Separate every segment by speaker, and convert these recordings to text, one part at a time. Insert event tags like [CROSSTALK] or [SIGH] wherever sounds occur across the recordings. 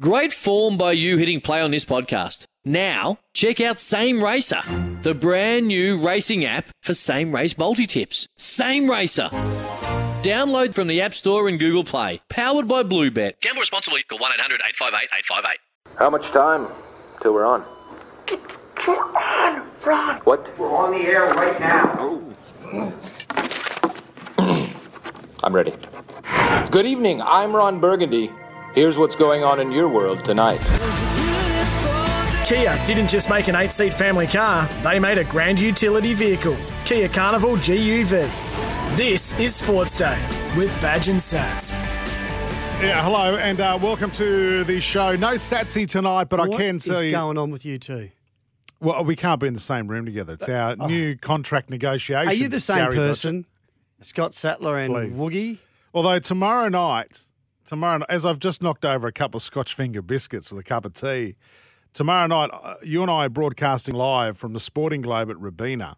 Speaker 1: Great form by you hitting play on this podcast. Now, check out Same Racer, the brand new racing app for same race multi tips. Same Racer. Download from the App Store and Google Play. Powered by Bluebet. Gamble responsibly. Call 1 800 858 858.
Speaker 2: How much time till we're on? We're on, Ron. What? We're on the air right now. I'm ready. Good evening. I'm Ron Burgundy. Here's what's going on in your world tonight.
Speaker 3: Kia didn't just make an eight seat family car, they made a grand utility vehicle, Kia Carnival GUV. This is Sports Day with Badge and Sats.
Speaker 4: Yeah, hello and uh, welcome to the show. No Satsy tonight, but I can tell you,
Speaker 5: going on with you two?
Speaker 4: well, we can't be in the same room together. It's our new contract negotiation.
Speaker 5: oh. Are you the same person, Scott Sattler and
Speaker 4: Please.
Speaker 5: Woogie?
Speaker 4: Although tomorrow night, tomorrow, n- as I've just knocked over a couple of Scotch finger biscuits with a cup of tea, tomorrow night uh, you and I are broadcasting live from the Sporting Globe at Rabina,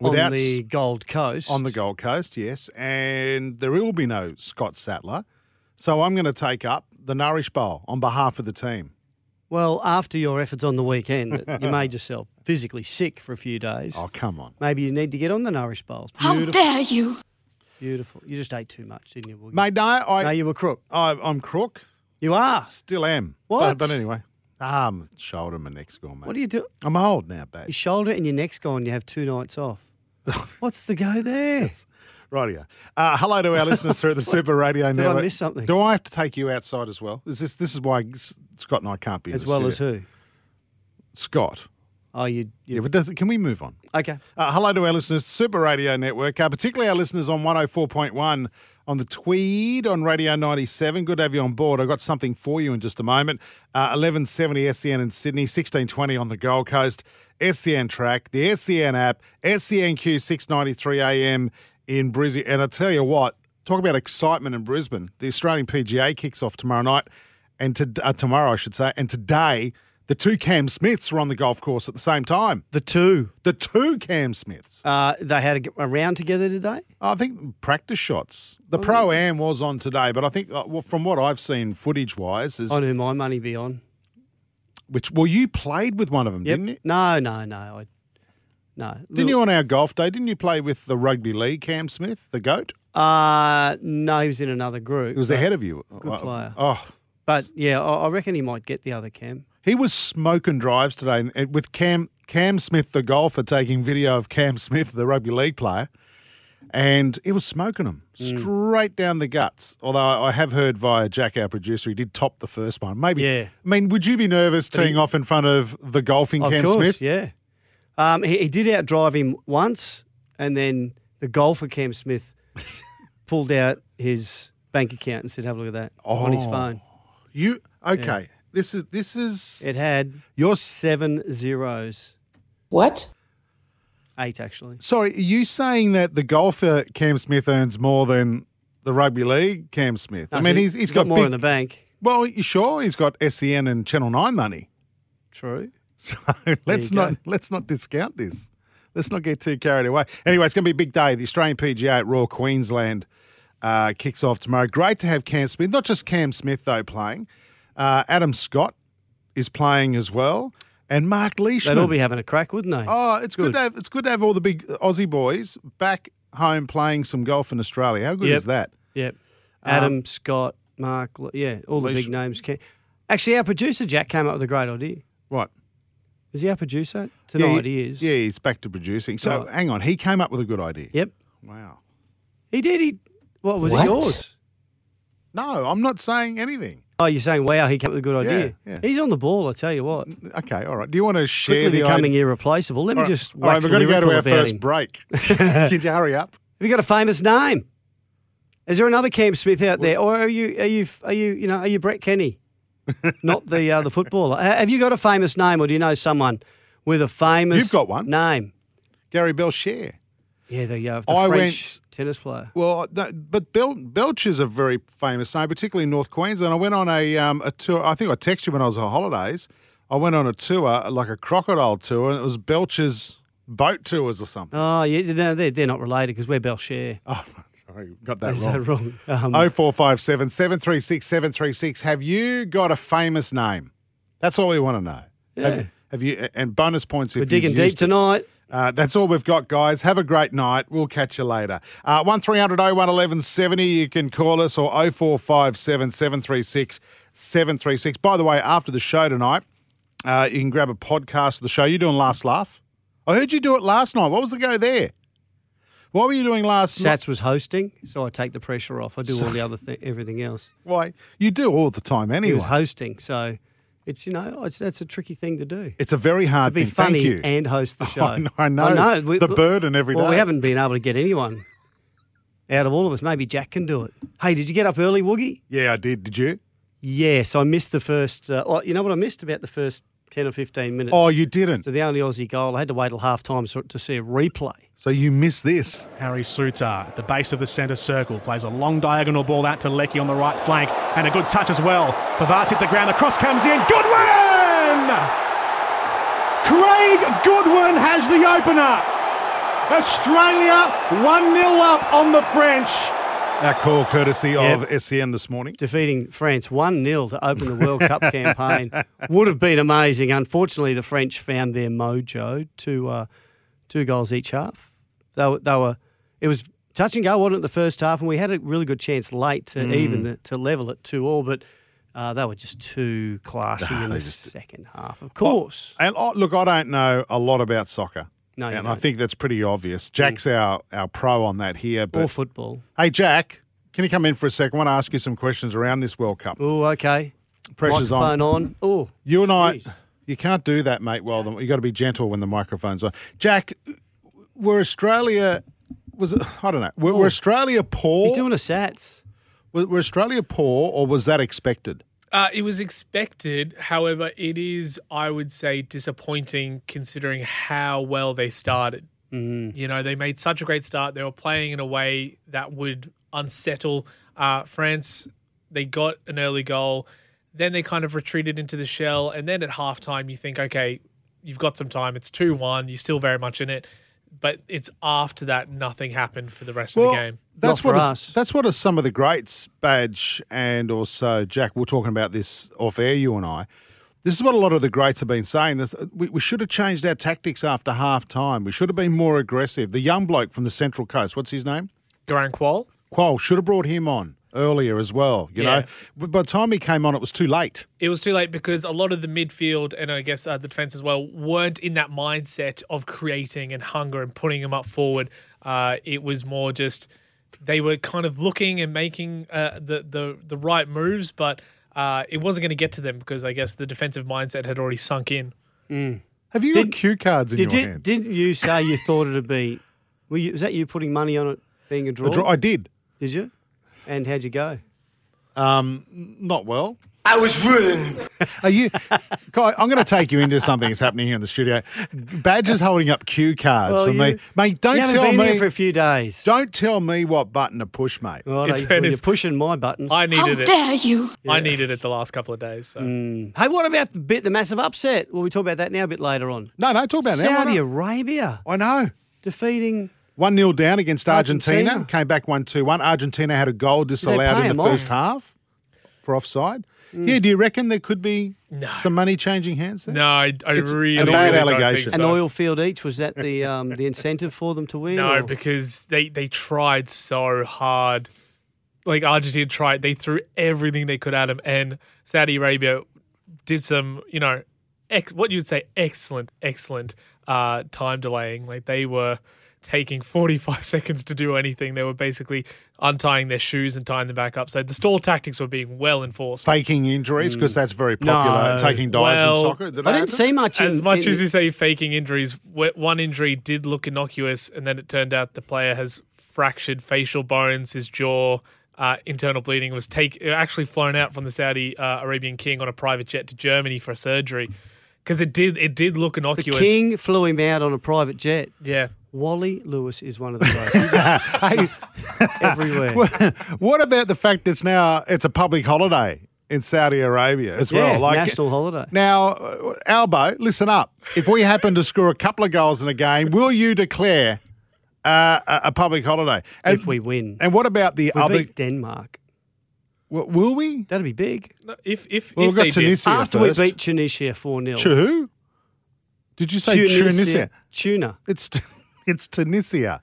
Speaker 5: on the Gold Coast.
Speaker 4: on the Gold Coast, yes, and there will be no Scott Sattler, so I'm going to take up the Nourish Bowl on behalf of the team.
Speaker 5: Well, after your efforts on the weekend, that you made yourself physically sick for a few days.
Speaker 4: Oh come on.
Speaker 5: Maybe you need to get on the Nourish Bowls. Beautiful,
Speaker 6: dare you?
Speaker 5: beautiful. You just ate too much, didn't you, Woogie?
Speaker 4: Mate, no, I,
Speaker 5: no, you were crook.
Speaker 4: I, I'm crook.
Speaker 5: You are.
Speaker 4: Still am.
Speaker 5: What?
Speaker 4: But, but anyway, arm, shoulder, my neck's gone, mate.
Speaker 5: What do you do?
Speaker 4: I'm old now,
Speaker 5: Your
Speaker 4: babe.
Speaker 5: shoulder and your neck's gone. You have two nights off. What's the go there?
Speaker 4: Right here. Uh, hello to our listeners through the Super Radio
Speaker 5: I
Speaker 4: Network.
Speaker 5: miss something?
Speaker 4: Do I have to take you outside as well? Is this this is why S- Scott and I can't be in
Speaker 5: As
Speaker 4: the
Speaker 5: well as
Speaker 4: studio.
Speaker 5: who?
Speaker 4: Scott.
Speaker 5: Oh, you.
Speaker 4: Yeah,
Speaker 5: you
Speaker 4: but does it, can we move on?
Speaker 5: okay.
Speaker 4: Uh, hello to our listeners, Super Radio Network, uh, particularly our listeners on 104.1 on the Tweed on Radio 97. Good to have you on board. I've got something for you in just a moment. Uh, 1170 SEN in Sydney, 1620 on the Gold Coast, SEN track, the SEN app, E SENQ 693 AM in Brisbane. And I tell you what, talk about excitement in Brisbane. The Australian PGA kicks off tomorrow night, and to, uh, tomorrow, I should say, and today. The two Cam Smiths were on the golf course at the same time.
Speaker 5: The two.
Speaker 4: The two Cam Smiths.
Speaker 5: Uh, they had a, a round together today.
Speaker 4: I think practice shots.
Speaker 5: Oh,
Speaker 4: The pro am was on today, but I think uh, well, from what I've seen footage wise is
Speaker 5: On who my money be on?
Speaker 4: which well you played with one of them,
Speaker 5: Yep.
Speaker 4: didn't you?
Speaker 5: No, no, no. I, no.
Speaker 4: Didn't you on our golf day? Didn't you play with the rugby league Cam Smith, the goat?
Speaker 5: Uh, no, he was in another group.
Speaker 4: He was ahead of you.
Speaker 5: Good
Speaker 4: Uh,
Speaker 5: player.
Speaker 4: Oh,
Speaker 5: But yeah, I, I reckon he might get the other cam.
Speaker 4: he was smoking drives today, and- and with Cam Cam Smith, the golfer, taking video of Cam Smith, the rugby league player, and he was smoking them
Speaker 5: Hmm.
Speaker 4: straight down the guts. Although I I have heard via Jack, our producer, he did top the first one. Maybe.
Speaker 5: Yeah.
Speaker 4: I mean, would you be nervous teeing off in front of the golfing
Speaker 5: Of
Speaker 4: Cam
Speaker 5: course,
Speaker 4: Smith?
Speaker 5: yeah. Um, he, he did outdrive him once, and then the golfer Cam Smith [LAUGHS] pulled out his bank account and said, "Have a look at that on his
Speaker 4: Oh.
Speaker 5: phone."
Speaker 4: You okay? This is this is
Speaker 5: It had
Speaker 4: Your-
Speaker 5: seven zeros,
Speaker 7: What?
Speaker 5: eight actually.
Speaker 4: sorry. Are you saying that the golfer Cam Smith earns more than the rugby league Cam Smith? I
Speaker 5: No,
Speaker 4: mean,
Speaker 5: so
Speaker 4: he's he's
Speaker 5: got,
Speaker 4: got,
Speaker 5: more
Speaker 4: big,
Speaker 5: in the bank.
Speaker 4: Well, you sure he's got SEN and Channel Nine money.
Speaker 5: True.
Speaker 4: So [LAUGHS] let's
Speaker 5: you
Speaker 4: not
Speaker 5: go.
Speaker 4: let's not discount this. Let's not get too carried away. Anyway, it's going to be a big day. The Australian PGA at Royal Queensland uh, kicks off tomorrow. Great to have Cam Smith. Not just Cam Smith though playing. Uh, Adam Scott is playing as well, and Mark Leishman.
Speaker 5: They'd all be having a crack, wouldn't they?
Speaker 4: oh, it's good.
Speaker 5: Good.
Speaker 4: to have it's good to have all the big Aussie boys back home playing some golf in Australia. How good
Speaker 5: Yep.
Speaker 4: is that?
Speaker 5: Yep.
Speaker 4: Um,
Speaker 5: Adam, Scott, Mark, Le- yeah, all the
Speaker 4: Leish-
Speaker 5: big names. Came. Actually, our producer Jack came up with a great idea.
Speaker 4: Right.
Speaker 5: Is he our producer tonight?
Speaker 4: yeah,
Speaker 5: he is. Oh,
Speaker 4: Yeah, he's back to producing. So
Speaker 5: Right.
Speaker 4: hang on, he came up with a good idea.
Speaker 5: Yep.
Speaker 4: Wow.
Speaker 5: He did. He. What was
Speaker 7: What?
Speaker 5: it yours?
Speaker 4: No, I'm not saying anything.
Speaker 5: Oh, you're saying wow, he came up with a good
Speaker 4: Yeah,
Speaker 5: idea.
Speaker 4: yeah.
Speaker 5: He's on the ball. I tell you what.
Speaker 4: Okay, all right. Do you want to share
Speaker 5: Quickly
Speaker 4: the
Speaker 5: becoming
Speaker 4: idea?
Speaker 5: irreplaceable. Let me
Speaker 4: All right,
Speaker 5: just.
Speaker 4: all right,
Speaker 5: Wax
Speaker 4: we're going to go to our
Speaker 5: lyrical about
Speaker 4: first
Speaker 5: him. [LAUGHS]
Speaker 4: break. Can you hurry up?
Speaker 5: Have you got a famous name?
Speaker 4: [LAUGHS]
Speaker 5: Is there another Cam Smith out there, or are you are you are you you know are you Brett Kenny? not the uh, the footballer. Ha- Have you got a famous name, or do you know someone with a famous?
Speaker 4: You've got one.
Speaker 5: name.
Speaker 4: Gary Belcher.
Speaker 5: Yeah, the, uh, the
Speaker 4: I
Speaker 5: French tennis player.
Speaker 4: Well, no, but Bel- Belch is a very famous name, particularly in North Queensland. I went on a um, a tour. I think I texted you when I was on holidays. I went on a tour, like a crocodile tour, and it was Belch's boat tours or something.
Speaker 5: Oh, yeah, no, they're, they're not related because we're Belcher.
Speaker 4: [LAUGHS] Oh, sorry, got that
Speaker 5: Is
Speaker 4: wrong.
Speaker 5: that wrong? Um,
Speaker 4: 0457 736 736. Have you got a famous name? That's all we want to know.
Speaker 5: Yeah.
Speaker 4: Have, have you? And bonus points if
Speaker 5: we're digging
Speaker 4: you've used
Speaker 5: deep
Speaker 4: it.
Speaker 5: tonight.
Speaker 4: Uh, that's all we've got, guys. Have a great night. We'll catch you later. Uh, 1300 01 1170, you can call us, or 0457 736 736. By the way, after the show tonight, uh, you can grab a podcast of the show. You're doing Last Laugh? I heard you do it last night. What was the go there? What were you doing last night?
Speaker 5: Sats was hosting, so I take the pressure off. I do all the other thi- everything else.
Speaker 4: Why? You do all the time
Speaker 5: He
Speaker 4: anyway.
Speaker 5: was hosting, so it's you know it's, that's a tricky thing to do.
Speaker 4: It's a very hard
Speaker 5: to be
Speaker 4: thing.
Speaker 5: funny
Speaker 4: Thank you.
Speaker 5: and host the show.
Speaker 4: know- [LAUGHS] I know. The burden every
Speaker 5: well, we
Speaker 4: day.
Speaker 5: haven't been able to get anyone out of all of us. Maybe Jack can do it. Hey, did you get up early, Woogie?
Speaker 4: yeah, I did. Did you?
Speaker 5: Yes, I missed the first. Uh, oh, you know what I missed about the first ten or fifteen minutes.
Speaker 4: Oh, you didn't.
Speaker 5: So the only Aussie goal, I had to wait till half time so- to see a replay.
Speaker 4: So you missed this.
Speaker 8: Harry Sutar at the base of the centre circle plays a long diagonal ball out to Lecky on the right flank and a good touch as well. Pavard hit the ground, the cross comes in. Goodwin! Craig Goodwin has the opener. Australia 1 0 up on the French.
Speaker 4: That call courtesy
Speaker 5: Yep.
Speaker 4: of SEN this morning.
Speaker 5: Defeating France 1 0 to open the World Cup
Speaker 4: [LAUGHS]
Speaker 5: campaign would have been amazing. Unfortunately, the French found their mojo to uh, two goals each half. They were, they were, it was touch and go, wasn't it, the first half? And we had a really good chance late to
Speaker 4: Mm.
Speaker 5: even the, to level it 2 all, but uh, they were just too classy in the second half. Of course.
Speaker 4: And oh, look, I don't know a lot about soccer.
Speaker 5: No, you
Speaker 4: and I
Speaker 5: don't.
Speaker 4: think that's pretty obvious. Jack's our, our pro on that here. But
Speaker 5: or football.
Speaker 4: hey, Jack, can you come in for a second? I want to ask you some questions around this World Cup.
Speaker 5: Oh, okay.
Speaker 4: Pressure's
Speaker 5: Microphone
Speaker 4: on.
Speaker 5: on. Oh,
Speaker 4: You and I,
Speaker 5: Jeez.
Speaker 4: you can't do that, mate. Well, then you got to be gentle when the microphone's on. Jack, were Australia was it- I don't know. Were, were Australia poor?
Speaker 5: Oh. he's doing a sats.
Speaker 4: were, were Australia poor, or was that expected?
Speaker 9: Uh, it was expected. However, it is, I would say, disappointing considering how well they started. You know, they made such a great start. They were playing in a way that would unsettle uh, France. They got an early goal. Then they kind of retreated into the shell. And then at halftime, you think, okay, you've got some time. It's 2 1. You're still very much in it. But it's after that, nothing happened for the rest of the game.
Speaker 4: That's
Speaker 5: Not for
Speaker 4: what
Speaker 5: us.
Speaker 4: that's what are some of the greats, Badge and also Jack. We're talking about this off air, you and I. This is what a lot of the greats have been saying. This, uh, we, we should have changed our tactics after half time. We should have been more aggressive. The young bloke from the Central Coast, what's his name?
Speaker 9: Garan Qual?
Speaker 4: Quoll, should have brought him on earlier as well. You know,
Speaker 9: Yeah.
Speaker 4: but by the time he came on, it was too late.
Speaker 9: it was too late because a lot of the midfield and I guess uh, the defense as well weren't in that mindset of creating and hunger and putting them up forward. Uh, it was more just they were kind of looking and making uh, the, the the right moves, but uh, it wasn't going to get to them because I guess the defensive mindset had already sunk in.
Speaker 4: Have you
Speaker 5: Did-
Speaker 4: got cue cards in
Speaker 5: Did,
Speaker 4: your
Speaker 5: did,
Speaker 4: hand?
Speaker 5: didn't you say you thought it'd be? Were you, was that you putting money on it being a draw?
Speaker 4: The draw- I did.
Speaker 5: Did you? And how'd you go?
Speaker 4: Not well. I was ruined. Are you? [LAUGHS] Guy, I'm going to take you into something that's happening here in the studio. Badger's holding up cue cards
Speaker 5: Well,
Speaker 4: for me,
Speaker 5: you-
Speaker 4: mate. Don't
Speaker 5: you haven't
Speaker 4: tell
Speaker 5: been
Speaker 4: me
Speaker 5: here for a few days.
Speaker 4: Don't tell me what button to push, mate.
Speaker 5: Well,
Speaker 9: In
Speaker 5: they- well,
Speaker 9: fairness-
Speaker 5: you're pushing my buttons.
Speaker 9: I
Speaker 6: How
Speaker 9: needed it.
Speaker 6: dare you?
Speaker 9: I needed it the last couple of days. So.
Speaker 4: Mm.
Speaker 5: hey, what about the bit the massive upset? Well, we talk about that now a bit later on.
Speaker 4: No, no, talk about it now. Why
Speaker 5: Saudi
Speaker 4: not?
Speaker 5: Arabia
Speaker 4: I know.
Speaker 5: defeating.
Speaker 4: 1 0 down against Argentina.
Speaker 5: Argentina.
Speaker 4: Came back 1 2 1. Argentina had a goal disallowed
Speaker 5: pay
Speaker 4: in the
Speaker 5: him
Speaker 4: first
Speaker 5: off?
Speaker 4: half for offside. Yeah, do you reckon there could be
Speaker 9: No.
Speaker 4: some money changing hands there?
Speaker 9: No, I, I
Speaker 4: It's a
Speaker 9: really,
Speaker 4: bad
Speaker 9: really don't
Speaker 4: allegation.
Speaker 5: An
Speaker 9: think so.
Speaker 5: oil field each was that the um, the incentive for them to win?
Speaker 9: No,
Speaker 5: or-
Speaker 9: because they they tried so hard. Like Argentina tried, they threw everything they could at him, and Saudi Arabia did some, you know, ex- what you'd say, excellent, excellent uh, time delaying. Like they were taking [LAUGHS] 45 seconds to do anything. They were basically untying their shoes and tying them back up. So the stall tactics were being well enforced.
Speaker 4: Faking injuries, because that's very
Speaker 5: mm,
Speaker 4: popular.
Speaker 5: No.
Speaker 4: Taking dives in
Speaker 9: Well,
Speaker 4: soccer. Did
Speaker 5: I
Speaker 4: it
Speaker 5: didn't
Speaker 4: happen?
Speaker 5: see much.
Speaker 9: As
Speaker 5: in-
Speaker 9: much
Speaker 5: in-
Speaker 9: as you say faking injuries, wh- one injury did look innocuous, and then it turned out the player has fractured facial bones, his jaw, uh, internal bleeding, was take actually flown out from the Saudi uh, Arabian king on a private jet to Germany for surgery because it did it did look
Speaker 5: The
Speaker 9: innocuous.
Speaker 5: king flew him out on a private jet.
Speaker 9: yeah.
Speaker 5: Wally Lewis is one of the
Speaker 4: [LAUGHS]
Speaker 5: guys. everywhere.
Speaker 4: what about the fact that it's now it's a public holiday in Saudi Arabia as
Speaker 5: Yeah,
Speaker 4: well?
Speaker 5: national holiday.
Speaker 4: Now, uh, Albo, listen up. If we happen to score a couple of goals in a game, will you declare uh, a, a public holiday? And,
Speaker 5: if we win,
Speaker 4: and what about the
Speaker 5: we
Speaker 4: other?
Speaker 5: beat Denmark.
Speaker 4: w- Will we?
Speaker 5: That'd be big.
Speaker 9: No, If if if
Speaker 4: Well, we've got
Speaker 9: they did,
Speaker 4: Tunisia
Speaker 5: After
Speaker 4: first.
Speaker 5: we beat Tunisia four 0
Speaker 4: To who? Did you say Tunisia?
Speaker 5: Tuna.
Speaker 4: It's [LAUGHS] it's Tunisia,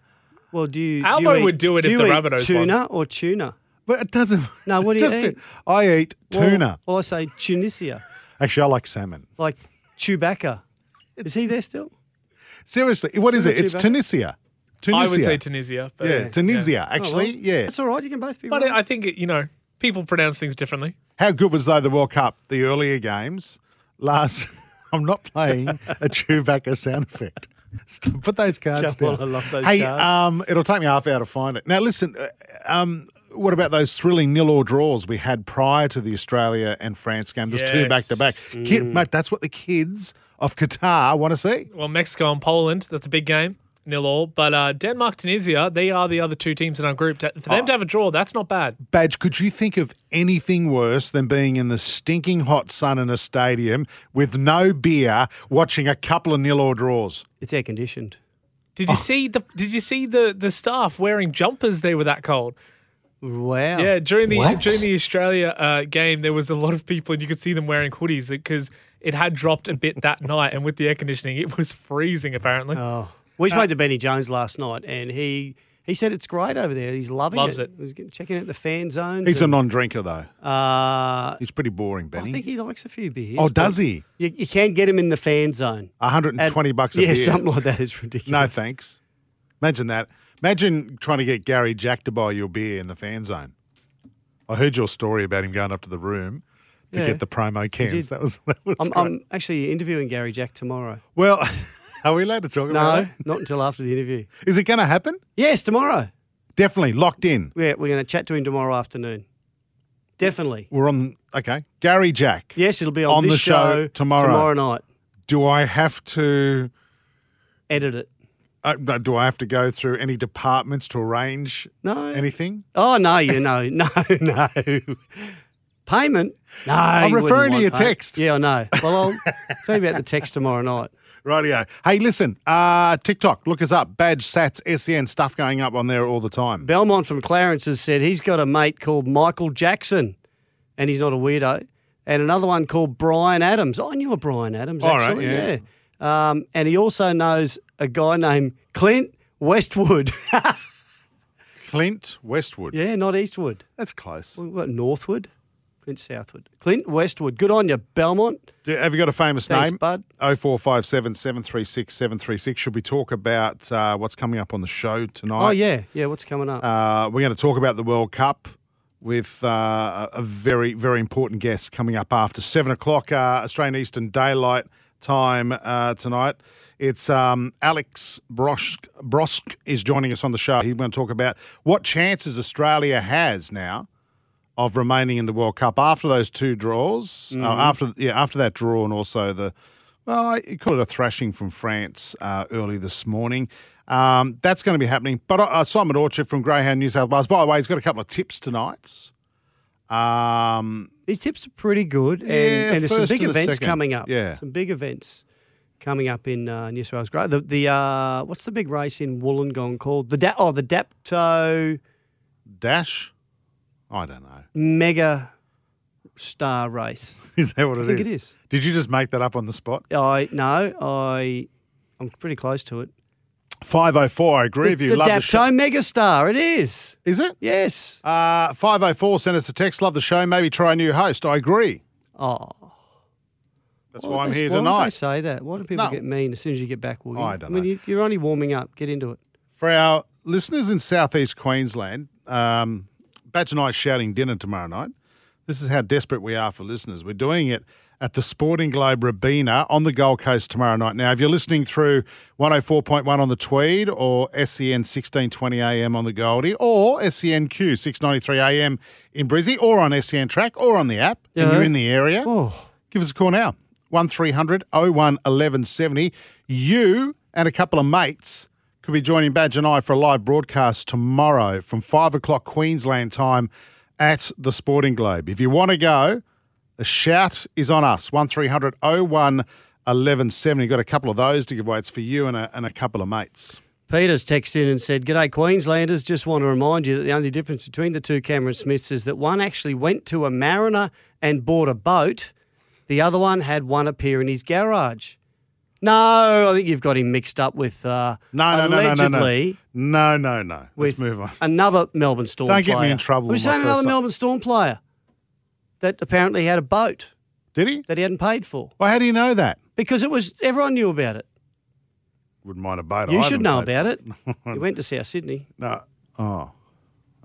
Speaker 5: Well, do you? do
Speaker 9: Albo
Speaker 5: you eat-
Speaker 9: would do it
Speaker 5: do
Speaker 9: if
Speaker 5: you
Speaker 9: the
Speaker 5: eat
Speaker 9: Rabbitohs won.
Speaker 5: Tuna or tuna?
Speaker 4: but it doesn't.
Speaker 5: No,
Speaker 4: [LAUGHS]
Speaker 5: what do you
Speaker 4: it
Speaker 5: eat?
Speaker 4: doesn't- I eat
Speaker 5: Well-
Speaker 4: tuna.
Speaker 5: Well, I say Tunisia,
Speaker 4: Actually, I like salmon.
Speaker 5: like Chewbacca. Is he there still?
Speaker 4: Seriously, what is it?
Speaker 5: Tuna
Speaker 4: It's
Speaker 5: Chewbacca?
Speaker 4: Tunisia. Tunisia.
Speaker 9: I would say Tunisia. But
Speaker 4: Yeah, Tunisia.
Speaker 5: Oh,
Speaker 4: Actually, yeah.
Speaker 5: It's all right. You can both be
Speaker 9: But
Speaker 5: right.
Speaker 9: I think it, you know people pronounce things differently.
Speaker 4: How good was though the World Cup? The earlier games. Last, [LAUGHS] I'm not playing a Chewbacca sound effect. Stop, put those cards
Speaker 5: Come on,
Speaker 4: down.
Speaker 5: I love those
Speaker 4: hey,
Speaker 5: cards.
Speaker 4: um, it'll take me half hour to find it. Now, listen. uh, Um, what about those thrilling nil or draws we had prior to the Australia and France game? Just two
Speaker 9: Yes.
Speaker 4: back to back. Kid,
Speaker 5: Mm.
Speaker 4: mate, that's what the kids of Qatar want to see.
Speaker 9: Well, Mexico and Poland, that's a big game, nil all. But uh, Denmark, Tunisia, they are the other two teams in our group. To- For them to have a draw, that's not bad.
Speaker 4: Badge, could you think of anything worse than being in the stinking hot sun in a stadium with no beer, watching a couple of nil or draws?
Speaker 5: it's air conditioned.
Speaker 9: Did you see the Did you see the the staff wearing jumpers? They were that cold.
Speaker 5: Wow.
Speaker 9: Yeah, during the
Speaker 10: What?
Speaker 9: during the Australia uh, game, there was a lot of people, and you could see them wearing hoodies because it had dropped a bit that night, and with the air conditioning, it was freezing. Apparently,
Speaker 5: Oh. We spoke to Benny Jones last night, and he he said it's great over there. He's loving
Speaker 9: Loves it.
Speaker 5: He was getting- checking out the fan zones.
Speaker 4: He's a
Speaker 5: and,
Speaker 4: non drinker, though.
Speaker 5: uh,
Speaker 4: He's pretty boring,
Speaker 5: I
Speaker 4: Benny.
Speaker 5: think he likes a few beers.
Speaker 4: oh,
Speaker 5: but
Speaker 4: does he?
Speaker 5: You, you can get him in the fan zone.
Speaker 4: 120
Speaker 5: At-
Speaker 4: bucks a
Speaker 5: yeah,
Speaker 4: beer.
Speaker 5: something like that is ridiculous.
Speaker 4: No, thanks. Imagine that. Imagine trying to get Gary Jack to buy your beer in the fan zone. I heard your story about him going up to the room to
Speaker 5: Yeah.
Speaker 4: get the promo cans.
Speaker 5: did.
Speaker 4: That was, that was
Speaker 5: I'm,
Speaker 4: great.
Speaker 5: I'm actually interviewing Gary Jack tomorrow.
Speaker 4: Well, [LAUGHS] are we allowed to talk about
Speaker 5: No,
Speaker 4: that?
Speaker 5: not until after the interview.
Speaker 4: Is it going to happen?
Speaker 5: Yes, tomorrow.
Speaker 4: Definitely locked in.
Speaker 5: Yeah, we're going to chat to him tomorrow afternoon. Definitely.
Speaker 4: We're on. Okay, Gary Jack.
Speaker 5: Yes, it'll be on,
Speaker 4: On the
Speaker 5: this
Speaker 4: show tomorrow.
Speaker 5: Tomorrow night.
Speaker 4: Do I have to?
Speaker 5: Edit it.
Speaker 4: Uh, do I have to go through any departments to arrange
Speaker 5: No.
Speaker 4: anything?
Speaker 5: Oh no, you know, [LAUGHS] no, no. Payment? No,
Speaker 4: I'm
Speaker 5: you wouldn't
Speaker 4: referring to
Speaker 5: want
Speaker 4: your
Speaker 5: pay-
Speaker 4: text.
Speaker 5: Yeah, I know.
Speaker 4: [LAUGHS]
Speaker 5: Well, I'll tell you about the text tomorrow night.
Speaker 4: Rightio. Hey, listen. Uh, TikTok. Look us up. Badge, Sats, Sen. Stuff going up on there all the time.
Speaker 5: Belmont from Clarence has said he's got a mate called Michael Jackson, and he's not a weirdo. And another one called Brian Adams. I knew a Brian Adams
Speaker 4: All right,
Speaker 5: actually.
Speaker 4: yeah.
Speaker 5: yeah. Um, and he also knows a guy named Clint Westwood. [LAUGHS]
Speaker 4: Clint Westwood.
Speaker 5: yeah, not Eastwood.
Speaker 4: That's close.
Speaker 5: What, what Northwood? Clint Southwood. Clint Westwood. Good on you, Belmont.
Speaker 4: Do- have you got a famous
Speaker 5: Thanks,
Speaker 4: name?
Speaker 5: bud.
Speaker 4: 0457 736 736. Should we talk about uh, what's coming up on the show tonight?
Speaker 5: Oh yeah, yeah. What's coming up?
Speaker 4: Uh, we're going to talk about the World Cup with uh, a a very, very important guest coming up after seven o'clock uh, Australian Eastern Daylight Time uh, tonight. It's um, Alex Brosk, Brosk is joining us on the show. He's going to talk about what chances Australia has now of remaining in the World Cup after those two draws,
Speaker 5: Mm-hmm.
Speaker 4: uh, after yeah, after that draw, and also the well, I you call it a thrashing from France uh, early this morning. Um, that's going to be happening. But uh, Simon Orchard from Greyhound New South Wales. By the way, he's got a couple of tips tonight. Um,
Speaker 5: These tips are pretty good, and,
Speaker 4: Yeah,
Speaker 5: and there's some
Speaker 4: first
Speaker 5: big
Speaker 4: and the
Speaker 5: events
Speaker 4: second.
Speaker 5: coming up.
Speaker 4: Yeah.
Speaker 5: some big events coming up in uh, New South Wales. Gra- The, the uh, what's the big race in Wollongong called? The da- oh, the Dapto
Speaker 4: Dash, I don't know. [LAUGHS]
Speaker 5: Mega Star Race.
Speaker 4: Is that what it
Speaker 5: I
Speaker 4: is?
Speaker 5: think it is.
Speaker 4: Did you just make that up on the spot?
Speaker 5: I no, I I'm pretty close to it.
Speaker 4: Five oh four. I agree
Speaker 5: The,
Speaker 4: with you.
Speaker 5: the
Speaker 4: Love the show.
Speaker 5: Dapto Mega Star. It is.
Speaker 4: Is it?
Speaker 5: Yes.
Speaker 4: Uh, 504 sent us a text. Love the show. Maybe try a new host. I agree.
Speaker 5: Oh,
Speaker 4: That's
Speaker 5: why
Speaker 4: why I'm
Speaker 5: would they-
Speaker 4: here
Speaker 5: why would
Speaker 4: tonight.
Speaker 5: they say that? Why do people
Speaker 4: No.
Speaker 5: get mean as soon as you get back? Will you?
Speaker 4: I don't
Speaker 5: I mean,
Speaker 4: know.
Speaker 5: you, you're only warming up. Get into it.
Speaker 4: For our listeners in southeast Queensland, um, Badge and I are shouting dinner tomorrow night. This is how desperate we are for listeners. We're doing it at the Sporting Globe Rabina on the Gold Coast tomorrow night. Now, if you're listening through 104.1 on the Tweed or E SEN 1620 AM on the Goldie or E SENQ 693 AM in Brizzy or on SEN Track or on the app and
Speaker 5: Yeah. Oh.
Speaker 4: you're in the area, give us a call now. 1300 01 1170. You and a couple of mates could be joining Badge and I for a live broadcast tomorrow from 5 o'clock Queensland time at the Sporting Globe. If you want to go, the shout is on us. 1300 01 1170. You've got a couple of those to give away. It's for you and a, and a couple of mates.
Speaker 5: Peter's texted in and said, G'day, Queenslanders. Just want to remind you that the only difference between the two Cameron Smiths is that one actually went to a mariner and bought a boat, the other one had one appear in his garage. No, I think you've got him mixed up with uh,
Speaker 4: No, no, no, no, no,
Speaker 5: allegedly
Speaker 4: no. No, no, no. Let's
Speaker 5: With-
Speaker 4: move on.
Speaker 5: another Melbourne Storm
Speaker 4: Don't
Speaker 5: player.
Speaker 4: get me in trouble.
Speaker 5: We
Speaker 4: with my
Speaker 5: saying another
Speaker 4: first-
Speaker 5: Melbourne Storm player that apparently had a boat
Speaker 4: Did he?
Speaker 5: that he hadn't paid for
Speaker 4: Well, how do you know that?
Speaker 5: because it was everyone knew about it.
Speaker 4: Wouldn't mind a boat.
Speaker 5: you
Speaker 4: I
Speaker 5: should
Speaker 4: haven't
Speaker 5: know
Speaker 4: paid.
Speaker 5: about it.
Speaker 4: [LAUGHS]
Speaker 5: you went to South Sydney
Speaker 4: No. Oh,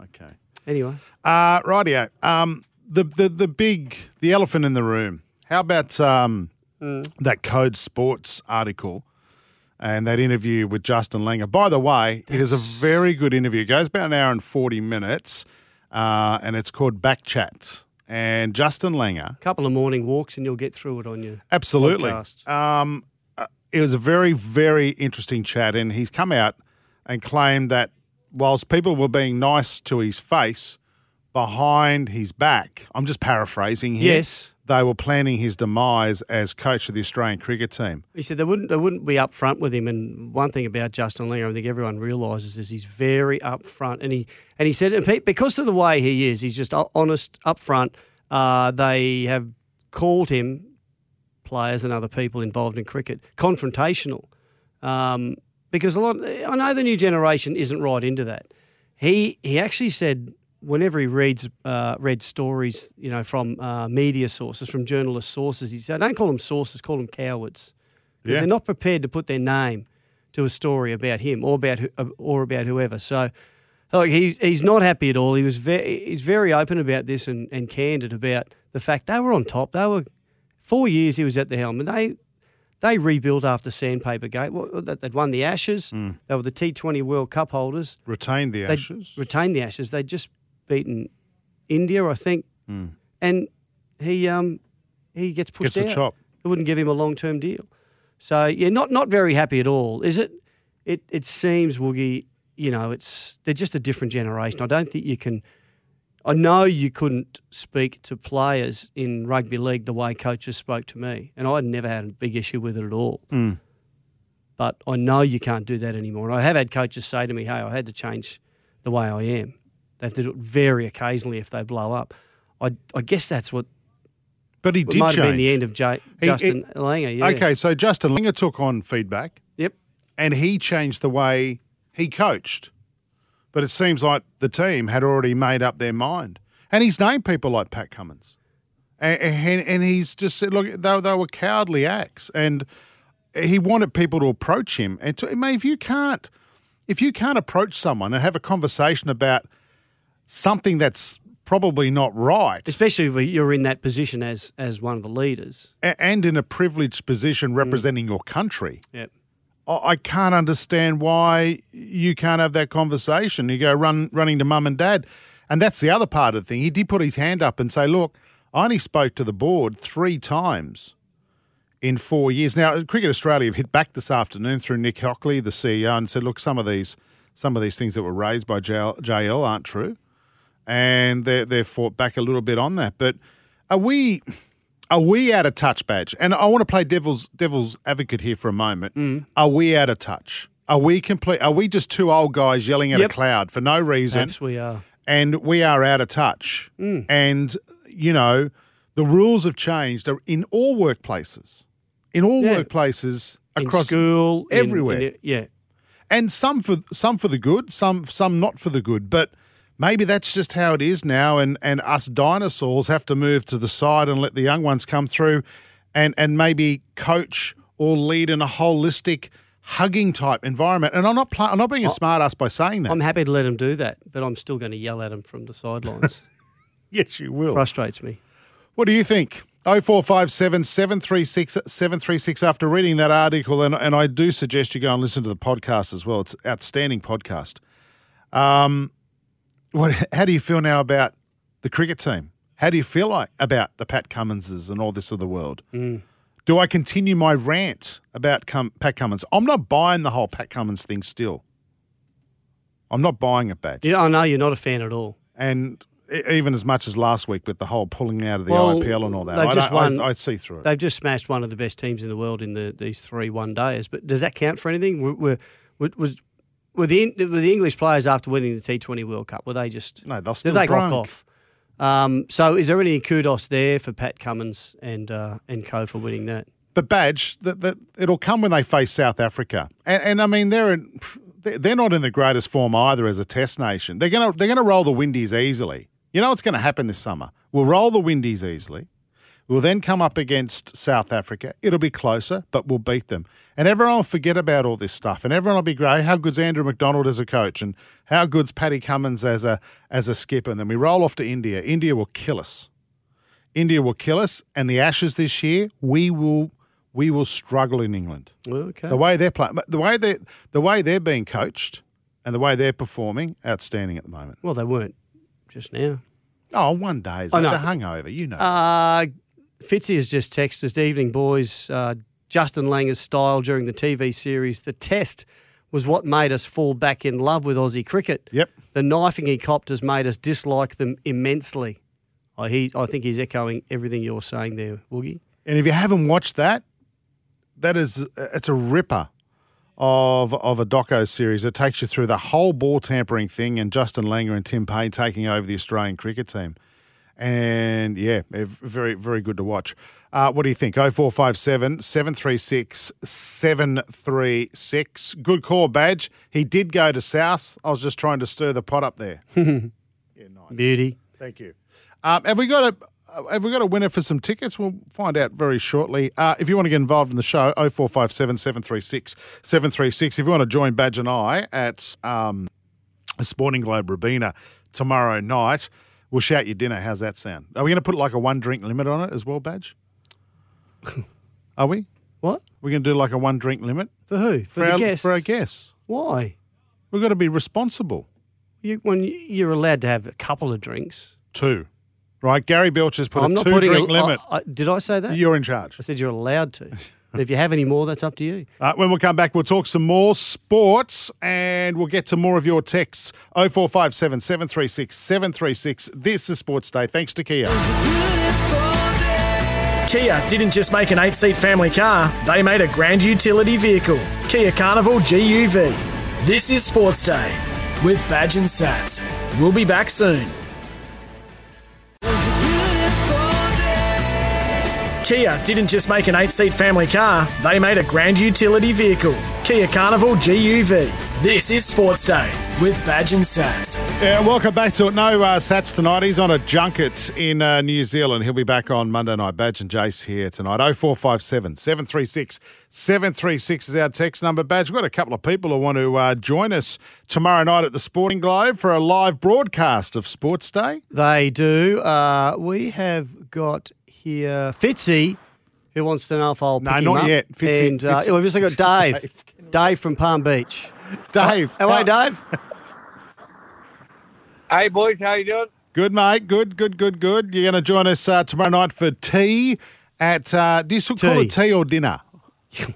Speaker 4: okay.
Speaker 5: anyway.
Speaker 4: Uh, rightio. Um, the, the the big the elephant in the room. How about um, that Code Sports article and that interview with Justin Langer? By the way, it is a very good interview. It goes about an hour and forty minutes, uh, and it's called Back Chat. And Justin Langer
Speaker 5: A couple of morning walks and you'll get through it on you.
Speaker 4: Absolutely.
Speaker 5: podcast.
Speaker 4: Um, uh, it was a very, very interesting chat, and he's come out and claimed that whilst people were being nice to his face, behind his back, I'm just paraphrasing here.
Speaker 5: Yes.
Speaker 4: They were planning his demise as coach of the Australian cricket team.
Speaker 5: He said they wouldn't they wouldn't be upfront with him. And one thing about Justin Langer, I think everyone realises is he's very upfront. And he and he said and Pete, because of the way he is, he's just ho- honest, upfront. Uh, they have called him players and other people involved in cricket confrontational, um, because a lot. I know the new generation isn't right into that. He he actually said whenever he reads uh, read stories, you know, from uh, media sources, from journalist sources, he said, "Don't call them sources, call them cowards." because
Speaker 4: Yeah.
Speaker 5: they're not prepared to put their name to a story about him or about who- or about whoever. So, like he he's not happy at all. He was very he's very open about this and, and candid about the fact they were on top. They were four years he was at the helm, and they they rebuilt after Sandpaper Gate. Well, they- They'd won the Ashes. They were the T Twenty World Cup holders.
Speaker 4: Retained the
Speaker 5: They
Speaker 4: Ashes.
Speaker 5: retained the Ashes. They'd just beaten India, I think, and he um he gets pushed
Speaker 4: Gets the
Speaker 5: out.
Speaker 4: chop.
Speaker 5: It wouldn't give him a long term deal. So yeah, not not very happy at all, is it? It it seems Woogie, you know, it's they're just a different generation. I don't think you can. I know you couldn't speak to players in rugby league the way coaches spoke to me, and I'd never had a big issue with it at all. But I know you can't do that anymore. And I have had coaches say to me, "Hey, I had to change the way I am." They have to do it very occasionally if they blow up. I, I guess that's what
Speaker 4: But he
Speaker 5: it
Speaker 4: did
Speaker 5: might
Speaker 4: change.
Speaker 5: have been the end of J-
Speaker 4: He-
Speaker 5: Justin
Speaker 4: it-
Speaker 5: Langer. Yeah.
Speaker 4: Okay, so Justin Langer took on feedback
Speaker 5: Yep.
Speaker 4: and he changed the way he coached. But it seems like the team had already made up their mind. And he's named people like Pat Cummins. And, and, and he's just said, look, they, they were cowardly acts. And he wanted people to approach him. And to, I mean, if you can't, if you can't approach someone and have a conversation about something that's probably not right,
Speaker 5: Especially if you're in that position as as one of the leaders.
Speaker 4: a- and in a privileged position representing your country,
Speaker 5: Yep.
Speaker 4: I I can't understand why you can't have that conversation. You go run running to mum and dad, and that's the other part of the thing. He did put his hand up and say, "Look, I only spoke to the board three times in four years." Now, Cricket Australia have hit back this afternoon through Nick Hockley, the CEO, and said, "Look, some of these some of these things that were raised by JL, JL aren't true," and they they fought back a little bit on that. But are we? Are we out of touch, Badge? And I want to play devil's devil's advocate here for a moment. Are we out of touch? Are we complete? Are we just two old guys yelling at
Speaker 5: Yep.
Speaker 4: a cloud for no reason?
Speaker 5: Perhaps we are.
Speaker 4: And we are out of touch.
Speaker 5: Mm.
Speaker 4: And you know, the rules have changed in all workplaces, in all
Speaker 5: Yeah.
Speaker 4: workplaces
Speaker 5: In
Speaker 4: across
Speaker 5: school, in-
Speaker 4: everywhere,
Speaker 5: in- yeah.
Speaker 4: and some for some for the good, some some not for the good, but. Maybe that's just how it is now, and, and us dinosaurs have to move to the side and let the young ones come through and, and maybe coach or lead in a holistic hugging type environment. And I'm not pl- I'm not
Speaker 5: Oh. [LAUGHS]
Speaker 4: being a smart ass by saying that. [LAUGHS]
Speaker 5: I'm happy to let him do that, but I'm still going to yell at him from the sidelines.
Speaker 4: yes, you will.
Speaker 5: Frustrates me.
Speaker 4: What do you think? 0457 736 736 after reading that article, and, and I do suggest you go and listen to the podcast as well. It's an outstanding podcast. Um, what, how do you feel now about the cricket team? How do you feel like about the Pat Cumminses and all this of the world? Do I continue my rant about Cum- Pat Cummins? I'm not buying the whole Pat Cummins thing still. I'm not buying it, Badge.
Speaker 5: Yeah, I know you're not a fan at all.
Speaker 4: And e- even as much as last week with the whole pulling out of the
Speaker 5: Well,
Speaker 4: IPL and all that,
Speaker 5: they've
Speaker 4: I,
Speaker 5: just
Speaker 4: don't- I-
Speaker 5: won-
Speaker 4: I, see through it.
Speaker 5: They've just smashed one of the best teams in the world in the, these three one days. But does that count for anything? Were, were, were- was, were, the, were the English players after winning the T20 World Cup, were they just.
Speaker 4: No, they're
Speaker 5: did
Speaker 4: still
Speaker 5: they rock
Speaker 4: drunk.
Speaker 5: off? Um, so is there any kudos there for Pat Cummins and, uh, and co for winning that?
Speaker 4: But badge that that it'll come when they face South Africa, and, and I mean they're in, they're not in the greatest form either as a Test nation. They're gonna they're gonna roll the Windies easily. You know what's going to happen this summer? We'll roll the Windies easily. We'll then come up against South Africa. It'll be closer, but we'll beat them. And everyone will forget about all this stuff. And everyone will be great. How good's Andrew McDonald as a coach, and how good's Paddy Cummins as a as a skipper. And then we roll off to India. India will kill us. India will kill us, and the Ashes this year, we will we will struggle in England.
Speaker 5: Okay.
Speaker 4: The way they're playing, the way they the way they're being coached, and the way they're performing, outstanding at the moment.
Speaker 5: Well, they weren't just now.
Speaker 4: Oh, one day is
Speaker 5: I
Speaker 4: like
Speaker 5: know.
Speaker 4: the hangover, you know.
Speaker 5: Uh, Fitzy has just texted us, evening boys. Uh, Justin Langer's style during the TV series The Test was what made us fall back in love with Aussie cricket.
Speaker 4: yep.
Speaker 5: The knifing he copped has made us dislike them immensely. I, he, I think he's echoing everything you're saying there, Woogie.
Speaker 4: And if you haven't watched that, that is it's a ripper of of a doco series. It takes you through the whole ball tampering thing and Justin Langer and Tim Payne taking over the Australian cricket team. And yeah, eh, very very good to watch. Uh, what do you think? 0457 736 736. Good call, Badge. He did go to South. I was just trying to stir the pot up there.
Speaker 5: Beauty.
Speaker 4: Thank you. Um, have we got a have we got a winner for some tickets? We'll find out very shortly. Uh, if you want to get involved in the show, 0457 736 736. If you want to join Badge and I at um, Sporting Globe Rabina tomorrow night, we'll shout you dinner. How's that sound? Are we going to put like a one drink limit on it as
Speaker 5: [LAUGHS]
Speaker 4: well, Badge? Are we?
Speaker 5: What?
Speaker 4: We're going to do like a one drink limit
Speaker 5: For who? For, the
Speaker 4: our,
Speaker 5: guests?
Speaker 4: for our guests.
Speaker 5: Why?
Speaker 4: We've got to be responsible.
Speaker 5: You, when you- you're allowed to have a couple of drinks.
Speaker 4: Two. Right? Gary Belcher's put
Speaker 5: I'm
Speaker 4: a
Speaker 5: not
Speaker 4: two
Speaker 5: putting a-
Speaker 4: drink limit.
Speaker 5: I, I, did I say that?
Speaker 4: You're in charge.
Speaker 5: I said you're allowed to. But if you have any more, that's up to you.
Speaker 4: Uh, when we come back, we'll talk some more sports and we'll get to more of your texts. 0457 736 736. This is Sports Day. Thanks to Kia.
Speaker 3: Kia didn't just make an eight seat family car, they made a grand utility vehicle. Kia Carnival GUV. This is Sports Day with Badge and Sats. We'll be back soon. Kia didn't just make an eight seat family car, they made a grand utility vehicle. Kia Carnival GUV. This is Sports Day with Badge and Sats.
Speaker 4: Yeah, welcome back to it. No uh, Sats tonight. He's on a junket in uh, New Zealand. He'll be back on Monday night. Badge and Jace here tonight. 0457 736 736 is our text number. Badge, we've got a couple of people who want to uh, join us tomorrow night at the Sporting Globe for a live broadcast of Sports Day.
Speaker 5: They do. Uh, we have got here Fitzy, who wants to know if I'll
Speaker 4: No,
Speaker 5: pick him
Speaker 4: not
Speaker 5: up.
Speaker 4: yet. Fitzy-
Speaker 5: and uh,
Speaker 4: Fitzy-
Speaker 5: we've also
Speaker 4: [LAUGHS]
Speaker 5: got Dave. Dave. from Palm Beach.
Speaker 4: Dave. uh,
Speaker 5: How are you,
Speaker 4: [LAUGHS]
Speaker 5: Dave?
Speaker 11: Hey boys, how you doing?
Speaker 4: Good, mate. Good, good, good, good. You're going to join us uh, tomorrow night for tea at, uh, do you still call
Speaker 5: Tea.
Speaker 4: it tea or dinner?
Speaker 11: [LAUGHS] Is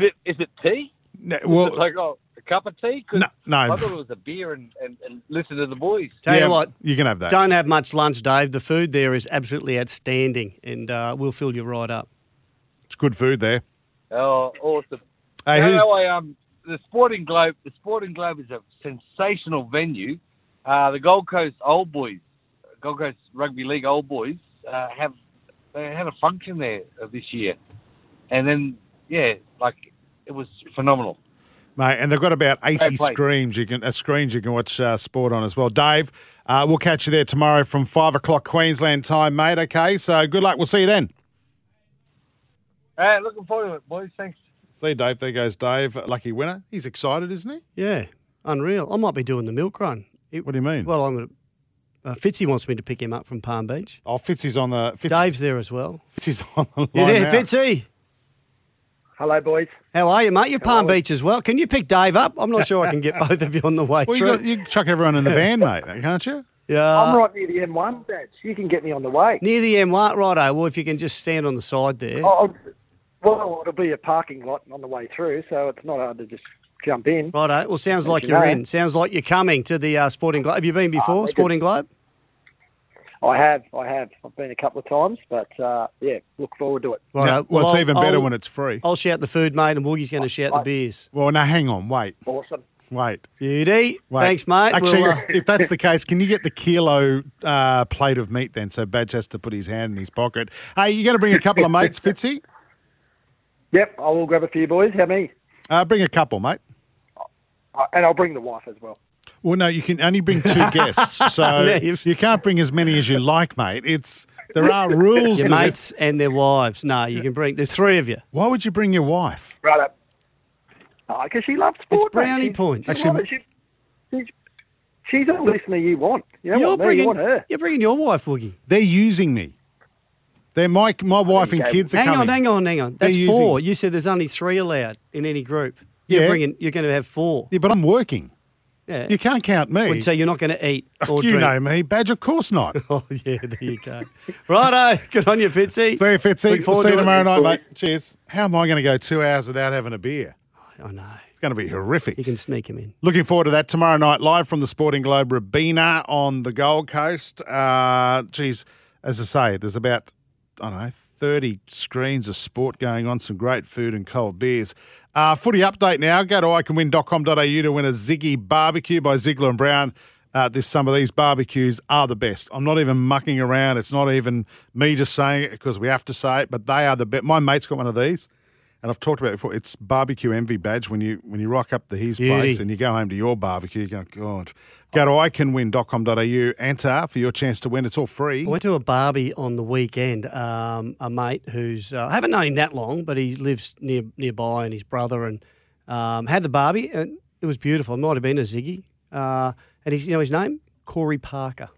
Speaker 11: it is it tea?
Speaker 4: No,
Speaker 11: Is it like oh, a cup of tea? 'Cause
Speaker 4: No, no.
Speaker 11: I thought it was a beer and, and, and listen to the boys.
Speaker 5: Tell you what,
Speaker 4: You can have that.
Speaker 5: don't have much lunch, Dave. The food there is absolutely outstanding, and uh, we'll fill you right up.
Speaker 4: It's good food there.
Speaker 11: Oh, awesome!
Speaker 4: Hey,
Speaker 11: you
Speaker 4: who's-
Speaker 11: know, I, um, the Sporting Globe. The Sporting Globe is a sensational venue. Uh, the Gold Coast Old Boys, Gold Coast Rugby League Old Boys, uh, have they had a function there uh, this year, and then yeah, like it was phenomenal.
Speaker 4: Mate, and they've got about eighty
Speaker 11: Great place.
Speaker 4: screens you can uh, screens you can watch uh, sport on as well. Dave, uh, we'll catch you there tomorrow from five o'clock Queensland time, mate. Okay, so good luck. We'll see you then.
Speaker 11: All right, looking forward to it, boys. Thanks.
Speaker 4: See you, Dave. There goes Dave, lucky winner. He's excited, isn't he?
Speaker 5: Yeah, unreal. I might be doing the milk run. It-
Speaker 4: What do you mean?
Speaker 5: Well, I'm going to Uh, Fitzy wants me to pick him up from Palm Beach.
Speaker 4: Oh, Fitzy's on the. Fitz,
Speaker 5: Dave's there as well.
Speaker 4: Fitzy's on the line.
Speaker 5: You there,
Speaker 4: now.
Speaker 5: Fitzy?
Speaker 12: Hello, boys.
Speaker 5: How are you, mate? You're Palm Beach as well. Can you pick Dave up? I'm not sure I can
Speaker 4: [LAUGHS]
Speaker 5: get both of you on the way
Speaker 4: Well, you,
Speaker 5: through.
Speaker 4: got, you can chuck everyone in the van, mate, can't you?
Speaker 5: yeah.
Speaker 12: I'm right near the M1, Dad. You can get me on the way.
Speaker 5: Near the M, right, righto. Well, if you can just stand on the side there.
Speaker 12: Oh, well, Oh, it'll be a parking lot on the way through, so it's not hard to just jump in.
Speaker 5: Righto. eh? Well, sounds
Speaker 12: Let
Speaker 5: like
Speaker 12: you Oh,
Speaker 5: you're
Speaker 12: know.
Speaker 5: in. Sounds like you're coming to the uh, Sporting Globe. Have you been before,
Speaker 12: we could-
Speaker 5: Sporting Globe?
Speaker 12: I have, I have. I've been a couple of times, but uh, yeah, look forward to it.
Speaker 5: Righto.
Speaker 4: well, it's
Speaker 5: I'll-
Speaker 4: even better
Speaker 5: eh? I'll-
Speaker 4: when it's free.
Speaker 5: I'll shout the food, mate, and Woogie's going
Speaker 12: Oh,
Speaker 5: to shout the beers.
Speaker 4: Well, now hang on, wait,
Speaker 12: Awesome.
Speaker 4: wait.
Speaker 5: Beauty.
Speaker 4: Wait.
Speaker 5: Thanks, mate.
Speaker 4: Actually,
Speaker 5: We'll, uh,
Speaker 4: if that's the case, can you get the kilo uh, plate of meat then? So Badge has to put his hand in his pocket. Hey, you going to bring a couple of mates, Fitzy?
Speaker 5: [LAUGHS]
Speaker 12: Yep, I will grab a few boys. How many?
Speaker 4: Uh, bring a couple, mate.
Speaker 12: Uh, and I'll bring the wife as well.
Speaker 4: Well, no, you can only
Speaker 5: [LAUGHS]
Speaker 4: bring two guests, so
Speaker 5: Yeah,
Speaker 4: you can't bring as many as you like, mate. It's there are
Speaker 5: [LAUGHS]
Speaker 4: rules.
Speaker 5: Your
Speaker 4: to this.
Speaker 5: mates and their wives. No, you can bring. There's three of you.
Speaker 4: Why would you bring your wife?
Speaker 12: Right up. Because she loves sport.
Speaker 5: It's brownie
Speaker 12: mate. She's-
Speaker 5: points.
Speaker 12: She, loves it. she, she's, she's a listener you want. You don't
Speaker 5: You're
Speaker 12: want me, you
Speaker 5: bringing.
Speaker 12: want her.
Speaker 5: You're bringing your wife, Woogie.
Speaker 4: They're using me. They're my my wife and
Speaker 12: go.
Speaker 4: kids are
Speaker 5: Hang
Speaker 4: coming.
Speaker 5: on, hang on, hang on.
Speaker 4: They're
Speaker 5: That's four.
Speaker 4: using-
Speaker 5: You said there's only three allowed in any group. You're
Speaker 4: Yeah.
Speaker 5: bringing. You're going to have four.
Speaker 4: Yeah, but I'm working.
Speaker 5: Yeah.
Speaker 4: You can't count me.
Speaker 5: Well, so you're not going to eat or
Speaker 4: you
Speaker 5: drink.
Speaker 4: know me, Badge. Of
Speaker 5: [LAUGHS]
Speaker 4: course not.
Speaker 5: Oh yeah, there you go. Righto, good on you, Fitzy.
Speaker 4: See you, Fitzy.
Speaker 5: Look forward
Speaker 4: See you
Speaker 5: to it.
Speaker 4: tomorrow night, mate. Cheers. How am I going to go two hours without having a beer?
Speaker 5: I know.
Speaker 4: It's going to be horrific.
Speaker 5: Oh, You can sneak him in.
Speaker 4: Looking forward to that tomorrow night, live from the Sporting Globe, Rabina on the Gold Coast. Uh, geez, as I say, there's about, I don't know, 30 screens of sport going on, some great food and cold beers. Uh, footy update now. Go to iCanWin.com.au to win a Ziggy barbecue by Ziggler and Brown. Uh, this summer, these barbecues are the best. I'm not even mucking around. It's not even me just saying it because we have to say it, but they are the best. My mate's got one of these and I've talked about it before. It's barbecue envy badge when you when you rock up to his
Speaker 5: Beauty.
Speaker 4: place and you go home to your barbecue. You go, God, go to iCanWin.com.au. Enter for your chance to win. It's all free.
Speaker 5: I went to a barbie on the weekend. Um, a mate who's uh, I haven't known him that long, but he lives near nearby, and his brother and um, had the barbie, and it was beautiful. It might have been a Ziggy, uh, and he's you know his name Corey Parker.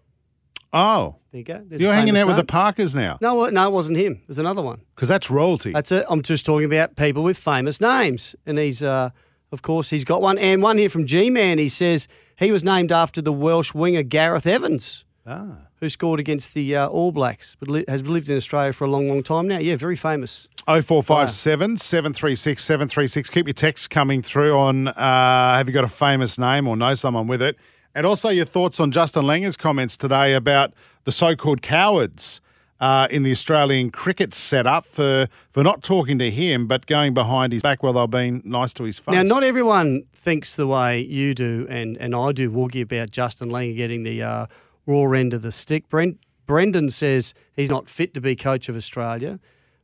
Speaker 4: Oh,
Speaker 5: There you go. There's
Speaker 4: you're
Speaker 5: a
Speaker 4: hanging
Speaker 5: famous
Speaker 4: out with the
Speaker 5: name.
Speaker 4: Parkers now
Speaker 5: No, well, no, it wasn't him. It was another one.
Speaker 4: because that's royalty.
Speaker 5: That's it. I'm just talking about people with famous names. And he's, uh, of course, he's got one. And one here from G Man. He says he was named after the Welsh winger Gareth Evans,
Speaker 4: ah.
Speaker 5: who scored against the uh, All Blacks, but li- has lived in Australia for a long, long time now. Yeah, very famous.
Speaker 4: 0457 736 736. Keep your texts coming through on uh, have you got a famous name or know someone with it? And also your thoughts on Justin Langer's comments today about the so called cowards uh, in the Australian cricket setup for, for not talking to him, but going behind his back while they've been nice to his face.
Speaker 5: Now, not everyone thinks the way you do and, and I do, Woogie, about Justin Langer getting the uh, raw end of the stick. Brent, Brendan says he's not fit to be coach of Australia.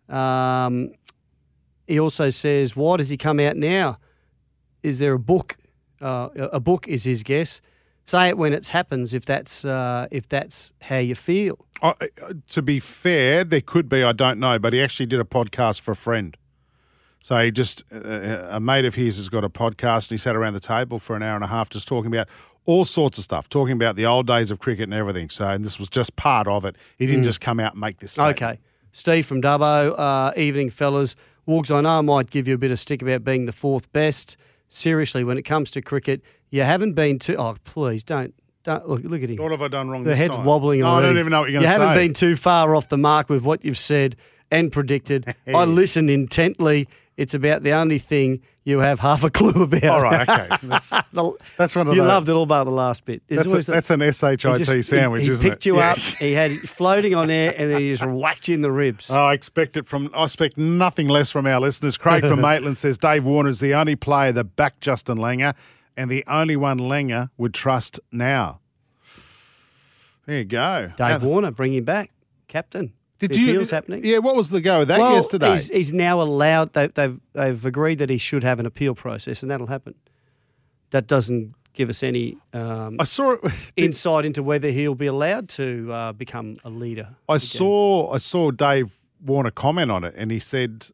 Speaker 5: Um, he also says, why does he come out now? Is there a book? Uh, a a book is his guess. Say it when it happens. If that's uh, if that's how you feel.
Speaker 4: Uh, uh, to be fair, there could be, I don't know, but he actually did a podcast for a friend. So he just, uh, uh, a mate of his has got a podcast and he sat around the table for an hour and a half just talking about all sorts of stuff, talking about the old days of cricket and everything. So, and this was just part of it. He didn't just come out and make this. statement.
Speaker 5: Mm. Okay. Steve from Dubbo, uh, evening fellas. Wargs, I know I might give you a bit of stick about being the fourth best. Seriously, when it comes to cricket, you haven't been too. Oh, please don't. Don't look, look at him.
Speaker 4: What have I done wrong
Speaker 5: The
Speaker 4: this
Speaker 5: head's
Speaker 4: time?
Speaker 5: wobbling
Speaker 4: No, I
Speaker 5: already.
Speaker 4: don't even know what you're
Speaker 5: You
Speaker 4: gonna
Speaker 5: haven't
Speaker 4: say.
Speaker 5: been too far off the mark with what you've said and
Speaker 4: [LAUGHS]
Speaker 5: predicted. I listened intently. It's about the only thing you have half a clue about.
Speaker 4: All right, okay. That's,
Speaker 5: [LAUGHS] The-
Speaker 4: that's one of
Speaker 5: you
Speaker 4: those-
Speaker 5: loved it all about the last bit. There's
Speaker 4: that's, a-
Speaker 5: always the-
Speaker 4: that's an SHIT
Speaker 5: he just-
Speaker 4: sandwich,
Speaker 5: he, he
Speaker 4: isn't it?
Speaker 5: picked you
Speaker 4: Yeah.
Speaker 5: up. He had it floating on air, and then he just whacked you in the ribs.
Speaker 4: I expect it from. I expect nothing less from our listeners.
Speaker 5: [LAUGHS]
Speaker 4: Craig from Maitland says Dave Warner is the only player that backed Justin Langer, and the only one Langer would trust now. There you go,
Speaker 5: Dave
Speaker 4: How-
Speaker 5: Warner, bring him back, captain.
Speaker 4: Did
Speaker 5: Big
Speaker 4: you?
Speaker 5: deal's happening?
Speaker 4: Yeah, what was the go with that
Speaker 5: well,
Speaker 4: yesterday?
Speaker 5: He's, he's now allowed. They, they've they've agreed that he should have an appeal process, and that'll happen. That doesn't give us any um,
Speaker 4: I saw it.
Speaker 5: insight into whether he'll be allowed to uh, become a leader.
Speaker 4: I saw I saw Dave Warner comment on it, and he said,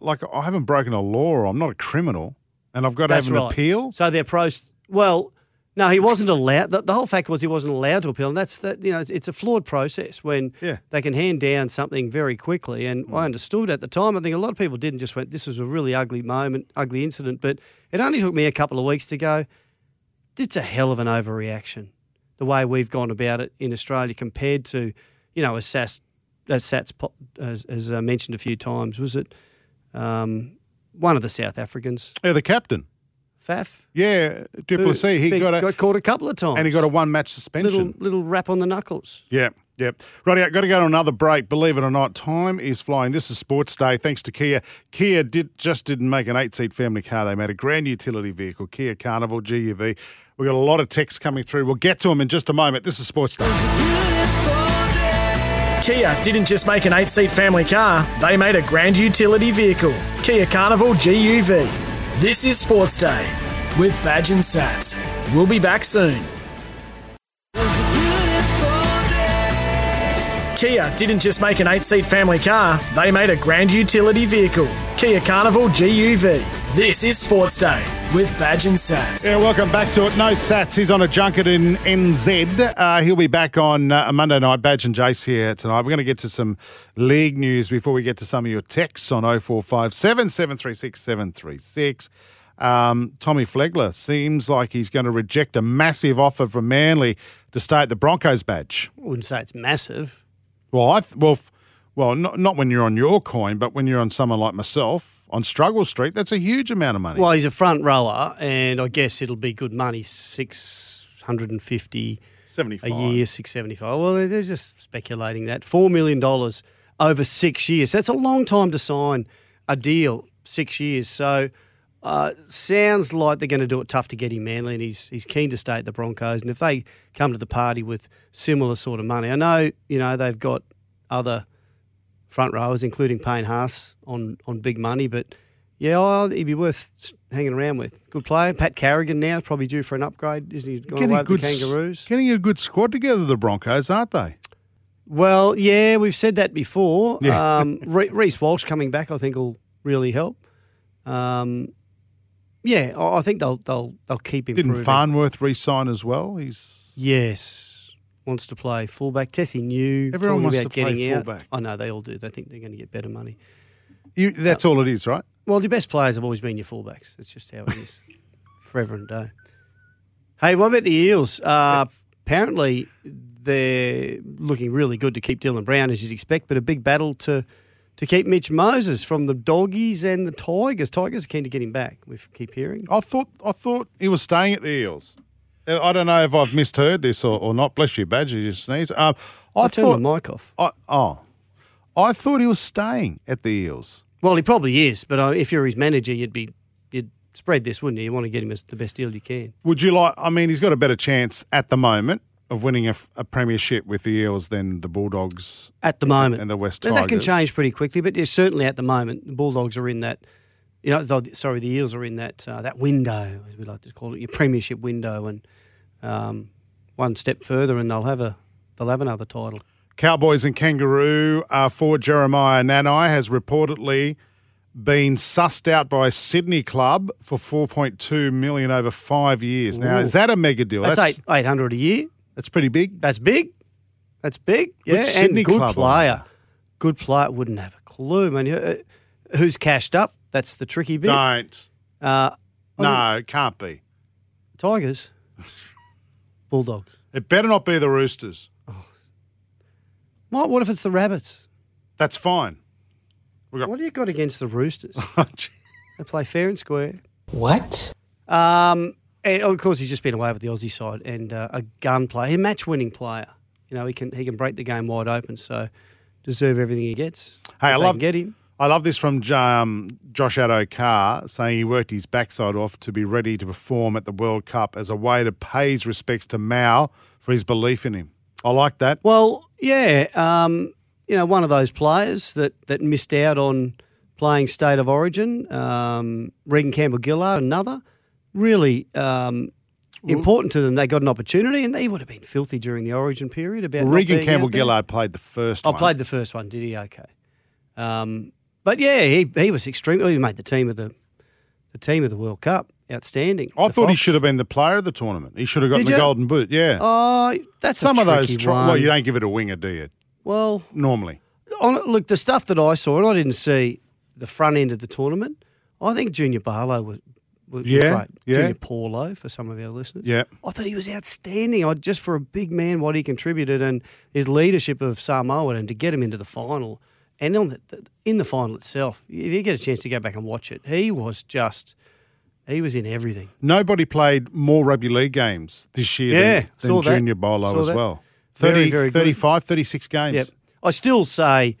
Speaker 4: "Like I haven't broken a law, or I'm not a criminal, and I've got to
Speaker 5: That's
Speaker 4: have an
Speaker 5: right.
Speaker 4: appeal."
Speaker 5: So their pros. Well, No, he wasn't allowed. The, the whole fact was he wasn't allowed to appeal, and that's that. You know, it's, it's a flawed process when
Speaker 4: Yeah. Mm.
Speaker 5: they can hand down something very quickly. And I understood at the time. I think a lot of people didn't just went, "This was a really ugly moment, ugly incident." But it only took me a couple of weeks to go. It's a hell of an overreaction, the way we've gone about it in Australia compared to, you know, as Sats, as Sats po- as, as I mentioned a few times, was it um, one of the South Africans?
Speaker 4: Yeah, the captain.
Speaker 5: Faf.
Speaker 4: Yeah, Duplessis. He
Speaker 5: Big-
Speaker 4: got a
Speaker 5: got caught a couple of times,
Speaker 4: and he got a one match suspension.
Speaker 5: little little rap on the knuckles.
Speaker 4: Yeah, yeah. Righty, got to go to another break. Believe it or not, time is flying. This is Sports Day. Thanks to Kia. Kia did just didn't make an eight-seat family car. They made a grand utility vehicle, Kia Carnival GUV. We got a lot of texts coming through. We'll get to them in just a moment. This is Sports Day.
Speaker 3: Kia didn't just make an eight seat family car, they made a grand utility vehicle, Kia Carnival GUV. This is Sports Day with Badge and Sats. We'll be back soon. Kia didn't just make an eight seat family car, they made a grand utility vehicle, Kia Carnival GUV. This is Sports Day with Badge and Sats.
Speaker 4: Yeah, welcome back to it. No Sats. He's on a junket in NZ. Uh, he'll be back on uh, Monday night. Badge and Jace here tonight. We're going to get to some league news before we get to some of your texts on 0457 736 736. Um, Tommy Flegler seems like he's going to reject a massive offer from Manly to stay at the Broncos badge.
Speaker 5: I wouldn't say it's massive.
Speaker 4: Well, I well, f- well, not not when you're on your coin, but when you're on someone like myself on Struggle Street, that's a huge amount of money.
Speaker 5: Well, he's a front rower, and I guess it'll be good money six hundred and fifty a
Speaker 4: 75.
Speaker 5: year, six seventy five. Well, they're just speculating that four million dollars over six years. That's a long time to sign a deal, six years. So. Uh, sounds like they're going to do it tough to get him Manly, and he's he's keen to stay at the Broncos. And if they come to the party with similar sort of money, I know you know they've got other front rowers, including Payne Haas, on on big money. But yeah, oh, he'd be worth s- hanging around with. Good player. Pat Carrigan now probably due for an upgrade, isn't he? Gone away with the
Speaker 4: s-
Speaker 5: Kangaroos.
Speaker 4: Getting a good squad together, the Broncos, aren't they?
Speaker 5: Well, yeah, we've said that before.
Speaker 4: Yeah. [LAUGHS]
Speaker 5: Um, Re- Reece Walsh coming back, I think, will really help. Um, yeah, I I think they'll they'll they'll keep improving.
Speaker 4: Didn't Farnworth re-sign as well? He's
Speaker 5: Yes, wants to play fullback. Tessie knew. talking
Speaker 4: Everyone wants
Speaker 5: about
Speaker 4: to play
Speaker 5: getting out.
Speaker 4: fullback.
Speaker 5: I know they all do. They think they're going to get better money.
Speaker 4: you, that's all it is, right?
Speaker 5: Well, the best players have always been your fullbacks. It's just how it
Speaker 4: [LAUGHS]
Speaker 5: is, forever and a day. Hey, what about the Eels? Uh, apparently, they're looking really good to keep Dylan Brown, as you'd expect, but a big battle to to keep Mitch Moses from the Doggies and the Tigers. Tigers are keen to get him back. We keep hearing.
Speaker 4: I thought I thought he was staying at the Eels. Uh, I don't know if I've misheard this or, or not. Bless you, Badger. You sneeze. Um, I
Speaker 5: I'll turn
Speaker 4: thought
Speaker 5: the mic off.
Speaker 4: I, oh, I thought he was staying at the Eels.
Speaker 5: Well, he probably is, but uh, if you're his manager, you'd be you'd spread this, wouldn't you? You want to get him as the best deal you can.
Speaker 4: Would you like? I mean, he's got a better chance at the moment of winning a, f- a premiership with the Eels than the Bulldogs
Speaker 5: At the moment.
Speaker 4: and the West
Speaker 5: But
Speaker 4: Tigers.
Speaker 5: That can change pretty quickly, but yeah, certainly at the moment, the Bulldogs are in that. You know, the, sorry, the Eels are in that uh, that window, as we like to call it, your premiership window, and um, one step further, and they'll have a they'll have another title.
Speaker 4: Cowboys and Kangaroo uh, forward Jeremiah Nanai has reportedly been sussed out by a Sydney club for 4.2 million over five years. Now,
Speaker 5: Ooh.
Speaker 4: is that a mega deal?
Speaker 5: That's, eight eight hundred a year.
Speaker 4: That's pretty big.
Speaker 5: That's big. That's big. Yeah,
Speaker 4: Which
Speaker 5: and
Speaker 4: Sydney
Speaker 5: good
Speaker 4: club are they?
Speaker 5: player. Good player wouldn't have a clue, man. Uh, Who's cashed up? That's the tricky bit.
Speaker 4: Don't.
Speaker 5: Uh,
Speaker 4: No, it can't be. [LAUGHS]
Speaker 5: Tigers, Bulldogs.
Speaker 4: It better not be the Roosters.
Speaker 5: What, what if it's the Rabbits?
Speaker 4: That's fine. We got-
Speaker 5: What do you got against the Roosters? They play fair and square.
Speaker 7: What?
Speaker 5: Um, and of course, he's just been away with the Aussie side and uh, a gun player, a match-winning player. You know, he can he can break the game wide open. So deserve everything he gets.
Speaker 4: Hey,
Speaker 5: If
Speaker 4: I
Speaker 5: they
Speaker 4: love-
Speaker 5: can get him.
Speaker 4: I love this from J- um, Josh Addo Carr saying he worked his backside off to be ready to perform at the World Cup as a way to pay his respects to Mao for his belief in him. I like that.
Speaker 5: Well, yeah, um, you know, one of those players that that missed out on playing state of origin. Um, Regan Campbell Gillard, another really um, important to them. They got an opportunity, and they would have been filthy during the origin period. About not
Speaker 4: Regan
Speaker 5: being out
Speaker 4: Campbell
Speaker 5: there.
Speaker 4: Gillard played the first
Speaker 5: I
Speaker 4: one.
Speaker 5: played the first one, did he? Okay. Um, but yeah, he, he was extremely. He made the team of the the team of the World Cup. outstanding.
Speaker 4: I
Speaker 5: The
Speaker 4: thought he
Speaker 5: Fox.
Speaker 4: should have been the player of the tournament. He should have gotten
Speaker 5: Did
Speaker 4: the
Speaker 5: you?
Speaker 4: golden boot. Yeah.
Speaker 5: Oh, that's a
Speaker 4: some of those.
Speaker 5: tricky one.
Speaker 4: Well, you don't give it a winger, do you?
Speaker 5: Well,
Speaker 4: Normally,
Speaker 5: on, look, the stuff that I saw, and I didn't see the front end of the tournament. I think Junior Barlow was, was, was
Speaker 4: Yeah,
Speaker 5: great.
Speaker 4: yeah.
Speaker 5: Junior Paulo for some of our listeners.
Speaker 4: yeah.
Speaker 5: I thought he was outstanding. I just for a big man, what he contributed and his leadership of Samoa and to get him into the final and on the, in the final itself. If you get a chance to go back and watch it, he was just he was in everything.
Speaker 4: Nobody played more rugby league games this year
Speaker 5: Yeah,
Speaker 4: than,
Speaker 5: saw
Speaker 4: than
Speaker 5: that.
Speaker 4: Junior Bolo
Speaker 5: Saw
Speaker 4: as
Speaker 5: that.
Speaker 4: well.
Speaker 5: Very,
Speaker 4: 30,
Speaker 5: very good.
Speaker 4: 35, 36 games.
Speaker 5: Yep. I still say,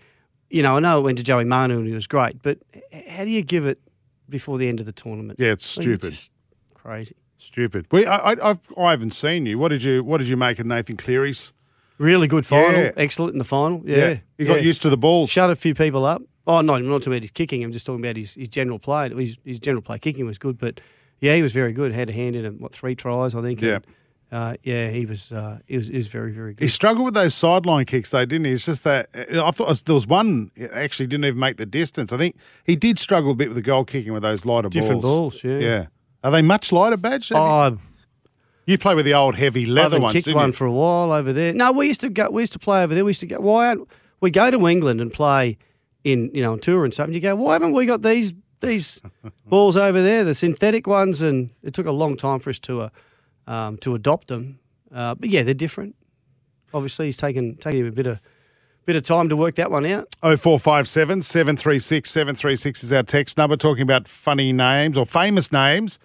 Speaker 5: you know, I know it went to Joey Manu and he was great, but h- how do you give it before the end of the tournament?
Speaker 4: Yeah, it's
Speaker 5: I think
Speaker 4: stupid.
Speaker 5: just crazy.
Speaker 4: Stupid. We, I, I, I've, I haven't seen you. What did you What did you make of Nathan Cleary's?
Speaker 5: Really good final.
Speaker 4: Yeah.
Speaker 5: Excellent in the final. Yeah.
Speaker 4: Yeah. He got used to the ball.
Speaker 5: Shut a few people up. Oh, no, I'm not talking about his kicking. I'm just talking about his, his general play. His, his general play kicking was good, but yeah, he was very good. Had a hand in him, what, three tries, I think.
Speaker 4: Yeah.
Speaker 5: And, uh, yeah, he was, uh, he was he was very, very
Speaker 4: He
Speaker 5: good.
Speaker 4: struggled with those sideline kicks, though, didn't he? It's just that uh, I thought there was one that actually didn't even make the distance. I think he did struggle a bit with the goal kicking with those lighter
Speaker 5: Different
Speaker 4: balls.
Speaker 5: balls, yeah.
Speaker 4: Yeah. Are they much lighter, Badge?
Speaker 5: Oh,
Speaker 4: you play with the old heavy leather
Speaker 5: I
Speaker 4: ones,
Speaker 5: kicked
Speaker 4: didn't
Speaker 5: one
Speaker 4: you?
Speaker 5: for a while over there. No, we used to go. We used to play over there. We used to go. Why aren't we go to England and play in you know on tour and something? You go. Why haven't we got these
Speaker 4: [LAUGHS]
Speaker 5: these balls over there, the synthetic ones? And it took a long time for us to uh, um, to adopt them. Uh, but yeah, they're different. Obviously, he's taken taken him a bit of bit of time to work that one out.
Speaker 4: 0457 736 736 is our text number talking about funny names or famous names.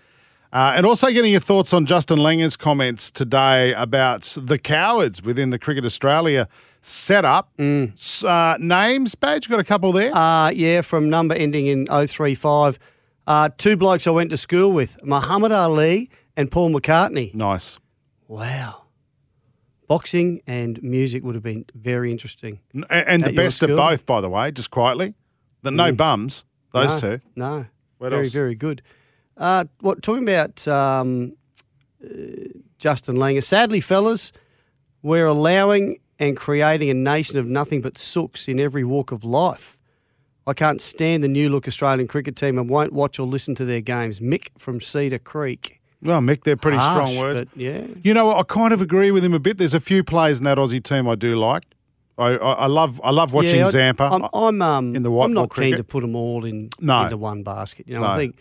Speaker 4: Uh, and also getting your thoughts on Justin Langer's comments today about the cowards within the Cricket Australia setup. S- Uh, names, Badge, you got a couple there?
Speaker 5: Mm. Uh, yeah, from number ending in 035. Uh, two blokes I went to school with, Muhammad Ali and Paul McCartney.
Speaker 4: Nice.
Speaker 5: Wow. Boxing and music would have been very interesting.
Speaker 4: N- a- And the
Speaker 5: At your
Speaker 4: best of
Speaker 5: school?
Speaker 4: both, by the way, just quietly. The, no
Speaker 5: Mm.
Speaker 4: bums, those
Speaker 5: No,
Speaker 4: two.
Speaker 5: No.
Speaker 4: What
Speaker 5: very,
Speaker 4: else?
Speaker 5: very good. Uh, what talking about um, uh, Justin Langer? Sadly, fellas, we're allowing and creating a nation of nothing but sooks in every walk of life. I can't stand the new look Australian cricket team and won't watch or listen to their games. Mick from Cedar Creek.
Speaker 4: Well, Mick, they're pretty
Speaker 5: Harsh,
Speaker 4: strong words.
Speaker 5: but yeah.
Speaker 4: You know, I kind of agree with him a bit. There's a few players in that Aussie team I do like. I, I, I love I love watching
Speaker 5: Yeah, I-
Speaker 4: Zampa.
Speaker 5: I'm, I'm, um,
Speaker 4: in the white
Speaker 5: I'm
Speaker 4: ball
Speaker 5: not keen
Speaker 4: cricket.
Speaker 5: to put them all in
Speaker 4: No.
Speaker 5: into one basket. You know,
Speaker 4: No.
Speaker 5: I think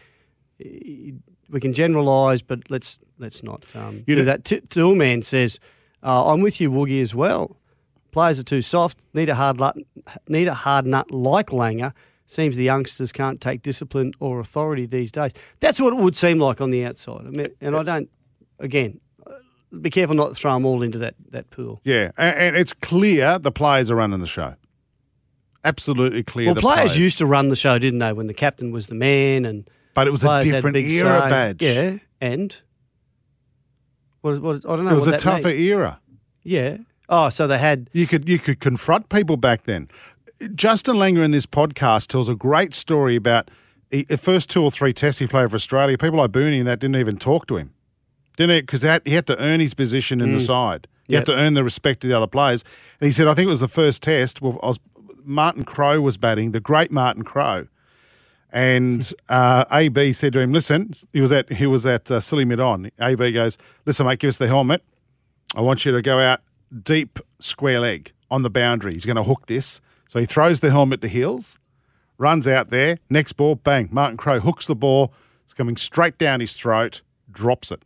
Speaker 5: eh, we can generalise, but let's let's not um,
Speaker 4: You
Speaker 5: do
Speaker 4: know-
Speaker 5: that. T- Toolman says, uh, "I'm with you, Woogie, as well. Players are too soft. Need a hard nut. Need a hard nut like Langer." Seems the youngsters can't take discipline or authority these days. That's what it would seem like on the outside. I mean, and I don't. Again, uh, be careful not to throw them all into that, that pool.
Speaker 4: Yeah, and, and it's clear the players are running the show. Absolutely clear.
Speaker 5: Well,
Speaker 4: the
Speaker 5: players, used to run the show, didn't they? When the captain was the man, and
Speaker 4: But it was a
Speaker 5: players had
Speaker 4: different
Speaker 5: big
Speaker 4: era,
Speaker 5: say.
Speaker 4: Badge.
Speaker 5: Yeah, and what, is- what, is- I don't know.
Speaker 4: it was
Speaker 5: what
Speaker 4: a
Speaker 5: that
Speaker 4: tougher
Speaker 5: meant.
Speaker 4: era.
Speaker 5: Yeah. Oh, so they had
Speaker 4: You could you could confront people back then. Justin Langer in this podcast tells a great story about he- the first two or three tests he played for Australia. People like Booney and that didn't even talk to him, didn't it? Because he had to earn his position in the
Speaker 5: Mm.
Speaker 4: side. He
Speaker 5: Yep.
Speaker 4: had to earn the respect of the other players. And he said, I think it was the first test. Well, I was, Martin Crowe was batting, the great Martin Crowe. And uh, AB said to him, "Listen, he was at he was at uh, Silly Mid on." AB goes, "Listen, mate, give us the helmet. I want you to go out deep square leg on the boundary. He's going to hook this." So he throws the helmet to heels, runs out there. Next ball, bang! Martin Crowe hooks the ball. It's coming straight down his throat. Drops it.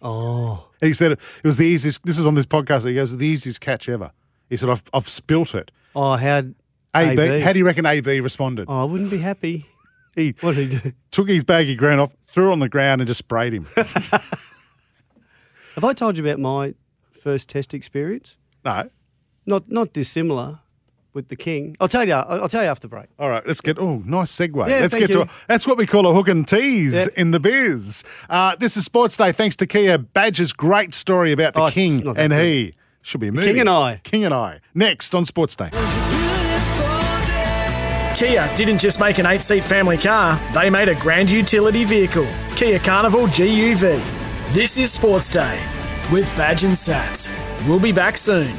Speaker 5: oh
Speaker 4: And he said it was the easiest. This is on this podcast. He goes, "The easiest catch ever." He said, "I've I've spilt it."
Speaker 5: oh how
Speaker 4: AB,
Speaker 5: AB.
Speaker 4: how do you reckon AB responded?
Speaker 5: oh I wouldn't be happy.
Speaker 4: [LAUGHS] He
Speaker 5: what did he do?
Speaker 4: took his baggy ground off, threw it on the ground, and just sprayed him. [LAUGHS]
Speaker 5: Have I told you about my first test experience?
Speaker 4: No.
Speaker 5: Not not dissimilar with the king. I'll tell you. I'll, I'll tell you after the break.
Speaker 4: All right, let's get. Oh, nice segue.
Speaker 5: Yeah,
Speaker 4: let's
Speaker 5: thank
Speaker 4: get to
Speaker 5: you.
Speaker 4: it. That's what we call a hook and tease
Speaker 5: Yeah.
Speaker 4: in the biz. Uh, this is Sports Day. Thanks to Kia Badger's great story about the
Speaker 5: Oh, it's
Speaker 4: king
Speaker 5: not that
Speaker 4: and
Speaker 5: good.
Speaker 4: he. Should be a movie.
Speaker 5: King and I.
Speaker 4: King and I. Next on Sports Day.
Speaker 3: Kia didn't just make an eight seat family car, they made a grand utility vehicle. Kia Carnival GUV. This is Sports Day with Badge and Sats. We'll be back soon.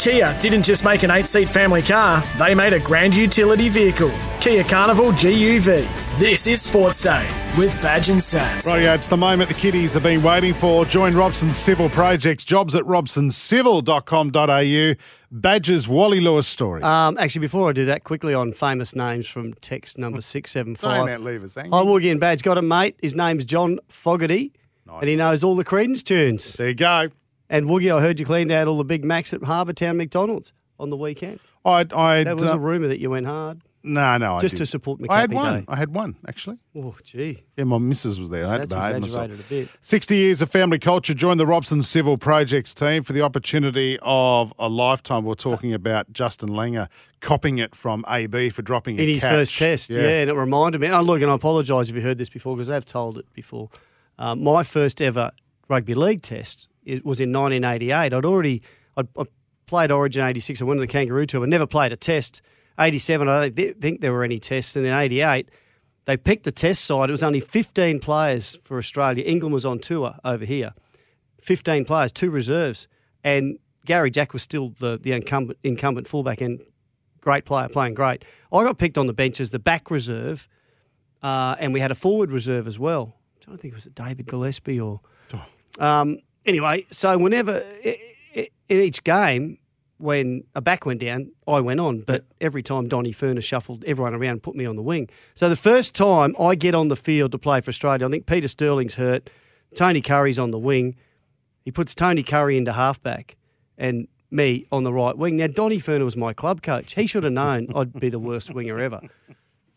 Speaker 3: Kia didn't just make an eight seat family car, they made a grand utility vehicle. Kia Carnival GUV. This is Sports Day with Badge and Sats.
Speaker 4: Right, yeah, it's the moment the kiddies have been waiting for. Join Robson Civil Projects. Jobs at robsoncivil.com.au. Badger's Wally Lewis story.
Speaker 5: Um, actually, before I do that, quickly on famous names from text
Speaker 4: [LAUGHS]
Speaker 5: number six seven five.
Speaker 4: Don't leave us hanging.
Speaker 5: oh, I will get in badge. Got it, mate. His name's John Fogarty, and he knows all the Credence tunes.
Speaker 4: There you go.
Speaker 5: And Woogie, I heard you cleaned out all the Big Macs at Harbour Town McDonald's on the weekend.
Speaker 4: I, I
Speaker 5: that was a rumour that you went hard.
Speaker 4: uh, No, no, I
Speaker 5: Just to
Speaker 4: didn't.
Speaker 5: support
Speaker 4: I had
Speaker 5: McCappy
Speaker 4: one.
Speaker 5: Day.
Speaker 4: I had one actually.
Speaker 5: Oh, gee.
Speaker 4: Yeah, my missus was there. I had
Speaker 5: That's
Speaker 4: to behave myself.
Speaker 5: exaggerated a bit.
Speaker 4: 60 years of family culture. Join the Robson Civil Projects team for the opportunity of a lifetime. We're talking about Justin Langer copping it from AB for dropping a
Speaker 5: in his
Speaker 4: catch.
Speaker 5: first test. Yeah. and it reminded me. Oh, look, and I apologise if you heard this before because I've told it before. Um, my first ever rugby league test it was in 1988. I'd already I'd, I played Origin '86. I went to the Kangaroo Tour. I never played a test. '87, I don't thi- think there were any tests, and then '88. They picked the test side. It was only 15 players for Australia. England was on tour over here. 15 players, two reserves. And Gary Jack was still the, the incumbent, incumbent fullback and great player, playing great. I got picked on the bench as the back reserve, uh, and we had a forward reserve as well. I don't think it was David Gillespie or. Um, anyway, so whenever i- i- in each game, when a back went down, I went on. But every time Donny Furness shuffled everyone around and put me on the wing. So the first time I get on the field to play for Australia, I think Peter Sterling's hurt. Tony Curry's on the wing. He puts Tony Curry into halfback and me on the right wing. Now, Donny Ferner was my club coach. He should have known I'd be the worst winger ever.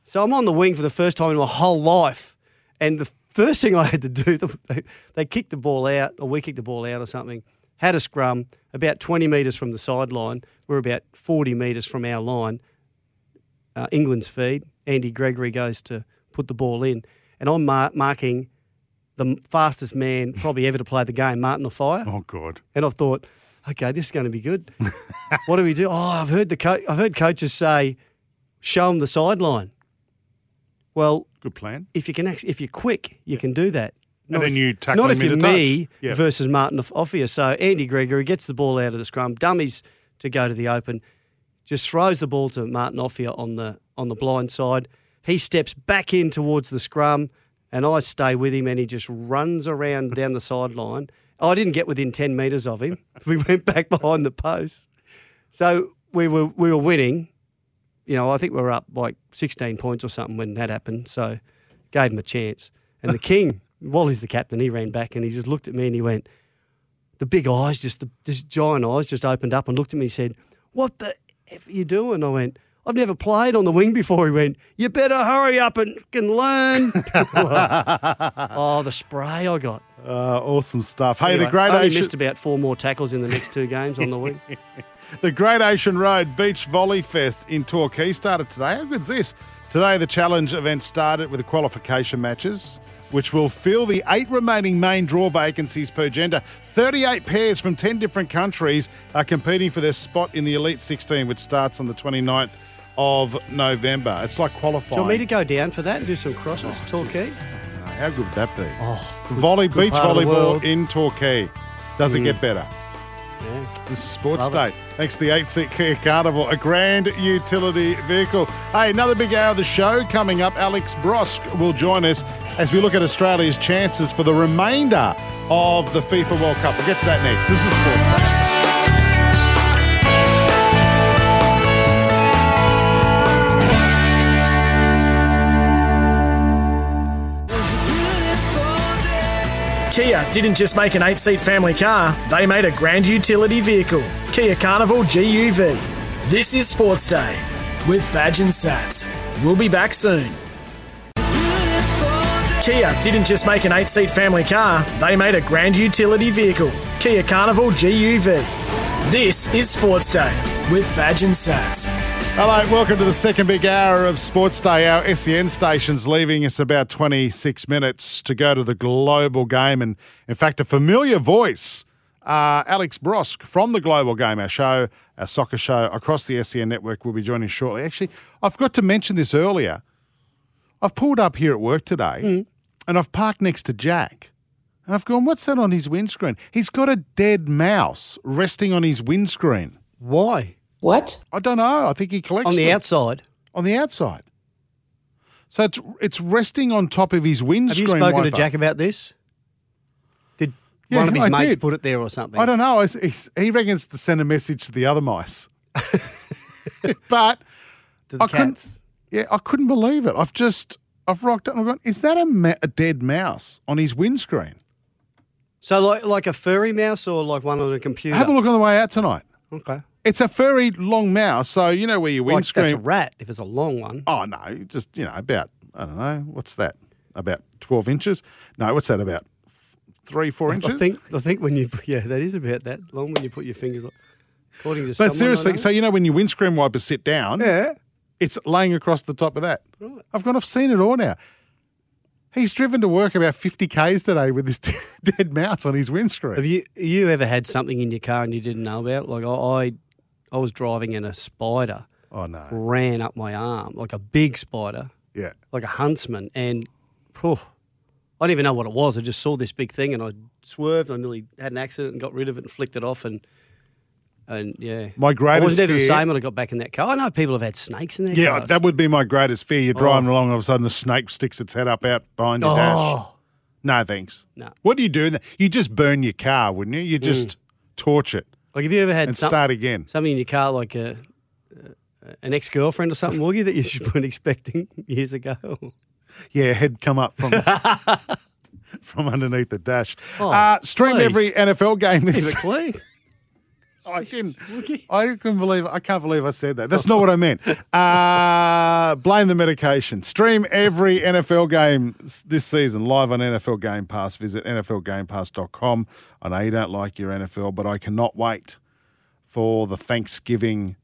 Speaker 5: So I'm on the wing for the first time in my whole life. And the first thing I had to do, [LAUGHS] they, they kicked the ball out, or we kicked the ball out or something, had a scrum about 20 metres from the sideline. We're about 40 metres from our line. Uh, England's feed. Andy Gregory goes to put the ball in. And I'm mar- marking the m- fastest man probably ever to play the game, Martin Fire.
Speaker 4: Oh, God.
Speaker 5: And I thought, okay, this is going to be good. what do we do? Oh, I've heard the co- I've heard coaches say, show them the sideline. Well,
Speaker 4: good plan.
Speaker 5: If you can, act- if you're quick, you can do that.
Speaker 4: And then
Speaker 5: if-
Speaker 4: you tackle
Speaker 5: Not
Speaker 4: him
Speaker 5: if you're
Speaker 4: into touch.
Speaker 5: me
Speaker 4: Yeah.
Speaker 5: versus Martin Offia. So Andy Gregory gets the ball out of the scrum, dummies to go to the open, just throws the ball to Martin Offia on the on the blind side. He steps back in towards the scrum, and I stay with him, and he just runs around [LAUGHS] down the sideline. I didn't get within ten metres of him. [LAUGHS] We went back behind the post, so we were we were winning. You know, I think we were up like sixteen points or something when that happened. So gave him a chance.
Speaker 4: [LAUGHS]
Speaker 5: And the king, Wally's the captain, he ran back and he just looked at me and he went, the big eyes, just the this giant eyes, just opened up and looked at me and said, "What the f are you doing?" I went, "I've never played on the wing before." He went, "You better hurry up and can
Speaker 4: [LAUGHS]
Speaker 5: learn." [LAUGHS] oh, the spray I got.
Speaker 4: Uh, awesome stuff. Hey,
Speaker 5: Anyway,
Speaker 4: the Great
Speaker 5: only
Speaker 4: Ocean.
Speaker 5: missed about four more tackles in the next two games on the
Speaker 4: [LAUGHS]
Speaker 5: wing.
Speaker 4: The Great Ocean Road Beach Volley Fest in Torquay started today. How good's this? Today, the challenge event started with the qualification matches, which will fill the eight remaining main draw vacancies per gender. 38 pairs from 10 different countries are competing for their spot in the Elite 16, which starts on the 29th of November. It's like
Speaker 5: Do you
Speaker 4: qualifying.
Speaker 5: want me to go down for that and do some crosses, eh? Torquay?
Speaker 4: How good would that be?
Speaker 5: Oh, good-
Speaker 4: Volley,
Speaker 5: good
Speaker 4: beach
Speaker 5: part of the
Speaker 4: volleyball
Speaker 5: world.
Speaker 4: in Torquay. Does it
Speaker 5: Mm.
Speaker 4: get better? This is Sports
Speaker 5: Love
Speaker 4: Day. Thanks to the 8 seat Kia Carnival, a grand utility vehicle. Hey, another big hour of the show coming up. Alex Brosk will join us as we look at Australia's chances for the remainder of the FIFA World Cup. We'll get to that next. This is Sports Day.
Speaker 3: Kia didn't just make an eight seat family car, they made a grand utility vehicle. Kia Carnival GUV. This is Sports Day with Badge and Sats. We'll be back soon. Kia didn't just make an eight seat family car, they made a grand utility vehicle. Kia Carnival GUV. This is Sports Day with Badge and Sats.
Speaker 4: Hello, welcome to the second big hour of Sports Day. Our SEN station's leaving us about 26 minutes to go to the global game. And in fact, a familiar voice, uh, Alex Brosk from the global game, our show, our soccer show across the SEN network, will be joining shortly. Actually, I forgot to mention this earlier. I've pulled up here at work today
Speaker 5: Hmm.
Speaker 4: and I've parked next to Jack. And I've gone, what's that on his windscreen? He's got a dead mouse resting on his windscreen.
Speaker 5: Why? What?
Speaker 4: I don't know. I think he collects
Speaker 5: On the
Speaker 4: them.
Speaker 5: outside.
Speaker 4: On the outside. So it's it's resting on top of his
Speaker 5: Have
Speaker 4: windscreen.
Speaker 5: you spoken to
Speaker 4: wiper.
Speaker 5: Jack about this? Did
Speaker 4: Yeah,
Speaker 5: one of his
Speaker 4: I
Speaker 5: mates
Speaker 4: did.
Speaker 5: put it there or something?
Speaker 4: I don't know. It's- it's- he reckons to send a message to the
Speaker 5: [LAUGHS]
Speaker 4: other mice. [LAUGHS] but
Speaker 5: the
Speaker 4: I couldn't. Yeah, I couldn't believe it. I've just I've rocked up and I've gone. Is that a, ma- a dead mouse on his windscreen?
Speaker 5: So like like a furry mouse or like one on a computer?
Speaker 4: Have a look on the way out tonight.
Speaker 5: Okay.
Speaker 4: It's a furry long mouse, so you know where your
Speaker 5: Like that's
Speaker 4: windscreen.
Speaker 5: a rat if it's a long one.
Speaker 4: Oh no, just you know about I don't know what's that about twelve inches? No, what's that about three four
Speaker 5: I-
Speaker 4: inches?
Speaker 5: I think I think when you yeah, that is about that long when you put your fingers on. According to someone
Speaker 4: But
Speaker 5: I
Speaker 4: seriously,
Speaker 5: know.
Speaker 4: so you know when your windscreen wipers sit down, yeah, it's laying across the top of that. I've gone, I've seen it all now. He's driven to work about fifty k's today with this [LAUGHS] dead mouse on his windscreen.
Speaker 5: Have you you ever had something in your car and you didn't know about? it? Like I, I, I was driving and a spider.
Speaker 4: Oh no!
Speaker 5: Ran up my arm like a big spider.
Speaker 4: Yeah.
Speaker 5: Like a huntsman, and phew, I didn't even know what it was. I just saw this big thing and I swerved. I nearly had an accident and got rid of it and flicked it off and. And yeah,
Speaker 4: My
Speaker 5: I
Speaker 4: greatest
Speaker 5: wasn't even the
Speaker 4: fear-
Speaker 5: same when I got back in that car. I know people have had snakes in their
Speaker 4: Yeah,
Speaker 5: cars.
Speaker 4: that would be my greatest fear. You're driving
Speaker 5: Oh.
Speaker 4: along, all of a sudden the snake sticks its head up out behind your dash.
Speaker 5: Oh.
Speaker 4: No thanks.
Speaker 5: No.
Speaker 4: What do you do? then? You just burn your car, wouldn't you? You just torch it.
Speaker 5: Like, have you ever had
Speaker 4: and
Speaker 5: some-
Speaker 4: start again?
Speaker 5: Something in your car, like a, uh, an ex girlfriend or something, Woogie, that you just weren't expecting years ago. [LAUGHS]
Speaker 4: Yeah, head come up from from underneath the dash.
Speaker 5: Oh,
Speaker 4: uh, stream
Speaker 5: please.
Speaker 4: every NFL game this.
Speaker 5: clue.
Speaker 4: [LAUGHS] I didn't. I couldn't believe. I can't believe I said that. That's not what I meant. Uh, [LAUGHS] blame the medication. Stream every NFL game s- this season live on NFL Game Pass. Visit NFLGamePass.com. I know you don't like your NFL, but I cannot wait for the Thanksgiving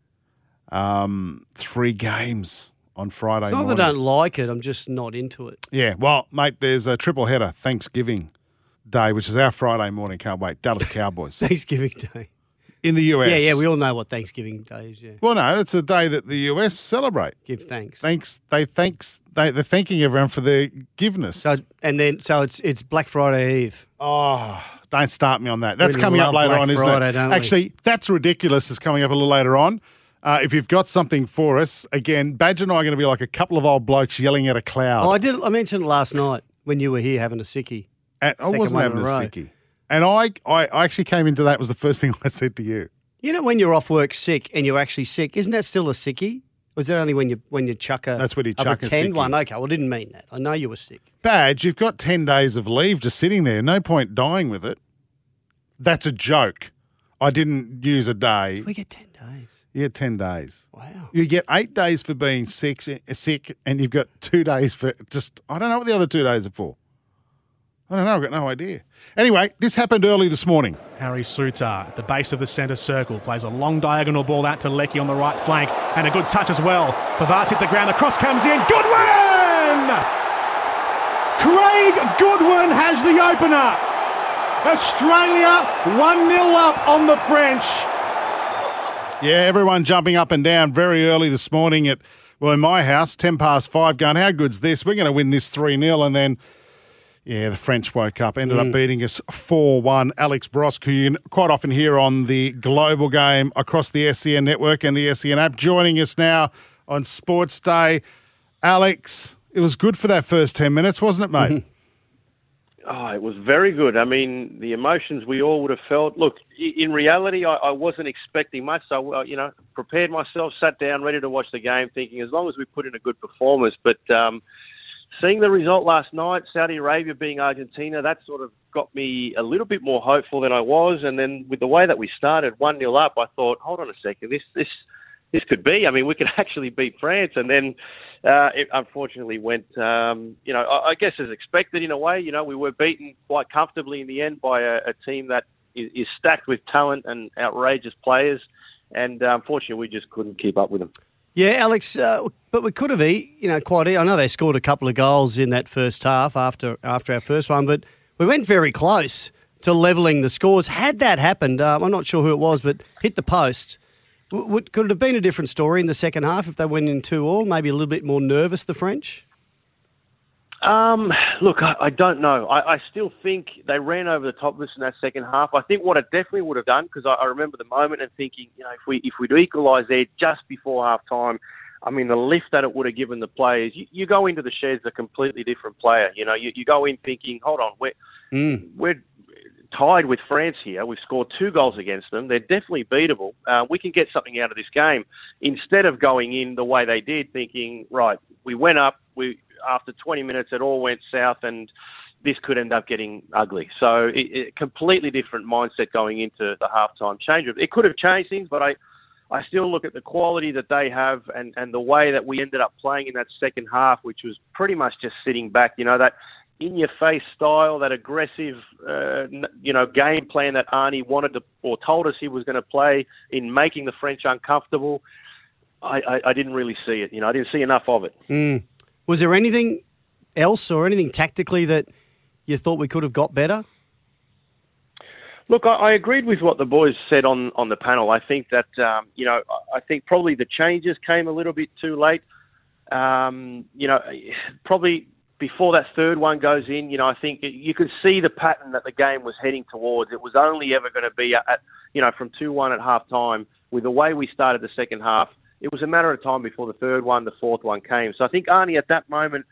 Speaker 4: um, three games on Friday
Speaker 5: It's not that
Speaker 4: morning.
Speaker 5: I don't like it, I'm just not into it. [LAUGHS]
Speaker 4: Yeah, well, mate, there's a triple header Thanksgiving Day, which is our Friday morning. Can't wait.
Speaker 5: [LAUGHS]
Speaker 4: Dallas Cowboys
Speaker 5: Thanksgiving Day.
Speaker 4: in the US.
Speaker 5: Yeah, yeah, we all know what Thanksgiving Day is, yeah.
Speaker 4: Well, no, it's a day that the US celebrate.
Speaker 5: Give thanks.
Speaker 4: Thanks. They thanks. They they're thanking everyone for their giveness.
Speaker 5: So and then so it's it's Black Friday Eve.
Speaker 4: Oh, don't start me on that. That's
Speaker 5: We
Speaker 4: coming up
Speaker 5: love
Speaker 4: later
Speaker 5: Black
Speaker 4: on, isn't
Speaker 5: Friday,
Speaker 4: it?
Speaker 5: don't we?
Speaker 4: Actually, that's ridiculous. Is coming up a little later on. Uh, if you've got something for us, again, Badge and I are going to be like a couple of old blokes yelling at a cloud.
Speaker 5: Oh, I did I mentioned last night when you were here having a sickie.
Speaker 4: And I
Speaker 5: Second
Speaker 4: wasn't
Speaker 5: one in
Speaker 4: having a
Speaker 5: row.
Speaker 4: sickie. And I, I, I actually came into that it was the first [LAUGHS] thing I said to you.
Speaker 5: You know when you're off work sick and you're actually sick, isn't that still a sickie? Or is that only when you when you chuck a
Speaker 4: That's when you
Speaker 5: I
Speaker 4: chuck a
Speaker 5: pretend
Speaker 4: sickie.
Speaker 5: one? Okay, well I didn't mean that. I know you were sick.
Speaker 4: Badge, you've got 10 days of leave just sitting there. No point dying with it. That's a joke. I didn't use a day.
Speaker 5: We get ten days.
Speaker 4: You get 10 days.
Speaker 5: Wow.
Speaker 4: You get eight days for being sick, eh, sick, and you've got two days for just, I don't know what the other two days are for. I don't know. I've got no idea. Anyway, this happened early this morning.
Speaker 8: Harry Sutar at the base of the centre circle plays a long diagonal ball out to Lecky on the right flank and a good touch as well. Pavard hit the ground, the cross comes in. Goodwin! Craig Goodwin has the opener. Australia 1 0 up on the French.
Speaker 4: Yeah, everyone jumping up and down very early this morning at, well, in my house, 10 past five, going, how good's this? We're going to win this 3 0. And then, yeah, the French woke up, ended up
Speaker 5: Mm.
Speaker 4: beating us 4 1. Alex Brosk, who you can quite often hear on the global game across the SEN network and the SEN app, joining us now on Sports Day. Alex, it was good for that first 10 minutes, wasn't it, mate?
Speaker 13: Oh, it was very good. I mean, the emotions we all would have felt. Look, i- in reality, I, I wasn't expecting much. So, uh, you know, prepared myself, sat down, ready to watch the game, thinking as long as we put in a good performance. But um, seeing the result last night, Saudi Arabia being Argentina, that sort of got me a little bit more hopeful than I was. And then with the way that we started, one 0 up, I thought, hold on a second, this this this could be. I mean, we could [LAUGHS] actually beat France, and then uh, it unfortunately went. Um, you know, I, I guess as expected in a way. You know, we were beaten quite comfortably in the end by a, a team that is, is stacked with talent and outrageous players, and uh, unfortunately, we just couldn't keep up with them.
Speaker 5: Yeah, Alex, uh, but we could have, e- you know, quite. E- I know they scored a couple of goals in that first half after after our first one, but we went very close to levelling the scores. Had that happened, um, I'm not sure who it was, but hit the post. W- would, could it have been a different story in the second half if they went in two all? Maybe a little bit more nervous, the French.
Speaker 13: Um, look, I, I don't know. I, I still think they ran over the top of us in that second half. I think what it definitely would have done, because I, I remember the moment and thinking, you know, if we if we'd equalised there just before half time, I mean, the lift that it would have given the players. You, you go into the sheds a completely different player. You know, you, you go in thinking, hold on, we're we're tied with France here. We've scored two goals against them. They're definitely beatable. Uh, we can get something out of this game. Instead of going in the way they did, thinking, right, we went up. We after 20 minutes, it all went south, and this could end up getting ugly. So, it, it, completely different mindset going into the halftime change. It could have changed things, but I. I still look at the quality that they have and, and the way that we ended up playing in that second half, which was pretty much just sitting back. You know, that in your face style, that aggressive, uh, n- you know, game plan that Arnie wanted to or told us he was going to play in making the French uncomfortable. I, I, I didn't really see it. You know, I didn't see enough of it.
Speaker 5: Mm. Was there anything else or anything tactically that you thought we could have got better?
Speaker 13: Look, I, I agreed with what the boys said on, on the panel. I think that, um, you know, I- I think probably the changes came a little bit too late. Um, you know, probably before that third one goes in, you know, I think you could see the pattern that the game was heading towards. It was only ever going to be at, you know, from 2 1 at half time with the way we started the second half. It was a matter of time before the third one, the fourth one came. So I think Arnie at that moment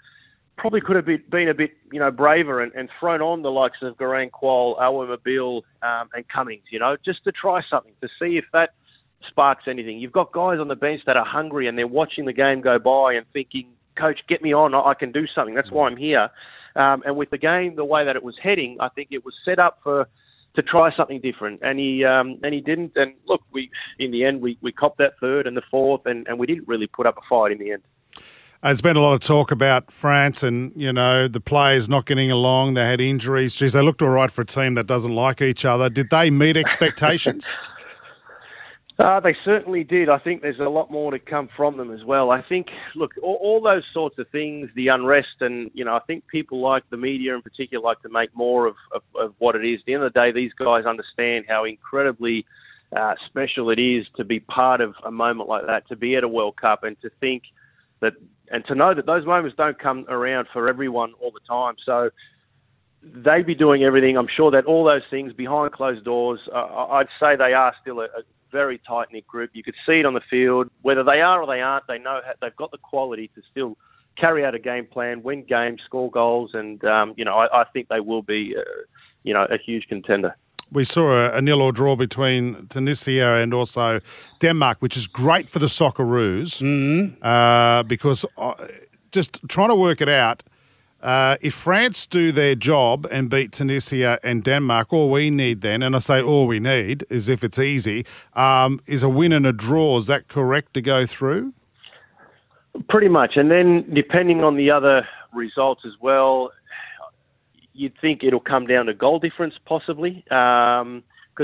Speaker 13: probably could have been, been a bit, you know, braver and, and thrown on the likes of Garan Qual, Awamabil, um, and Cummings, you know, just to try something to see if that sparks anything. You've got guys on the bench that are hungry and they're watching the game go by and thinking, coach, get me on, I I can do something. That's why I'm here. Um, and with the game, the way that it was heading, I think it was set up for to try something different, and he um, and he didn't. And look, we in the end we, we copped that third and the fourth, and, and we didn't really put up a fight in the end.
Speaker 4: Uh, There's been a lot of talk about France and, you know, the players not getting along. They had injuries. Geez, they looked all right for a team that doesn't like each other. Did they meet [LAUGHS] expectations?
Speaker 13: Uh, they certainly did. I think there's a lot more to come from them as well. I think, look, all, all those sorts of things, the unrest, and you know, I think people like the media in particular like to make more of, of, of what it is. At the end of the day, these guys understand how incredibly uh, special it is to be part of a moment like that, to be at a World Cup, and to think that, and to know that those moments don't come around for everyone all the time. So they'd be doing everything. I'm sure that all those things behind closed doors, uh, I'd say they are still a, a very tight knit group. You could see it on the field. Whether they are or they aren't, they know how, they've got the quality to still carry out a game plan, win games, score goals, and um, you know I, I think they will be, uh, you know, a huge contender.
Speaker 4: We saw a, a nil or draw between Tunisia and also Denmark, which is great for the Socceroos uh, because uh, just trying to work it out. Uh, if France do their job and beat Tunisia and Denmark, all we need then, and I say all we need is if it's easy, um, is a win and a draw. Is that correct to go through?
Speaker 13: Pretty much, and then depending on the other results as well, you'd think it'll come down to goal difference possibly, because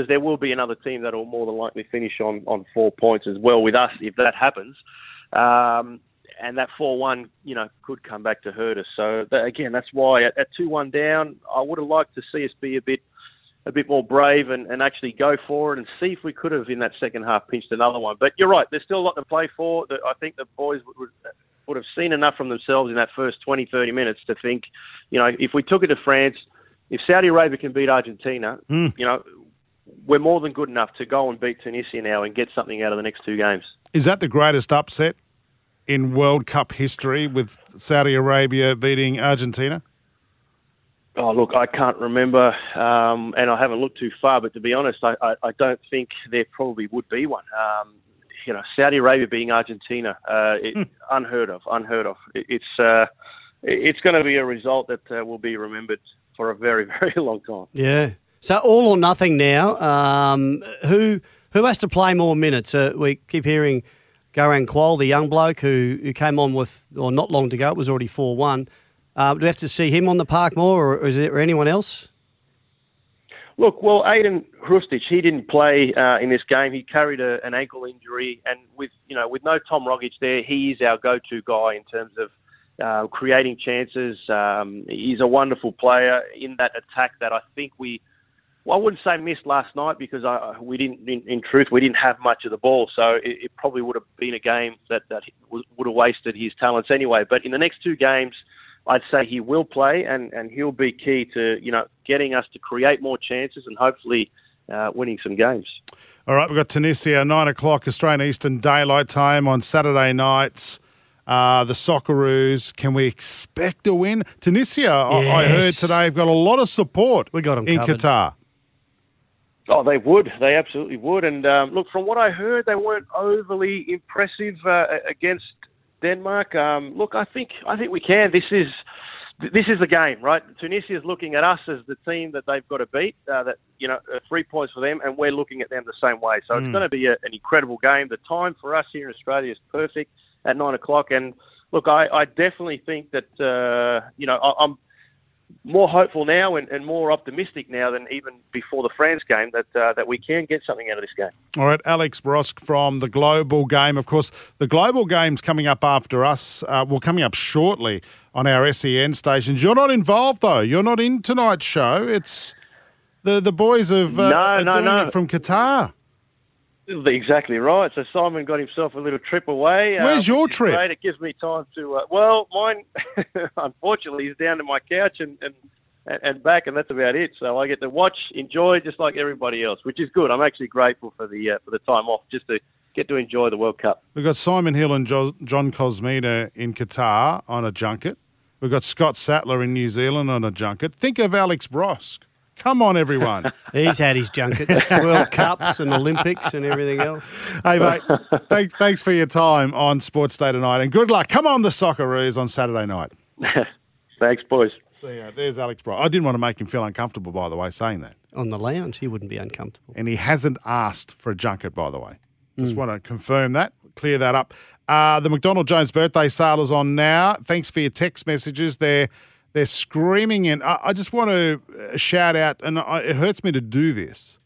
Speaker 13: there will be another team that'll more than likely finish on on four points as well with us if that happens, um, and that four one you know could come back to hurt us. So that, again, that's why at two one down, I would have liked to see us be a bit a bit more brave and, and actually go for it and see if we could have in that second half pinched another one. But you're right, there's still a lot to play for. The- I think the boys would, would, would have seen enough from themselves in that first 20, 30 minutes to think, you know, if we took it to France, if Saudi Arabia can beat Argentina,
Speaker 4: Mm.
Speaker 13: you know, we're more than good enough to go and beat Tunisia now and get something out of the next two games.
Speaker 4: Is that the greatest upset in World Cup history with Saudi Arabia beating Argentina?
Speaker 13: Oh, look, I can't remember, um, and I haven't looked too far, but to be honest, I, I, I don't think there probably would be one. Um, you know, Saudi Arabia being Argentina, uh, it, unheard of, unheard of. It, it's uh, it- it's going to be a result that uh, will be remembered for a very, [LAUGHS] very long time.
Speaker 5: Yeah. So all or nothing now. Um, who who has to play more minutes? Uh, we keep hearing Garan Qual, the young bloke who, who came on with, or not long to go, it was already 4 1. Uh, do we have to see him on the park more, or is there anyone else?
Speaker 13: Look, well, Aiden Hrustic, he didn't play uh, in this game. He carried a, an ankle injury, and with you know with no Tom Rogic there, he is our go-to guy in terms of uh, creating chances. Um, he's a wonderful player in that attack that I think we. Well, I wouldn't say missed last night because I, we didn't, in, in truth, we didn't have much of the ball, so it, it probably would have been a game that that was- would have wasted his talents anyway. But in the next two games, I'd say he will play and, and he'll be key to you know getting us to create more chances and hopefully uh, winning some games.
Speaker 4: All right, we've got Tunisia, 9 o'clock Australian Eastern Daylight Time on Saturday nights. Uh, the Socceroos, can we expect a win? Tunisia, I, I heard
Speaker 13: Yes.
Speaker 4: today, have got a lot of support we got
Speaker 5: 'em
Speaker 4: in
Speaker 5: covered.
Speaker 4: Qatar.
Speaker 13: Oh, they would. They absolutely would. And um, look, from what I heard, they weren't overly impressive uh, against Denmark. Um, look, I think I think we can. This is this is the game, right? Tunisia is looking at us as the team that they've got to beat. Uh, that you know, uh, three points for them, and we're looking at them the same way. So
Speaker 14: Mm.
Speaker 13: it's going to be a, an incredible game. The time for us here in Australia is perfect at nine o'clock. And look, I, I definitely think that uh, you know I, I'm more hopeful now and, and more optimistic now than even before the France game that uh, that we can get something out of this game.
Speaker 4: All right, Alex Brosk from the Global Game. Of course, the Global Game's coming up after us. Uh, well, coming up shortly on our SEN stations. You're not involved though. You're not in tonight's show. It's the the boys of uh,
Speaker 13: No,
Speaker 4: are
Speaker 13: no,
Speaker 4: doing
Speaker 13: no.
Speaker 4: it from Qatar.
Speaker 13: Exactly right. So Simon got himself a little trip away. uh,
Speaker 4: Where's your
Speaker 13: which is
Speaker 4: trip?
Speaker 13: Great. It gives me time to. Uh, well, mine, [LAUGHS] unfortunately, is down to my couch and, and and back, and that's about it. So I get to watch, enjoy, just like everybody else, which is good. I'm actually grateful for the uh, for the time off, just to get to enjoy the World Cup.
Speaker 4: We've got Simon Hill and jo- John Cosmina in Qatar on a junket. We've got Scott Sattler in New Zealand on a junket. Think of Alex Brosk. Come on, everyone. [LAUGHS]
Speaker 5: He's had his junkets, World Cups and Olympics and everything else.
Speaker 4: Hey, mate, thanks, thanks for your time on Sports Day tonight and good luck. Come on, the Socceroos on Saturday night.
Speaker 13: Thanks, boys.
Speaker 4: See ya. There's Alex Brock. I didn't want to make him feel uncomfortable, by the way, saying that.
Speaker 5: On the lounge, he wouldn't be uncomfortable.
Speaker 4: And he hasn't asked for a junket, by the way. Just want to confirm that, clear that up. Uh, the McDonald Jones birthday sale is on now. Thanks for your text messages. They're, they're screaming in. I, I just want to uh, shout out, and I, it hurts me to do this,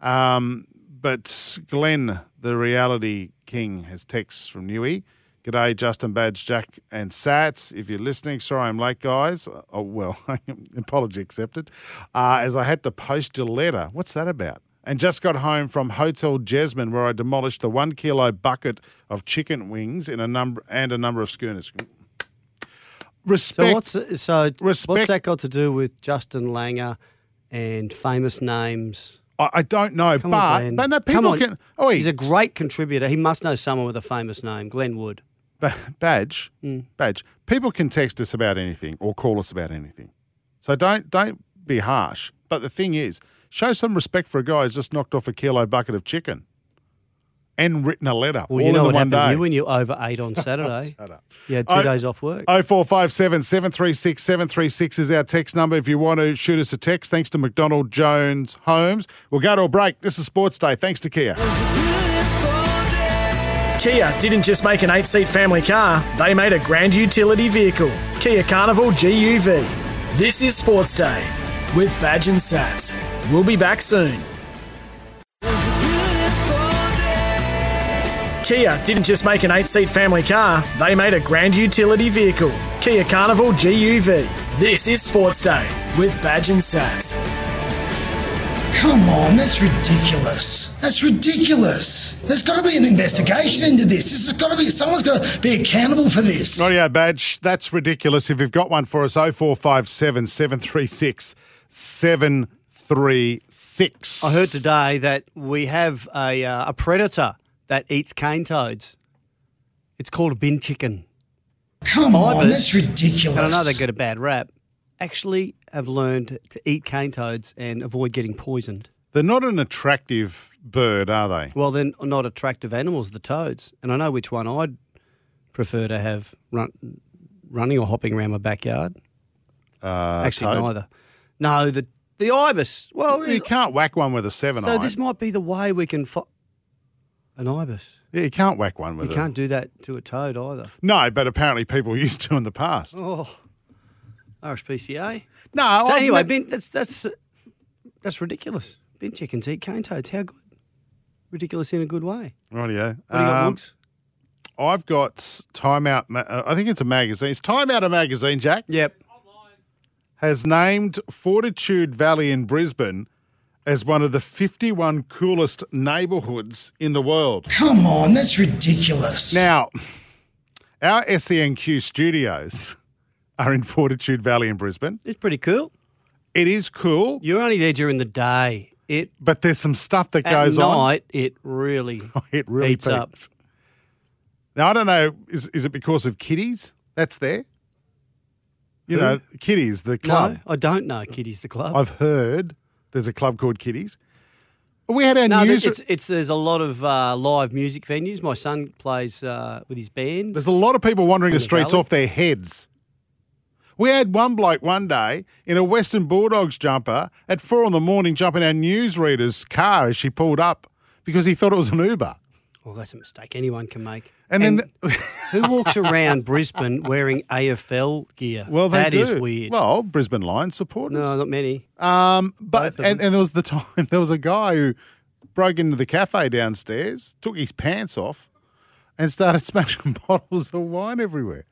Speaker 4: um, but Glenn, the reality king, has texts from Newey. G'day, Justin Badge, Jack, and Sats. If you're listening, sorry I'm late, guys. Oh, well, [LAUGHS] apology accepted. Uh, as I had to post your letter. What's that about? And just got home from Hotel Jasmine, where I demolished the one kilo bucket of chicken wings in a number and a number of schooners. Respect.
Speaker 5: So what's so
Speaker 4: Respect-
Speaker 5: what's that got to do with Justin Langer and famous names?
Speaker 4: I, I don't know,
Speaker 5: Come
Speaker 4: but-
Speaker 5: on, Glenn.
Speaker 4: but no,
Speaker 5: Come
Speaker 4: people
Speaker 5: on.
Speaker 4: can- Oi.
Speaker 5: he's a great contributor. He must know someone with a famous name, Glenn Wood.
Speaker 4: Ba- badge,
Speaker 5: Mm.
Speaker 4: badge. People can text us about anything or call us about anything, so don't don't be harsh. But the thing is, show some respect for a guy who's just knocked off a kilo bucket of chicken and written a letter
Speaker 5: Well,
Speaker 4: all
Speaker 5: you know what
Speaker 4: in the one
Speaker 5: happened to
Speaker 4: day.
Speaker 5: you when you overate
Speaker 4: [LAUGHS]
Speaker 5: on Saturday.
Speaker 4: Shut up.
Speaker 5: You had two
Speaker 4: Oh.
Speaker 5: days off work.
Speaker 4: 0457 736 736 is our text number if you want to shoot us a text. Thanks to McDonald Jones Homes. We'll go to a break. This is Sports Day. Thanks to Kia.
Speaker 3: Kia didn't just make an eight seat family car, they made a grand utility vehicle. Kia Carnival GUV. This is Sports Day with Badge and Sats. We'll be back soon. Kia didn't just make an eight seat family car, they made a grand utility vehicle. Kia Carnival GUV. This is Sports Day with Badge and Sats.
Speaker 15: Come on, that's ridiculous. That's ridiculous. There's got to be an investigation into this. This has got to be someone's got to be accountable for this.
Speaker 4: Radio badge. That's ridiculous. If you've got one for us, 0457 736 736.
Speaker 5: I heard today that we have a, uh, a predator that eats cane toads. It's called a bin chicken.
Speaker 15: Come on, that's
Speaker 5: And I know
Speaker 15: ridiculous.
Speaker 5: they get a bad rap. Actually, have learned to eat cane toads and avoid getting poisoned.
Speaker 4: They're not an attractive bird, are they?
Speaker 5: Well, they're not attractive animals, the toads. And I know which one I'd prefer to have run, running or hopping around my backyard.
Speaker 4: Uh,
Speaker 5: Actually,
Speaker 4: toad?
Speaker 5: neither. No, the the ibis. Well,
Speaker 4: You can't whack one with a seven
Speaker 5: so
Speaker 4: eye.
Speaker 5: this might be the way we can fi- an ibis.
Speaker 4: Yeah, you can't whack one with
Speaker 5: You
Speaker 4: a
Speaker 5: can't do that to a toad either.
Speaker 4: No, but apparently people [LAUGHS] used to in the past.
Speaker 5: Oh, RSPCA.
Speaker 4: No.
Speaker 5: So
Speaker 4: Oh, I've
Speaker 5: anyway,
Speaker 4: ne-
Speaker 5: bin, that's that's that's ridiculous. Bin chickens eat cane toads. How good? Ridiculous in a good way.
Speaker 4: Rightio.
Speaker 5: What do you got,
Speaker 4: Um,
Speaker 5: Woods?
Speaker 4: I've got Time Out. Ma- uh, I think it's a magazine. It's Time Out a magazine, Jack.
Speaker 5: Yep.
Speaker 4: Has named Fortitude Valley in Brisbane as one of the 51 coolest neighbourhoods in the world.
Speaker 15: Come on, that's ridiculous.
Speaker 4: Now, our SENQ E studios are in Fortitude Valley in Brisbane.
Speaker 5: It's pretty cool.
Speaker 4: It is cool.
Speaker 5: You're only there during the day. It
Speaker 4: but there's some stuff that
Speaker 5: At
Speaker 4: goes [LAUGHS] on. Oh,
Speaker 5: night, It really
Speaker 4: it [LAUGHS] really
Speaker 5: heats up.
Speaker 4: peaks. Now I don't know. Is is it because of kiddies that's there? You
Speaker 5: Who?
Speaker 4: know, kiddies the club.
Speaker 5: No, I don't know. Kiddies the club.
Speaker 4: I've heard there's a club called Kiddies. We had our
Speaker 5: no,
Speaker 4: news-
Speaker 5: It's, it's, there's a lot of uh, live music venues. My son plays uh, with his band.
Speaker 4: There's a lot of people wandering
Speaker 5: In
Speaker 4: the
Speaker 5: the
Speaker 4: streets
Speaker 5: valley.
Speaker 4: off their heads. We had one bloke one day in a Western Bulldogs jumper at four in the morning jumping our newsreader's car as she pulled up because he thought it was an Uber.
Speaker 5: Well, Oh, that's a mistake anyone can make.
Speaker 4: And then [LAUGHS]
Speaker 5: who walks around Brisbane wearing AFL gear?
Speaker 4: Well, they
Speaker 5: That is
Speaker 4: do.
Speaker 5: weird.
Speaker 4: Well, Brisbane Lions supporters.
Speaker 5: No, not many.
Speaker 4: Um, but and, and there was the [LAUGHS] time there was a guy who broke into the cafe downstairs, took his pants off, and started [LAUGHS] smashing bottles of wine everywhere.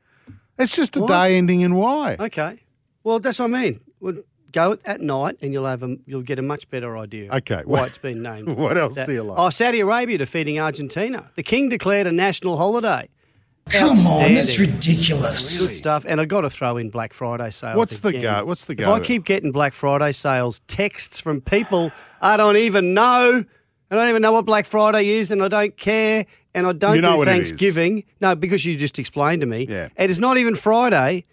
Speaker 4: It's just a
Speaker 5: What?
Speaker 4: day ending in Y.
Speaker 5: Okay. Well, that's what I mean. Well, go at night, and you'll have a, you'll get a much better idea.
Speaker 4: Okay.
Speaker 5: Why
Speaker 4: What-
Speaker 5: it's been named.
Speaker 4: [LAUGHS] what else do you like?
Speaker 5: Oh, Saudi Arabia defeating Argentina. The king declared a national holiday.
Speaker 15: Come on, that's
Speaker 5: Outstanding.
Speaker 15: ridiculous.
Speaker 5: Good stuff. And I got to throw in Black Friday sales.
Speaker 4: What's the
Speaker 5: again.
Speaker 4: go- what's the
Speaker 5: If
Speaker 4: go?
Speaker 5: I keep getting Black Friday sales texts from people I don't even know, I don't even know what Black Friday is, and I don't care, and I don't
Speaker 4: You know
Speaker 5: do
Speaker 4: what it is.
Speaker 5: Thanksgiving. No, because you just explained to me. Yeah. And it's not even Friday.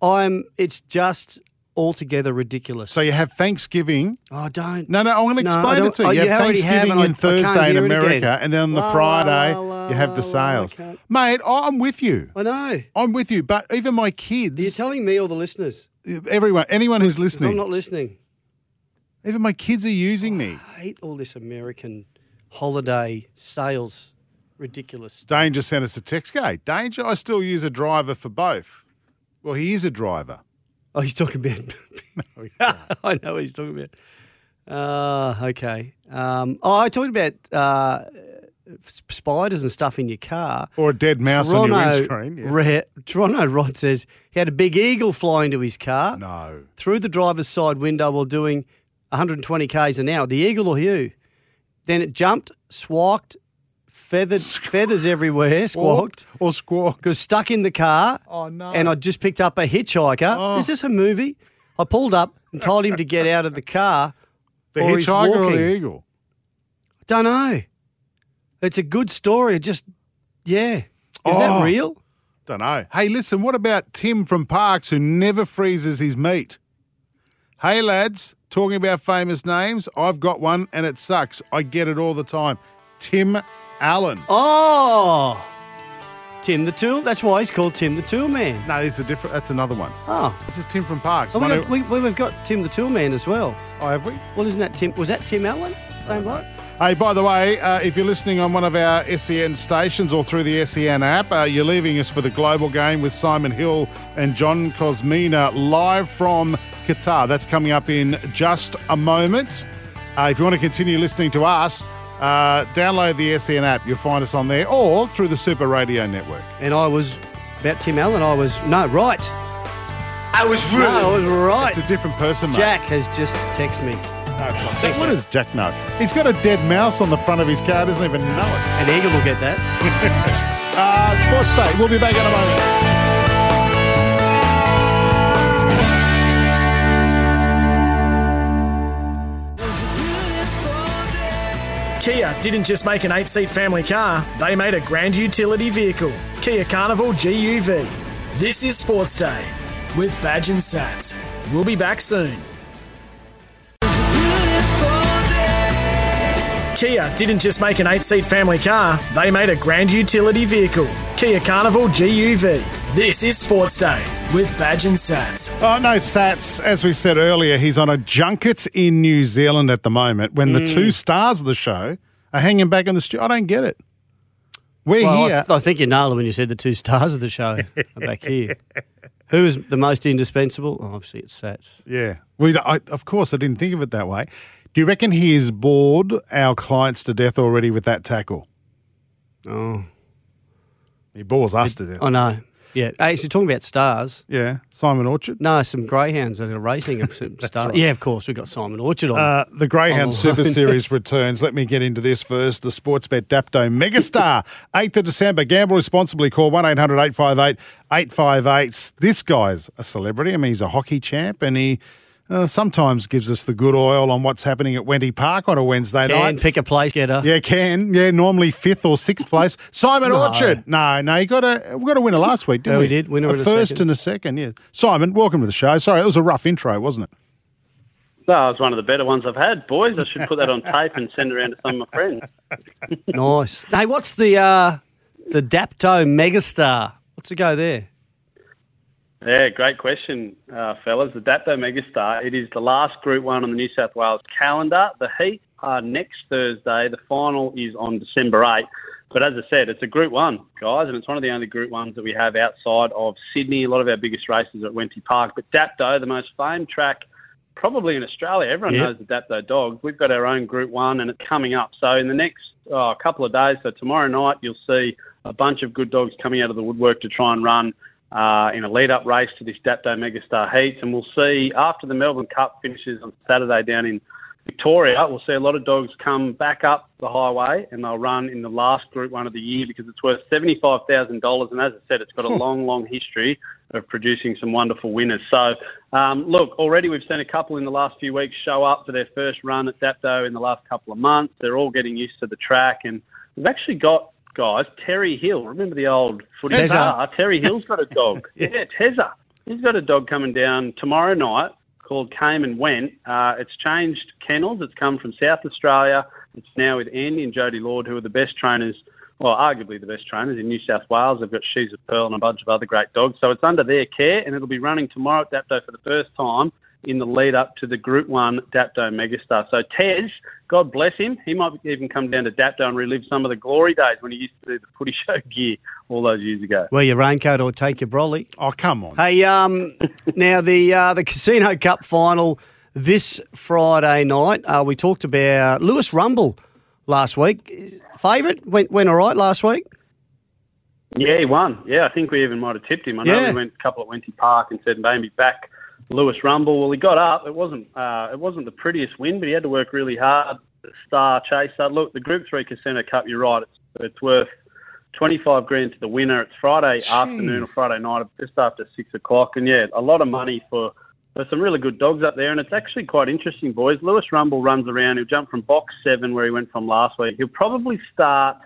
Speaker 5: I'm. It's just altogether ridiculous.
Speaker 4: So you have Thanksgiving.
Speaker 5: Oh, don't.
Speaker 4: No, no, I'm going to
Speaker 5: No, I
Speaker 4: explain it
Speaker 5: don't-
Speaker 4: to you.
Speaker 5: oh,
Speaker 4: you
Speaker 5: you
Speaker 4: have
Speaker 5: already have,
Speaker 4: Thanksgiving
Speaker 5: and I-
Speaker 4: and
Speaker 5: I can't
Speaker 4: Thursday in
Speaker 5: hear it again.
Speaker 4: America, and then on the
Speaker 5: La, la,
Speaker 4: Friday you have the sales. Mate, I- I'm with you.
Speaker 5: I know.
Speaker 4: I'm with you, but even my kids.
Speaker 5: You're telling me or the listeners?
Speaker 4: Everyone, anyone who's
Speaker 5: 'Cause
Speaker 4: listening,
Speaker 5: I'm not listening.
Speaker 4: even my kids are using me.
Speaker 5: I hate all this American holiday sales. Ridiculous.
Speaker 4: Danger sent us a text. Go, Danger, I still use a driver for both. Well, he is a driver.
Speaker 5: Oh, he's talking about. [LAUGHS]
Speaker 4: Oh,
Speaker 5: I know what he's talking about. Uh, okay. Um, oh, I talked about uh, s- spiders and stuff in your car.
Speaker 4: Or a dead mouse on your windscreen, yes.
Speaker 5: Re- Toronto Rod says he had a big eagle fly into his car.
Speaker 4: No.
Speaker 5: Through the driver's side window while doing 120 k's an hour. The eagle or you? Then it jumped, squawked, feathered, feathers everywhere, squawked.
Speaker 4: Or [LAUGHS] squawked.
Speaker 5: [LAUGHS] Was stuck in the car.
Speaker 4: Oh, no.
Speaker 5: And I just picked up a hitchhiker.
Speaker 4: Oh.
Speaker 5: Is this a movie? I pulled up and told him to get out of the car.
Speaker 4: The
Speaker 5: or he's
Speaker 4: hitchhiker or
Speaker 5: walking.
Speaker 4: the eagle?
Speaker 5: Don't know. It's a good story. It just, yeah. Is that
Speaker 4: Oh.
Speaker 5: real?
Speaker 4: Don't know. Hey, listen, what about Tim from Parks who never freezes his meat? Hey, lads, talking about famous names, I've got one and it sucks. I get it all the time. Tim Allen.
Speaker 5: Oh, Tim the Tool. That's why he's called Tim the Tool Man.
Speaker 4: No, it's a different. That's another one.
Speaker 5: Oh,
Speaker 4: this is Tim from Parks.
Speaker 5: Oh, we
Speaker 4: one
Speaker 5: got,
Speaker 4: who-
Speaker 5: we, we've got Tim the Tool Man as well.
Speaker 4: Oh, have we?
Speaker 5: Well, isn't that Tim? Was that Tim Allen? Same bloke.
Speaker 4: Hey, by the way, uh, if you're listening on one of our SEN stations or through the SEN app, uh, you're leaving us for the global game with Simon Hill and John Cosmina live from Qatar. That's coming up in just a moment. Uh, if you want to continue listening to us, uh, download the SEN app. You'll find us on there or through the Super Radio Network.
Speaker 5: And I was about Tim Allen. I was no right.
Speaker 4: I was
Speaker 5: No, I was right.
Speaker 4: It's a different person, mate.
Speaker 5: Jack has just texted me.
Speaker 4: Jack, what is Jack know? He's got a dead mouse on the front of his car, doesn't even know it.
Speaker 5: An eagle will get that.
Speaker 4: uh, Sports Day. We'll be back in a moment.
Speaker 3: Kia didn't just make an eight seat family car, they made a grand utility vehicle. Kia Carnival GUV. This is Sports Day with Badge and Sats. We'll be back soon. Kia didn't just make an eight seat family car, they made a grand utility vehicle. Kia Carnival GUV. This is Sports Day with Badge and Sats.
Speaker 4: Oh, no, Sats, as we said earlier, he's on a junket in New Zealand at the moment when the
Speaker 5: Mm.
Speaker 4: two stars of the show are hanging back in the studio. I don't get it. We're
Speaker 5: Well, I-
Speaker 4: here.
Speaker 5: I, think you nailed it when you said the two stars of the show are back
Speaker 4: [LAUGHS]
Speaker 5: here. Who is the most indispensable? Oh, obviously, it's Sats.
Speaker 4: yeah. We, don't- I, of course, I didn't think of it that way. Do you reckon he has bored our clients to death already with that tackle?
Speaker 5: Oh.
Speaker 4: He bores us to death.
Speaker 5: I know. Yeah. Hey, so you're talking about stars.
Speaker 4: Yeah. Simon Orchard?
Speaker 5: No, some greyhounds that are racing them.
Speaker 4: [LAUGHS]
Speaker 5: Some stars.
Speaker 4: right.
Speaker 5: Yeah, of course. We've got Simon Orchard on.
Speaker 4: Uh, the
Speaker 5: on
Speaker 4: Greyhound
Speaker 5: the
Speaker 4: Super
Speaker 5: line.
Speaker 4: Series returns. Let me get into this first. The Sportsbet Dapto Megastar, 8th of December. Gamble responsibly. Call 1 800 858 858. This guy's a celebrity. I mean, he's a hockey champ and he. Uh, sometimes gives us the good oil on what's happening at Wendy Park on a Wednesday
Speaker 5: Can
Speaker 4: night.
Speaker 5: pick a place getter.
Speaker 4: Yeah, can. Yeah, normally fifth or sixth place. Simon
Speaker 5: No.
Speaker 4: Orchard. No, no, you got a we got a winner last week, didn't
Speaker 5: Yeah,
Speaker 4: we?
Speaker 5: we did. Winner
Speaker 4: a
Speaker 5: and a
Speaker 4: first
Speaker 5: second.
Speaker 4: and a second. Yeah, Simon, welcome to the show. Sorry, it was a rough intro, wasn't it?
Speaker 14: That was one of the better ones I've had, boys. I should put that on tape and send it around to some of my friends.
Speaker 5: nice. Hey, what's the uh, the Dapto Megastar? What's the go there?
Speaker 14: Yeah, great question, uh, fellas. The Dapto Megastar. It is the last Group One on the New South Wales calendar. The heat are next Thursday. The final is on December 8th. But as I said, it's a Group One, guys, and it's one of the only Group Ones that we have outside of Sydney. A lot of our biggest races are at Wenty Park, but Dapto, the most famed track probably in Australia. Everyone
Speaker 16: Yeah.
Speaker 14: knows the Dapto Dogs. We've got our own Group One, and it's coming up. So in the next oh, couple of days, so tomorrow night, you'll see a bunch of good dogs coming out of the woodwork to try and run uh, in a lead-up race to this Dapto Megastar Heats, and we'll see after the Melbourne Cup finishes on Saturday down in Victoria, we'll see a lot of dogs come back up the highway and they'll run in the last Group One of the year because it's worth seventy-five thousand dollars, and as I said, it's got a long, long history of producing some wonderful winners. So, um, look, already we've seen a couple in the last few weeks show up for their first run at Dapto in the last couple of months. They're all getting used to the track, and we've actually got guys Terry Hill. Remember the old footy
Speaker 5: Tezza.
Speaker 14: star? Terry Hill's got a dog. Yeah, Tezza. He's got a dog coming down tomorrow night called Came and Went. Uh, it's changed kennels. It's come from South Australia. It's now with Andy and Jody Lord, who are the best trainers, well, arguably the best trainers in New South Wales. They've got She's a Pearl and a bunch of other great dogs. So it's under their care, and it'll be running tomorrow at Dapto for the first time in the lead up to the Group 1 Dapto Megastar. So Tez, God bless him, he might even come down to Dapto and relive some of the glory days when he used to do the footy [LAUGHS] show gear all those years ago.
Speaker 5: Wear your raincoat or take your brolly.
Speaker 4: Oh, come on.
Speaker 5: Hey, um, now the uh, the Casino Cup final this Friday night. Uh, we talked about Lewis Rumble last week. Favourite went went all right last week.
Speaker 14: Yeah, he won. Yeah, I think we even might have tipped him. I know
Speaker 5: Yeah.
Speaker 14: we went a couple at Wenty Park and said maybe back Lewis Rumble. Well, he got up. It wasn't uh, it wasn't the prettiest win, but he had to work really hard. Star chaser. Look, the Group Three Casino Cup. You're right. It's, it's worth twenty five grand to the winner. It's Friday afternoon or Friday night, just after six o'clock. And yeah, a lot of money for there's some really good dogs up there, and it's actually quite interesting, boys. Lewis Rumble runs around. He'll jump from box seven where he went from last week. He'll probably start.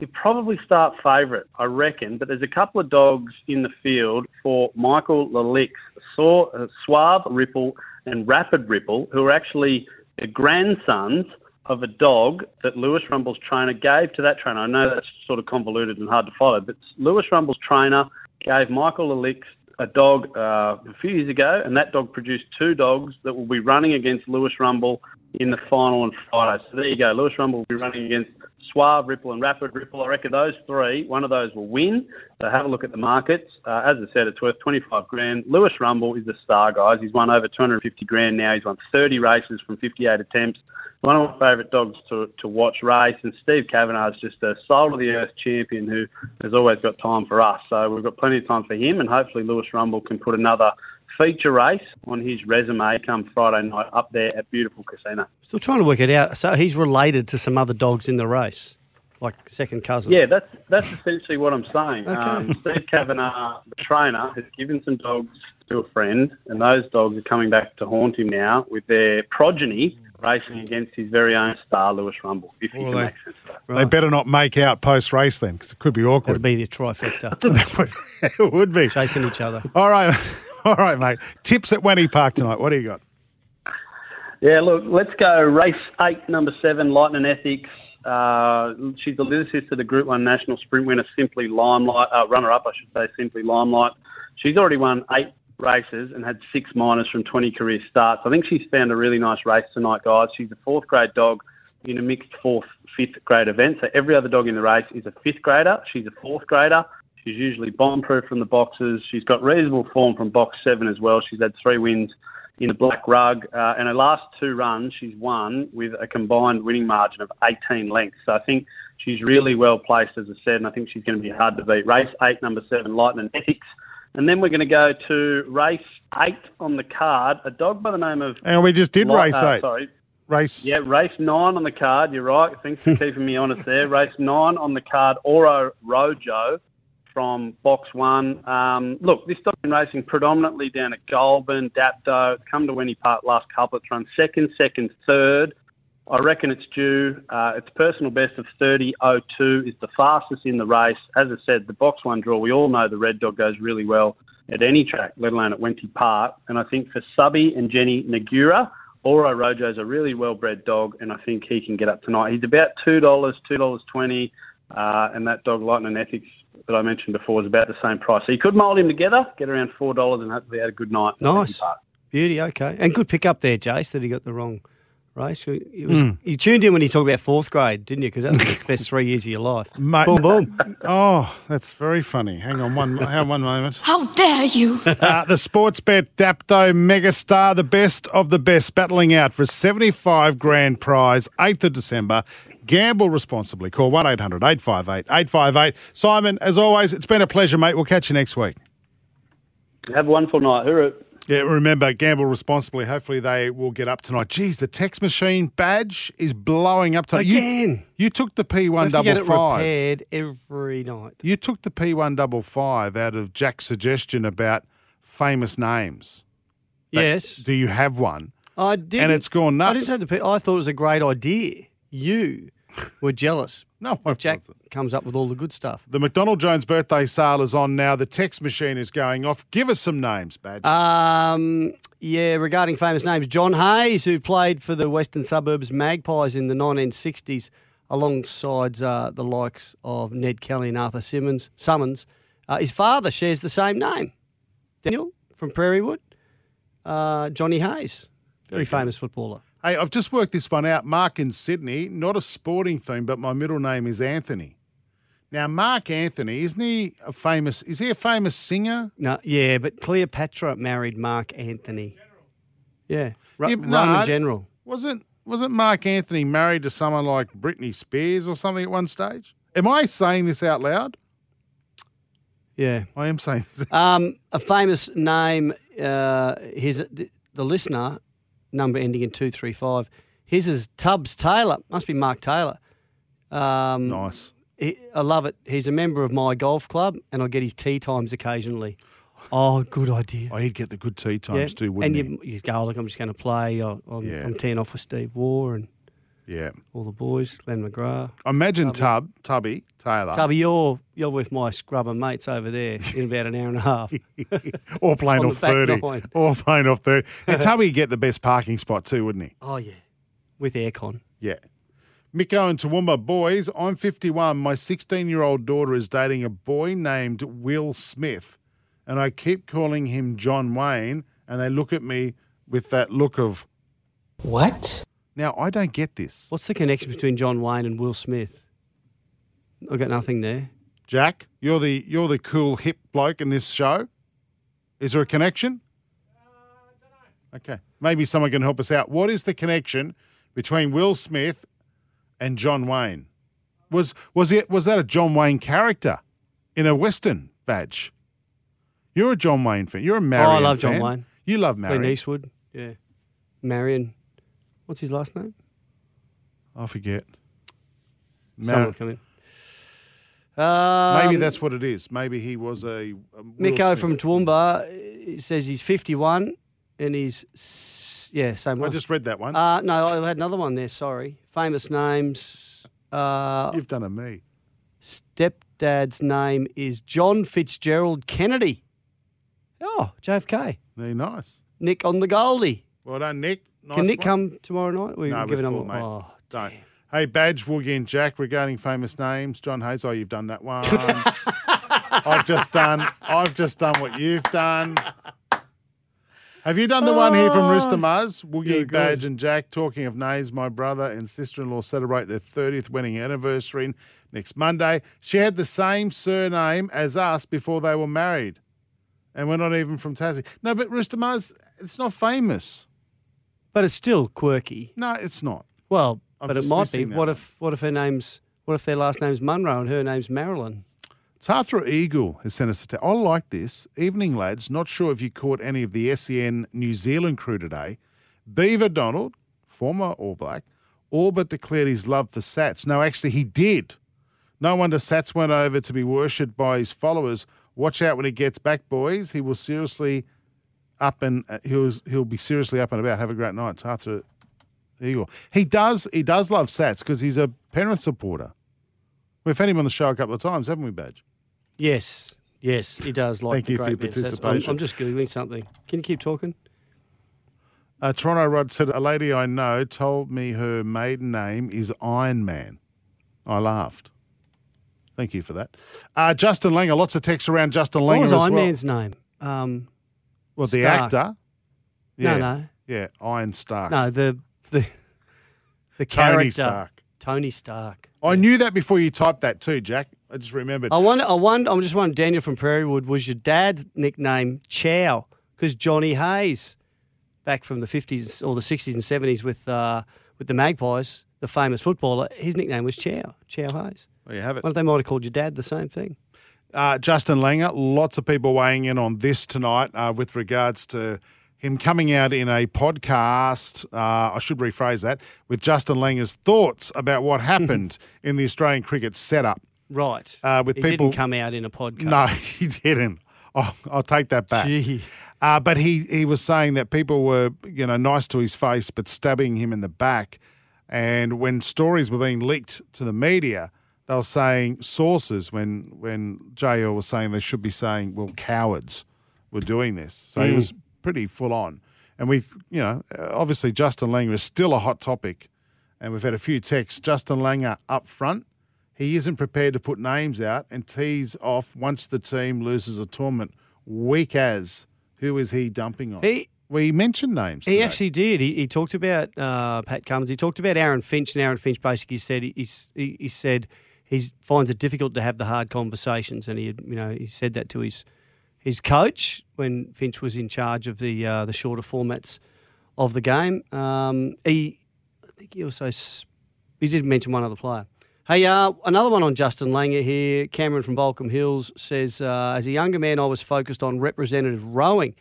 Speaker 14: He'll probably start favourite, I reckon. But there's a couple of dogs in the field for Michael Lalix, Saw, uh, Suave Ripple, and Rapid Ripple, who are actually the grandsons of a dog that Lewis Rumble's trainer gave to that trainer. I know that's sort of convoluted and hard to follow, but Lewis Rumble's trainer gave Michael Lalix a dog uh, a few years ago, and that dog produced two dogs that will be running against Lewis Rumble in the final on Friday. So there you go. Lewis Rumble will be running against Suave, Ripple, and Rapid Ripple. I reckon those three, one of those will win. So have a look at the markets. Uh, as I said, it's worth 25 grand. Lewis Rumble is the star, guys. He's won over 250 grand now. He's won 30 races from 58 attempts. One of my favourite dogs to, to watch race. And Steve Kavanagh is just a soul of the earth champion who has always got time for us. So we've got plenty of time for him. And hopefully, Lewis Rumble can put another feature race on his resume come Friday night up there at beautiful casino.
Speaker 5: Still trying to work it out. So he's related to some other dogs in the race, like second cousin.
Speaker 14: Yeah, that's that's essentially what I'm saying.
Speaker 5: Okay.
Speaker 14: Um, Steve Kavanagh, the trainer, has given some dogs to a friend, and those dogs are coming back to haunt him now with their progeny racing against his very own star, Lewis Rumble. If he
Speaker 4: Well,
Speaker 14: can
Speaker 4: they-
Speaker 14: make sense of that.
Speaker 4: They better not make out post race then, because it could be awkward.
Speaker 5: That'd
Speaker 4: [LAUGHS]
Speaker 5: be the trifecta. [LAUGHS]
Speaker 4: it would be
Speaker 5: chasing each other.
Speaker 4: All right, [LAUGHS] all right, mate. Tips at Wendy Park tonight. What do you got?
Speaker 14: Yeah, look, let's go race eight, number seven, Lightning Ethics. Uh, she's the lyricist to the Group One National Sprint winner, Simply Limelight, uh, runner up, I should say, Simply Limelight. She's already won eight races and had six minors from 20 career starts. I think she's found a really nice race tonight, guys. She's a fourth grade dog in a mixed fourth, fifth grade event. So every other dog in the race is a fifth grader. She's a fourth grader. She's usually bomb proof from the boxes. She's got reasonable form from box seven as well. She's had three wins in the black rug. Uh, and her last two runs, she's won with a combined winning margin of 18 lengths. So I think she's really well placed, as I said, and I think she's going to be hard to beat. Race eight, number seven, Lightning Ethics. And then we're going to go to race eight on the card, a dog by the name of.
Speaker 4: And we just did
Speaker 14: Li-
Speaker 4: race
Speaker 14: uh,
Speaker 4: eight.
Speaker 14: Sorry.
Speaker 4: Race.
Speaker 14: Yeah, race nine on the card. You're right. Thanks for keeping me honest there. Race nine on the card, Oro Rojo from box one. Um, look, this dog's been racing predominantly down at Goulburn, Dapto. It's come to Winnie Park last couple. It's run second, second, third. I reckon it's due. Uh, its personal best of 30.02 is the fastest in the race. As I said, the box one draw, we all know the red dog goes really well at any track, let alone at Wenty Park. And I think for Subby and Jenny Nagura, Oro Rojo's a really well bred dog, and I think he can get up tonight. He's about $2, $2.20, uh, and that dog, Lightning Ethics, that I mentioned before, is about the same price. So you could mould him together, get around $4, and hopefully have a good night. at Wenty
Speaker 5: Nice.
Speaker 14: Park.
Speaker 5: Beauty, okay. And good pick up there, Jace, that he got the wrong race. It was,
Speaker 4: Mm.
Speaker 5: You tuned in when he talked about fourth grade, didn't you? Because that was the best three years of your life.
Speaker 4: Mate.
Speaker 5: Boom, boom.
Speaker 4: Oh, that's very funny. Hang on one, hang on one moment.
Speaker 6: How dare you?
Speaker 4: uh, the sports bet Dapto Megastar, the best of the best, battling out for a 75 grand prize, 8th of December. Gamble responsibly. Call 1 800 858 858. Simon, as always, it's been a pleasure, mate. We'll catch you next week.
Speaker 14: Have a wonderful night. Hooroo.
Speaker 4: Yeah, remember, gamble responsibly. Hopefully, they will get up tonight. Geez, the text machine badge is blowing up tonight. You-
Speaker 5: Again.
Speaker 4: You, took the
Speaker 5: Have to get it
Speaker 4: P155.
Speaker 5: repaired every night.
Speaker 4: You took the P155 out of Jack's suggestion about famous names.
Speaker 5: Yes.
Speaker 4: Do you have one?
Speaker 5: I did.
Speaker 4: it's gone
Speaker 5: I
Speaker 4: nuts.
Speaker 5: didn't have the. pe- I thought it was a great idea.
Speaker 4: [LAUGHS]
Speaker 5: You were jealous.
Speaker 4: no,
Speaker 5: Jack comes up with all the good stuff.
Speaker 4: The McDonald Jones birthday sale is on now. The text machine is going off. Give us some names, Badge.
Speaker 5: Uh, Um, yeah, regarding famous names, John Hayes, who played for the Western Suburbs Magpies in the 1960s, alongside uh, the likes of Ned Kelly and Arthur Simmons. Summons, uh, his father shares the same name, Daniel from Prairie Wood. Uh, Johnny Hayes, very famous footballer.
Speaker 4: hey, I've just worked this one out. Mark in Sydney, not a sporting thing, but my middle name is Anthony. Now, Mark Anthony, isn't he a famous? Is he a famous singer?
Speaker 5: No, yeah, but Cleopatra married Mark Anthony. Yeah, Ro-
Speaker 4: Yeah,
Speaker 5: Roman
Speaker 4: but no, I-
Speaker 5: general.
Speaker 4: Wasn't wasn't Mark Anthony married to someone like Britney Spears or something at one stage? Am I saying this out loud?
Speaker 5: Yeah,
Speaker 4: I am saying this.
Speaker 5: Um, a famous name. Uh, his the, the listener number ending in two three five. His is Tubbs Taylor. Must be Mark Taylor. Um,
Speaker 4: nice.
Speaker 5: I love it. He's a member of my golf club, and I get his tea times occasionally. Oh, good idea.
Speaker 4: Oh, he'd get the good tea times
Speaker 5: Yeah.
Speaker 4: too, wouldn't
Speaker 5: and you, you go, "Oh, look, I'm just going to play. I- I'm,
Speaker 4: Yeah.
Speaker 5: I'm teeing off with Steve War and
Speaker 4: he? Yeah.
Speaker 5: all the boys, Len McGrath.
Speaker 4: Imagine Tub, Tubby, Taylor.
Speaker 5: Tubby, you're you're with my scrubber mates over there in about an hour and a half.
Speaker 4: Or playing
Speaker 5: on
Speaker 4: off
Speaker 5: the back
Speaker 4: 30.
Speaker 5: nine.
Speaker 4: [LAUGHS] Or playing off 30.
Speaker 5: [LAUGHS]
Speaker 4: And Tubby would get the best parking spot too, wouldn't he?
Speaker 5: [LAUGHS] Oh yeah, with aircon.
Speaker 4: Yeah. Miko and Toowoomba, boys, I'm 51. My 16 year old daughter is dating a boy named Will Smith, and I keep calling him John Wayne, and they look at me with that look of.
Speaker 5: What?
Speaker 4: Now, I don't get this.
Speaker 5: What's the connection between John Wayne and Will Smith? I've got nothing there.
Speaker 4: Jack, you're the you're the cool hip bloke in this show. Is there a connection? Okay, maybe someone can help us out. What is the connection between Will Smith and John Wayne? Was was it was that a John Wayne character in a western badge? You're a John Wayne fan. You're a Marion.
Speaker 5: Oh, I love John
Speaker 4: fan.
Speaker 5: Wayne.
Speaker 4: You love
Speaker 5: Clint
Speaker 4: Marion.
Speaker 5: Eastwood. Yeah. Marion. What's his last name?
Speaker 4: I forget.
Speaker 5: Someone
Speaker 4: Mar-
Speaker 5: come in. Um,
Speaker 4: maybe that's what it is. Maybe he was a, a Will
Speaker 5: Miko
Speaker 4: Smith.
Speaker 5: from Toowoomba. uh, he says he's 51 and he's s- yeah same
Speaker 4: I
Speaker 5: one.
Speaker 4: just read that one.
Speaker 5: Uh, no, I had another one there. Sorry. Famous names. Uh,
Speaker 4: You've done a me.
Speaker 5: Stepdad's name is John Fitzgerald Kennedy. Oh, JFK.
Speaker 4: Very nice.
Speaker 5: Nick on the goalie.
Speaker 4: Well done, Nick. Nice
Speaker 5: Can Nick
Speaker 4: one.
Speaker 5: come tomorrow night? Or you
Speaker 4: no,
Speaker 5: give
Speaker 4: we're
Speaker 5: it
Speaker 4: full,
Speaker 5: a-
Speaker 4: mate.
Speaker 5: oh,
Speaker 4: Don't. Hey, Badge, Woogie, and Jack regarding famous names. John Hayes, oh, you've done
Speaker 5: [LAUGHS]
Speaker 4: that one. I've just done. I've just done what you've done. Have you done the one here from
Speaker 5: Oh,
Speaker 4: Rooster Muzz? Woogie, Badge, and Jack talking of names. My brother and sister in law celebrate their 30th wedding anniversary next Monday. She had the same surname as us before they were married. And we're not even from Tassie. No, but Rooster Mars, it's not famous.
Speaker 5: But it's still quirky.
Speaker 4: No, it's not.
Speaker 5: Well,
Speaker 4: I'm
Speaker 5: but it
Speaker 4: just
Speaker 5: might be.
Speaker 4: missing that
Speaker 5: What
Speaker 4: one.
Speaker 5: if what if her name's what if their last name's Munro and her name's Marilyn?
Speaker 4: Tathra Eagle has sent us a. T- I like this. Evening, lads. Not sure if you caught any of the SEN New Zealand crew today. Beaver Donald, former All Black, all but declared his love for Sats. No, actually, he did. No wonder Sats went over to be worshipped by his followers. Watch out when he gets back, boys. He will seriously up and uh, he'll he'll be seriously up and about. Have a great night, Tathra Eagle. He does he does love Sats because he's a Penrith supporter. We've had him on the show a couple of times, haven't we, Badge?
Speaker 5: Yes, yes, he does like.
Speaker 4: Thank
Speaker 5: the
Speaker 4: you for
Speaker 5: Great
Speaker 4: your
Speaker 5: Bears. That's- I'm-
Speaker 4: participation.
Speaker 5: I'm just googling something. Can you keep talking?
Speaker 4: Uh, Toronto Rod said, A lady I know told me her maiden name is Iron Man. I laughed. Thank you for that. Uh, Justin Langer, lots of texts around Justin Langer
Speaker 5: What was
Speaker 4: as
Speaker 5: Iron
Speaker 4: well.
Speaker 5: Man's name? Um,
Speaker 4: well, the
Speaker 5: Stark.
Speaker 4: actor.
Speaker 5: No,
Speaker 4: Yeah.
Speaker 5: no.
Speaker 4: Yeah, Iron Stark.
Speaker 5: No, the the [LAUGHS] the character
Speaker 4: Tony Stark.
Speaker 5: Tony Stark.
Speaker 4: I knew that before you typed that too, Jack. I just remembered.
Speaker 5: I wonder. I wonder. I'm just wondering. Daniel from Prairie Wood was your dad's nickname Chow because Johnny Hayes, back from the 50s or the 60s and 70s with uh, with the Magpies, the famous footballer, his nickname was Chow Chow Hayes.
Speaker 4: There you have it.
Speaker 5: What if they might have called your dad the same thing?
Speaker 4: Uh, Justin Langer, lots of people weighing in on this tonight uh, with regards to him coming out in a podcast. Uh, I should rephrase that with Justin Langer's thoughts about what happened in the Australian cricket setup.
Speaker 5: Right.
Speaker 4: Uh, with
Speaker 5: He
Speaker 4: people-
Speaker 5: didn't come out in a podcast.
Speaker 4: No, [LAUGHS] he didn't. I'll, I'll take that back. Uh, but he, he was saying that people were, you know, nice to his face, but stabbing him in the back. And when stories were being leaked to the media, they were saying sources when when JL was saying they should be saying, well, cowards were doing this. So he
Speaker 16: Mm.
Speaker 4: was pretty full on. And we've, you know, uh, obviously Justin Langer is still a hot topic. And we've had a few texts. Justin Langer up front. He isn't prepared to put names out and tease off once the team loses a tournament. Weak as. Who is he dumping on?
Speaker 5: He-
Speaker 4: we mentioned names.
Speaker 5: He actually did. He, he talked about uh, Pat Cummins. He talked about Aaron Finch, and Aaron Finch basically said he, he's- he, he said he finds it difficult to have the hard conversations, and he had- you know he said that to his his coach when Finch was in charge of the uh, the shorter formats of the game. Um, he I think he also s- he did mention one other player. Hey, uh, another one on Justin Langer here. Cameron from Balcombe Hills says, uh, as a younger man, I was focused on representative rowing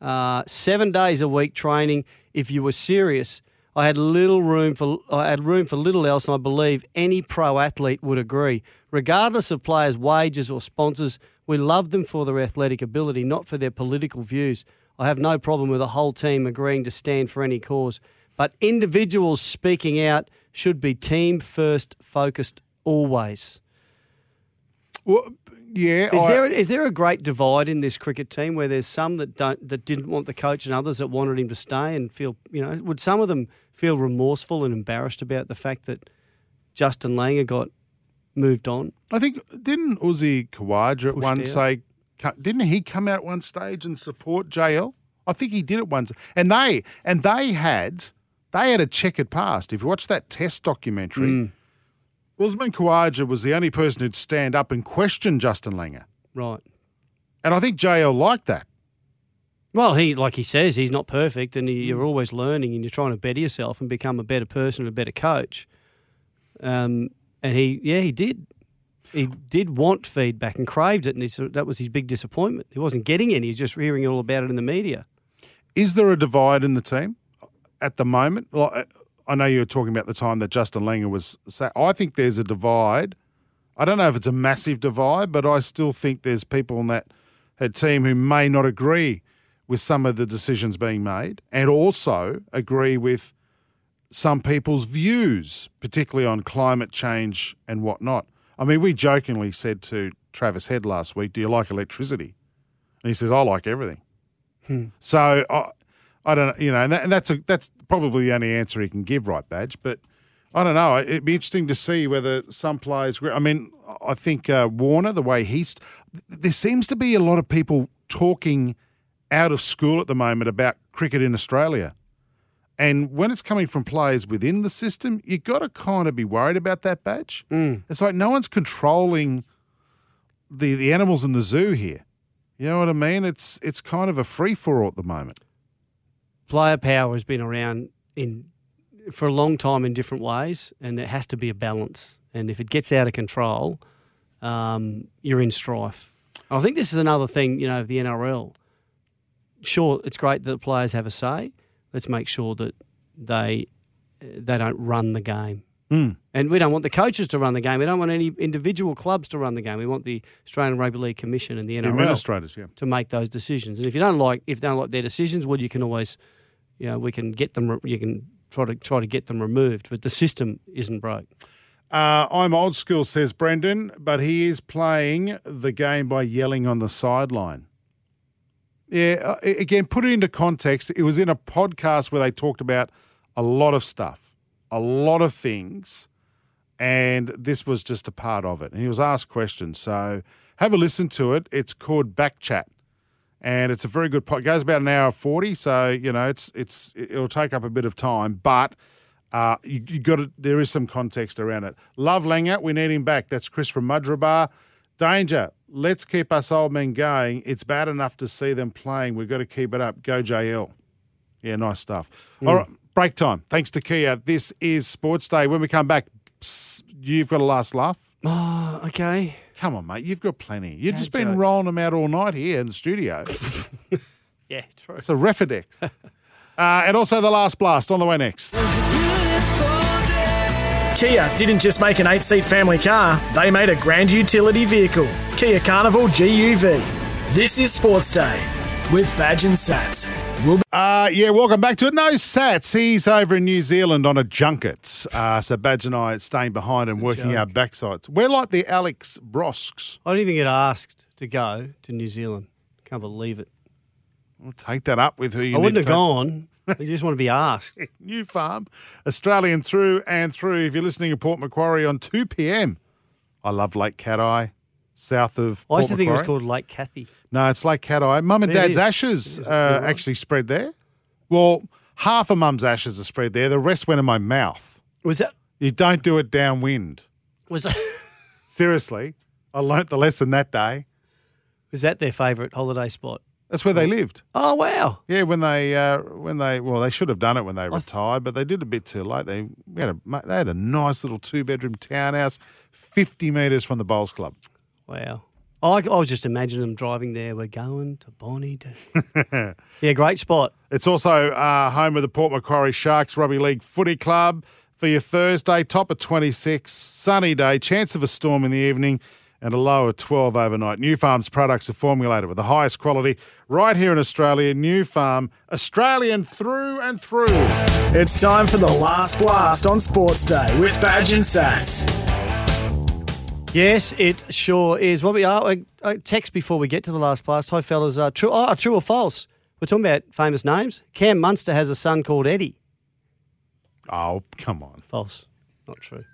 Speaker 5: uh, seven days a week training. If you were serious, I had little room for I had room for little else, and I believe any pro athlete would agree. Regardless of players' wages or sponsors, we love them for their athletic ability, not for their political views. I have no problem with a whole team agreeing to stand for any cause, but individuals speaking out should be team first focused always.
Speaker 4: Well, yeah.
Speaker 5: Is
Speaker 4: I-
Speaker 5: there is there a great divide in this cricket team where there's some that don't that didn't want the coach and others that wanted him to stay and feel you know would some of them feel remorseful and embarrassed about the fact that Justin Langer got moved on?
Speaker 4: I think didn't Uzi Kawaja at
Speaker 5: Pushed
Speaker 4: one
Speaker 5: out.
Speaker 4: say co- didn't he come out one stage and support JL? I think he did it once. And they and they had they had a checkered past. If you watch that test documentary,
Speaker 5: Mm.
Speaker 4: Usman Khawaja was the only person who'd stand up and question Justin Langer.
Speaker 5: Right.
Speaker 4: And I think JL liked that.
Speaker 5: Well, he like he says he's not perfect, and he, you're always learning, and you're trying to better yourself and become a better person and a better coach. Um, and he, yeah, he did. He did want feedback and craved it, and he, sort of- that was his big disappointment. He wasn't getting any; he's just hearing all about it in the media.
Speaker 4: Is there a divide in the team at the moment? Well, I- I know you were talking about the time that Justin Langer was. sa- I think there's a divide. I don't know if it's a massive divide, but I still think there's people on that, that team who may not agree with some of the decisions being made and also agree with some people's views, particularly on climate change and whatnot. I mean, we jokingly said to Travis Head last week, Do you like electricity? And he says, I like everything. So I, I don't, you know, and, that, and that's a that's probably the only answer he can give, right, Badge? But I don't know. It'd be interesting to see whether some players. I mean, I think uh, Warner, the way he's, there seems to be a lot of people talking out of school at the moment about cricket in Australia. And when it's coming from players within the system, you got to kind of be worried about that badge. It's like no one's controlling the, the animals in the zoo here. You know what I mean? It's it's kind of a free for all at the moment.
Speaker 5: Player power has been around in for a long time in different ways, and it has to be a balance. And if it gets out of control, um, you're in strife. And I think this is another thing, you know, of the NRL. Sure, it's great that the players have a say. Let's make sure that they they don't run the game.
Speaker 4: Mm.
Speaker 5: And we don't want the coaches to run the game. We don't want any individual clubs to run the game. We want the Australian Rugby League Commission and the NRL
Speaker 4: administrators, yeah.
Speaker 5: to make those decisions. And if you don't like if they don't like their decisions, well, you can always, you know, we can get them. re- You can try to try to get them removed. But the system isn't broke.
Speaker 4: Uh, I'm old school, says Brendan, but he is playing the game by yelling on the sideline. Yeah, uh, again, put it into context. It was in a podcast where they talked about a lot of stuff, a lot of things, and this was just a part of it. And he was asked questions. So have a listen to it. It's called Back Chat. And it's a very good pod. It goes about an hour forty, so you know it's it's it'll take up a bit of time, but uh, you, you got to, there is some context around it. Love Langer, we need him back. That's Chris from Mudrabar. Danger, let's keep us old men going. It's bad enough to see them playing. We've got to keep it up. Go JL. Yeah, nice stuff.
Speaker 16: Mm.
Speaker 4: All right, break time. Thanks to Kia. This is Sports Day. When we come back, psst, you've got a last laugh.
Speaker 5: Oh, okay.
Speaker 4: Come on, mate. You've got plenty. You've just been rolling them out all night here in the studio. [LAUGHS]
Speaker 5: Yeah, true.
Speaker 4: it's
Speaker 5: [LAUGHS]
Speaker 4: a Refidex. uh, and also the last blast on the way next.
Speaker 3: Kia didn't just make an eight seat family car, they made a grand utility vehicle. Kia Carnival GUV. This is Sports Day with Badge and Sats.
Speaker 4: Uh, yeah, welcome back to it. No Sats. He's over in New Zealand on a junket. Uh, so Badge and I are staying behind and working our backsides. We're like the Alex Brosks.
Speaker 5: I didn't even get asked to go to New Zealand. Can't believe it.
Speaker 4: We'll take that up with who you
Speaker 5: I wouldn't
Speaker 4: need
Speaker 5: have
Speaker 4: to-
Speaker 5: gone. I [LAUGHS] just want to be asked.
Speaker 4: New farm. Australian through and through. If you're listening in Port Macquarie on 2 p.m., I love Lake Cat Eye, south of.
Speaker 5: I used to
Speaker 4: Port
Speaker 5: think it was
Speaker 4: Macquarie.
Speaker 5: called Lake Kathy.
Speaker 4: No, it's Lake Cat Eye. Mum and
Speaker 5: It
Speaker 4: Dad's
Speaker 5: is.
Speaker 4: ashes uh, actually spread there. Well, half of Mum's ashes are spread there. The rest went in my mouth.
Speaker 5: Was that?
Speaker 4: You don't do it downwind.
Speaker 5: Was that?
Speaker 4: Seriously, I learnt the lesson that day.
Speaker 5: [LAUGHS] Was that their favourite holiday spot?
Speaker 4: That's where they lived.
Speaker 5: Oh wow!
Speaker 4: Yeah, when they uh, when they well, they should have done it when they retired, but they did a bit too late. They we had a mate, they had a nice little two bedroom townhouse, fifty meters from the bowls club.
Speaker 5: Wow. I, I was just imagining them driving there. We're going to Bonnie. [LAUGHS] yeah, great spot.
Speaker 4: It's also uh, home of the Port Macquarie Sharks Rugby League Footy Club for your Thursday, top of 26, sunny day, chance of a storm in the evening, and a low of 12 overnight. New Farm's products are formulated with the highest quality right here in Australia. New Farm, Australian through and through.
Speaker 3: It's time for the last blast on Sports Day with Badge and Sats.
Speaker 5: Yes, it sure is. What we are a, a text before we get to the last blast. Hi, fellas. Uh, true, oh, true or false? We're talking about famous names. Cam Munster has a son called Eddie.
Speaker 4: Oh, come on.
Speaker 5: False. Not true.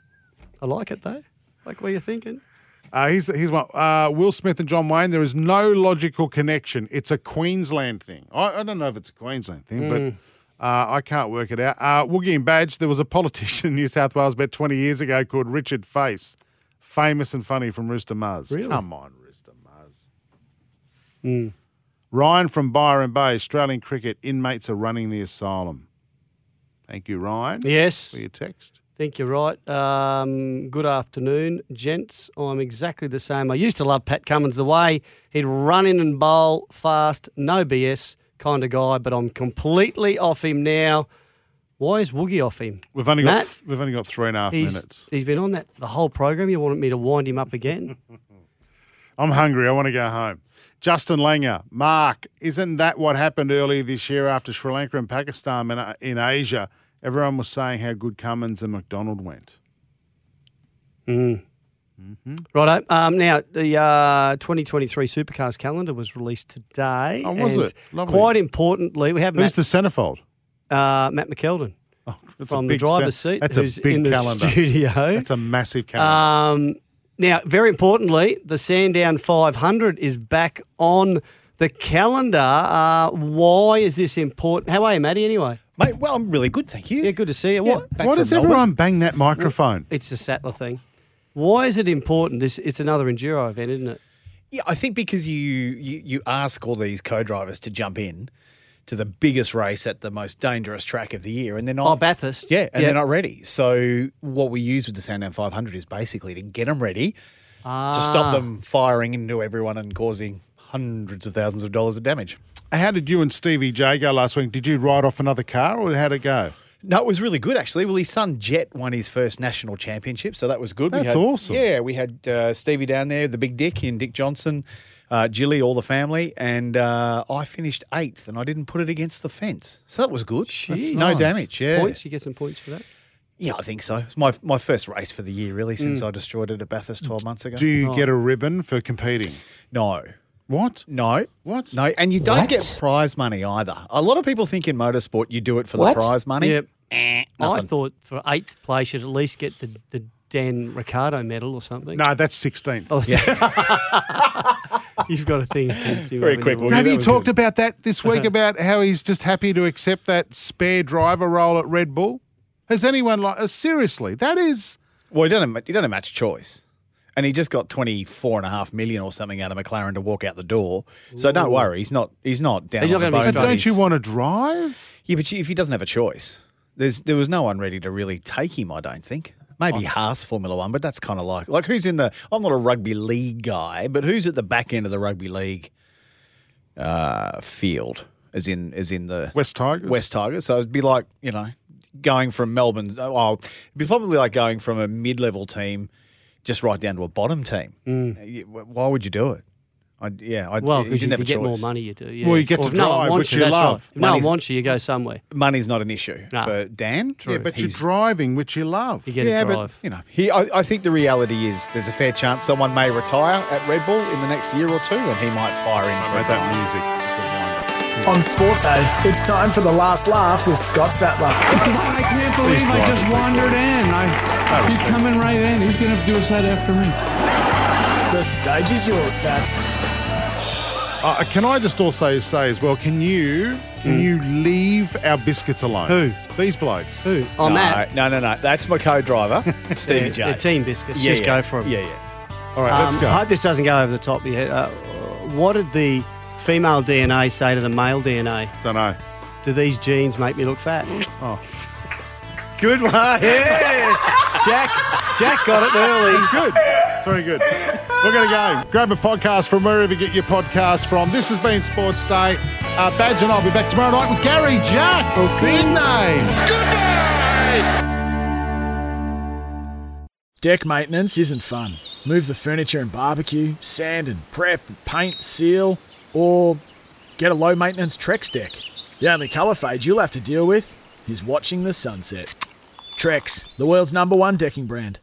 Speaker 5: I like it though. Like what you're thinking.
Speaker 4: Uh, here's, here's one. Uh, Will Smith and John Wayne, there is no logical connection. It's a Queensland thing. I, I don't know if it's a Queensland thing,
Speaker 5: Mm.
Speaker 4: but uh, I can't work it out. Uh, Woogie and Badge, there was a politician in New South Wales about 20 years ago called Richard Face, famous and funny from Rooster Muzz.
Speaker 5: Really? Hmm.
Speaker 4: Come on, Rooster Muzz. Ryan from Byron Bay, Australian cricket, inmates are running the asylum. Thank you, Ryan.
Speaker 5: Yes.
Speaker 4: For your text.
Speaker 5: Think you're right. Um, good afternoon, gents. I'm exactly the same. I used to love Pat Cummins the way he'd run in and bowl fast, no BS kind of guy, but I'm completely off him now. Why is Woogie off him?
Speaker 4: We've only got
Speaker 5: Matt,
Speaker 4: th- we've only got three and a half
Speaker 5: he's,
Speaker 4: minutes.
Speaker 5: He's been on that the whole program. You wanted me to wind him up again? [LAUGHS]
Speaker 4: I'm hungry. I want to go home. Justin Langer, Mark, isn't that what happened earlier this year after Sri Lanka and Pakistan in, in Asia? Everyone was saying how good Cummins and McDonald went.
Speaker 5: Mm. Righto. Um, now, the uh, 2023 Supercars calendar was released today.
Speaker 4: Oh, was
Speaker 5: and
Speaker 4: it? Lovely.
Speaker 5: Quite importantly, we have Matt,
Speaker 4: Who's the centrefold?
Speaker 5: uh, Matt McKeldin
Speaker 4: That's a
Speaker 5: from the
Speaker 4: big
Speaker 5: driver's
Speaker 4: cen-
Speaker 5: seat
Speaker 4: That's
Speaker 5: who's
Speaker 4: a big
Speaker 5: in the
Speaker 4: calendar.
Speaker 5: studio.
Speaker 4: That's a massive calendar.
Speaker 5: Um, now, very importantly, the Sandown 500 is back on the calendar. Uh, why is this important? How are you, Matty, anyway?
Speaker 17: Mate, well, I'm really good, thank you.
Speaker 5: Yeah, good to see you. What,
Speaker 4: Why does everyone bang that microphone?
Speaker 5: It's the Sattler thing. Why is it important? This It's another enduro event, isn't it?
Speaker 17: Yeah, I think because you you, you ask all these co-drivers to jump in to the biggest race at the most dangerous track of the year, and they're not.
Speaker 5: Oh, Bathurst.
Speaker 17: Yeah, and
Speaker 5: Yeah.
Speaker 17: they're not ready. So what we use with the Sandown 500 is basically to get them ready, to
Speaker 5: Ah.
Speaker 17: stop them firing into everyone and causing hundreds of thousands of dollars of damage.
Speaker 4: How did you and Stevie J go last week? Did you ride off another car or how'd it go?
Speaker 17: No, it was really good actually. Well, his son Jet won his first national championship, so that was good. We
Speaker 4: That's
Speaker 17: had-
Speaker 4: awesome.
Speaker 17: Yeah, we had uh, Stevie down there, the big dick in Dick Johnson, uh, Jilly, all the family, and uh, I finished eighth, and I didn't put it against the fence, so that was good.
Speaker 5: Jeez.
Speaker 17: No
Speaker 5: Nice.
Speaker 17: damage. Yeah,
Speaker 5: Points? You get some points for that?
Speaker 17: yeah, I think so. It's my my first race for the year really since
Speaker 5: Mm.
Speaker 17: I destroyed it at Bathurst twelve months ago.
Speaker 4: Do you get a ribbon for competing?
Speaker 17: No.
Speaker 4: What?
Speaker 17: No.
Speaker 4: What?
Speaker 17: No, and you don't
Speaker 4: What?
Speaker 17: get prize money either. A lot of people think in motorsport you do it for the prize money. Eh,
Speaker 5: Yep. I
Speaker 17: nothing.
Speaker 5: thought for eighth place, you'd at least get the, the Dan Ricardo medal or something. [LAUGHS]
Speaker 4: No, that's 16th.
Speaker 5: Oh, You've got a thing against him. haven't you?
Speaker 4: Have you talked about that this week about how he's just happy to accept that spare driver role at Red Bull? Has anyone like uh, seriously? That is
Speaker 17: Well, he don't have, he don't have much choice. And he just got twenty four and a half million or something out of McLaren to walk out the door. So
Speaker 4: Ooh.
Speaker 17: don't worry, he's not he's not down.
Speaker 4: He's not
Speaker 17: on the
Speaker 4: gonna be
Speaker 17: boat.
Speaker 4: stuck. Don't you want to drive?
Speaker 17: Yeah, but you- if he doesn't have a choice, there's there was no one ready to really take him. I don't think. Maybe Haas Formula One, but that's kind of like like who's in the. I'm not a rugby league guy, but who's at the back end of the rugby league uh, field? As in, as in the
Speaker 4: West Tigers.
Speaker 17: West Tigers. So it'd be like you know, going from Melbourne. Oh, it'd be probably like going from a mid-level team, just right down to a bottom team. Y- Why would you do it? I, yeah, I,
Speaker 5: Well,
Speaker 17: you
Speaker 5: because you,
Speaker 17: didn't have
Speaker 5: you
Speaker 17: a
Speaker 5: get
Speaker 17: choice.
Speaker 5: more money, you do. Yeah.
Speaker 17: Well, you get
Speaker 5: Or
Speaker 17: to
Speaker 5: if no one
Speaker 17: drive,
Speaker 5: wants
Speaker 17: which you
Speaker 5: that's right.
Speaker 17: love.
Speaker 5: If no one
Speaker 17: Money's-
Speaker 5: wants you, you go somewhere.
Speaker 17: Money's not an issue
Speaker 5: No.
Speaker 17: for Dan.
Speaker 5: True.
Speaker 17: Yeah, but
Speaker 4: you're
Speaker 17: he's-
Speaker 4: driving, which you love.
Speaker 17: You you know, he, I, I think the reality is there's a fair chance someone may retire at Red Bull in the next year or two, and he might fire in for that music.
Speaker 3: On Sports Day, it's time for the last laugh with Scott Sattler.
Speaker 16: I can't believe I just wandered in. I, he's coming right in. He's going to do a set after me.
Speaker 3: The stage is yours, Sats.
Speaker 4: Uh, can I just also say as well? Can you can you leave our biscuits alone? Who these blokes?
Speaker 5: Who? Oh,
Speaker 17: no,
Speaker 5: Matt.
Speaker 17: No, no, no. That's my co-driver,
Speaker 4: [LAUGHS]
Speaker 17: Stevie
Speaker 5: Yeah,
Speaker 17: J.
Speaker 5: they're team biscuits. Just go for 'em.
Speaker 17: Yeah, yeah.
Speaker 5: All
Speaker 17: right, let's go.
Speaker 5: I hope this doesn't go over the top of your head. Uh, what did the female DNA say to the male DNA?
Speaker 4: Don't know.
Speaker 5: Do these genes make me look fat?
Speaker 4: Oh.
Speaker 5: Good one. Yeah. Jack, Jack got it early. He's
Speaker 4: good. It's very good. We're going to go. Grab a podcast from wherever you get your podcast from. This has been Sports Day. Uh, Badge and I'll be back tomorrow night with Gary Jack. Big name.
Speaker 3: Deck maintenance isn't fun. Move the furniture and barbecue, sand and prep, paint, seal, or get a low maintenance Trex deck. The only colour fade you'll have to deal with is watching the sunset. Trex, the world's number one decking brand.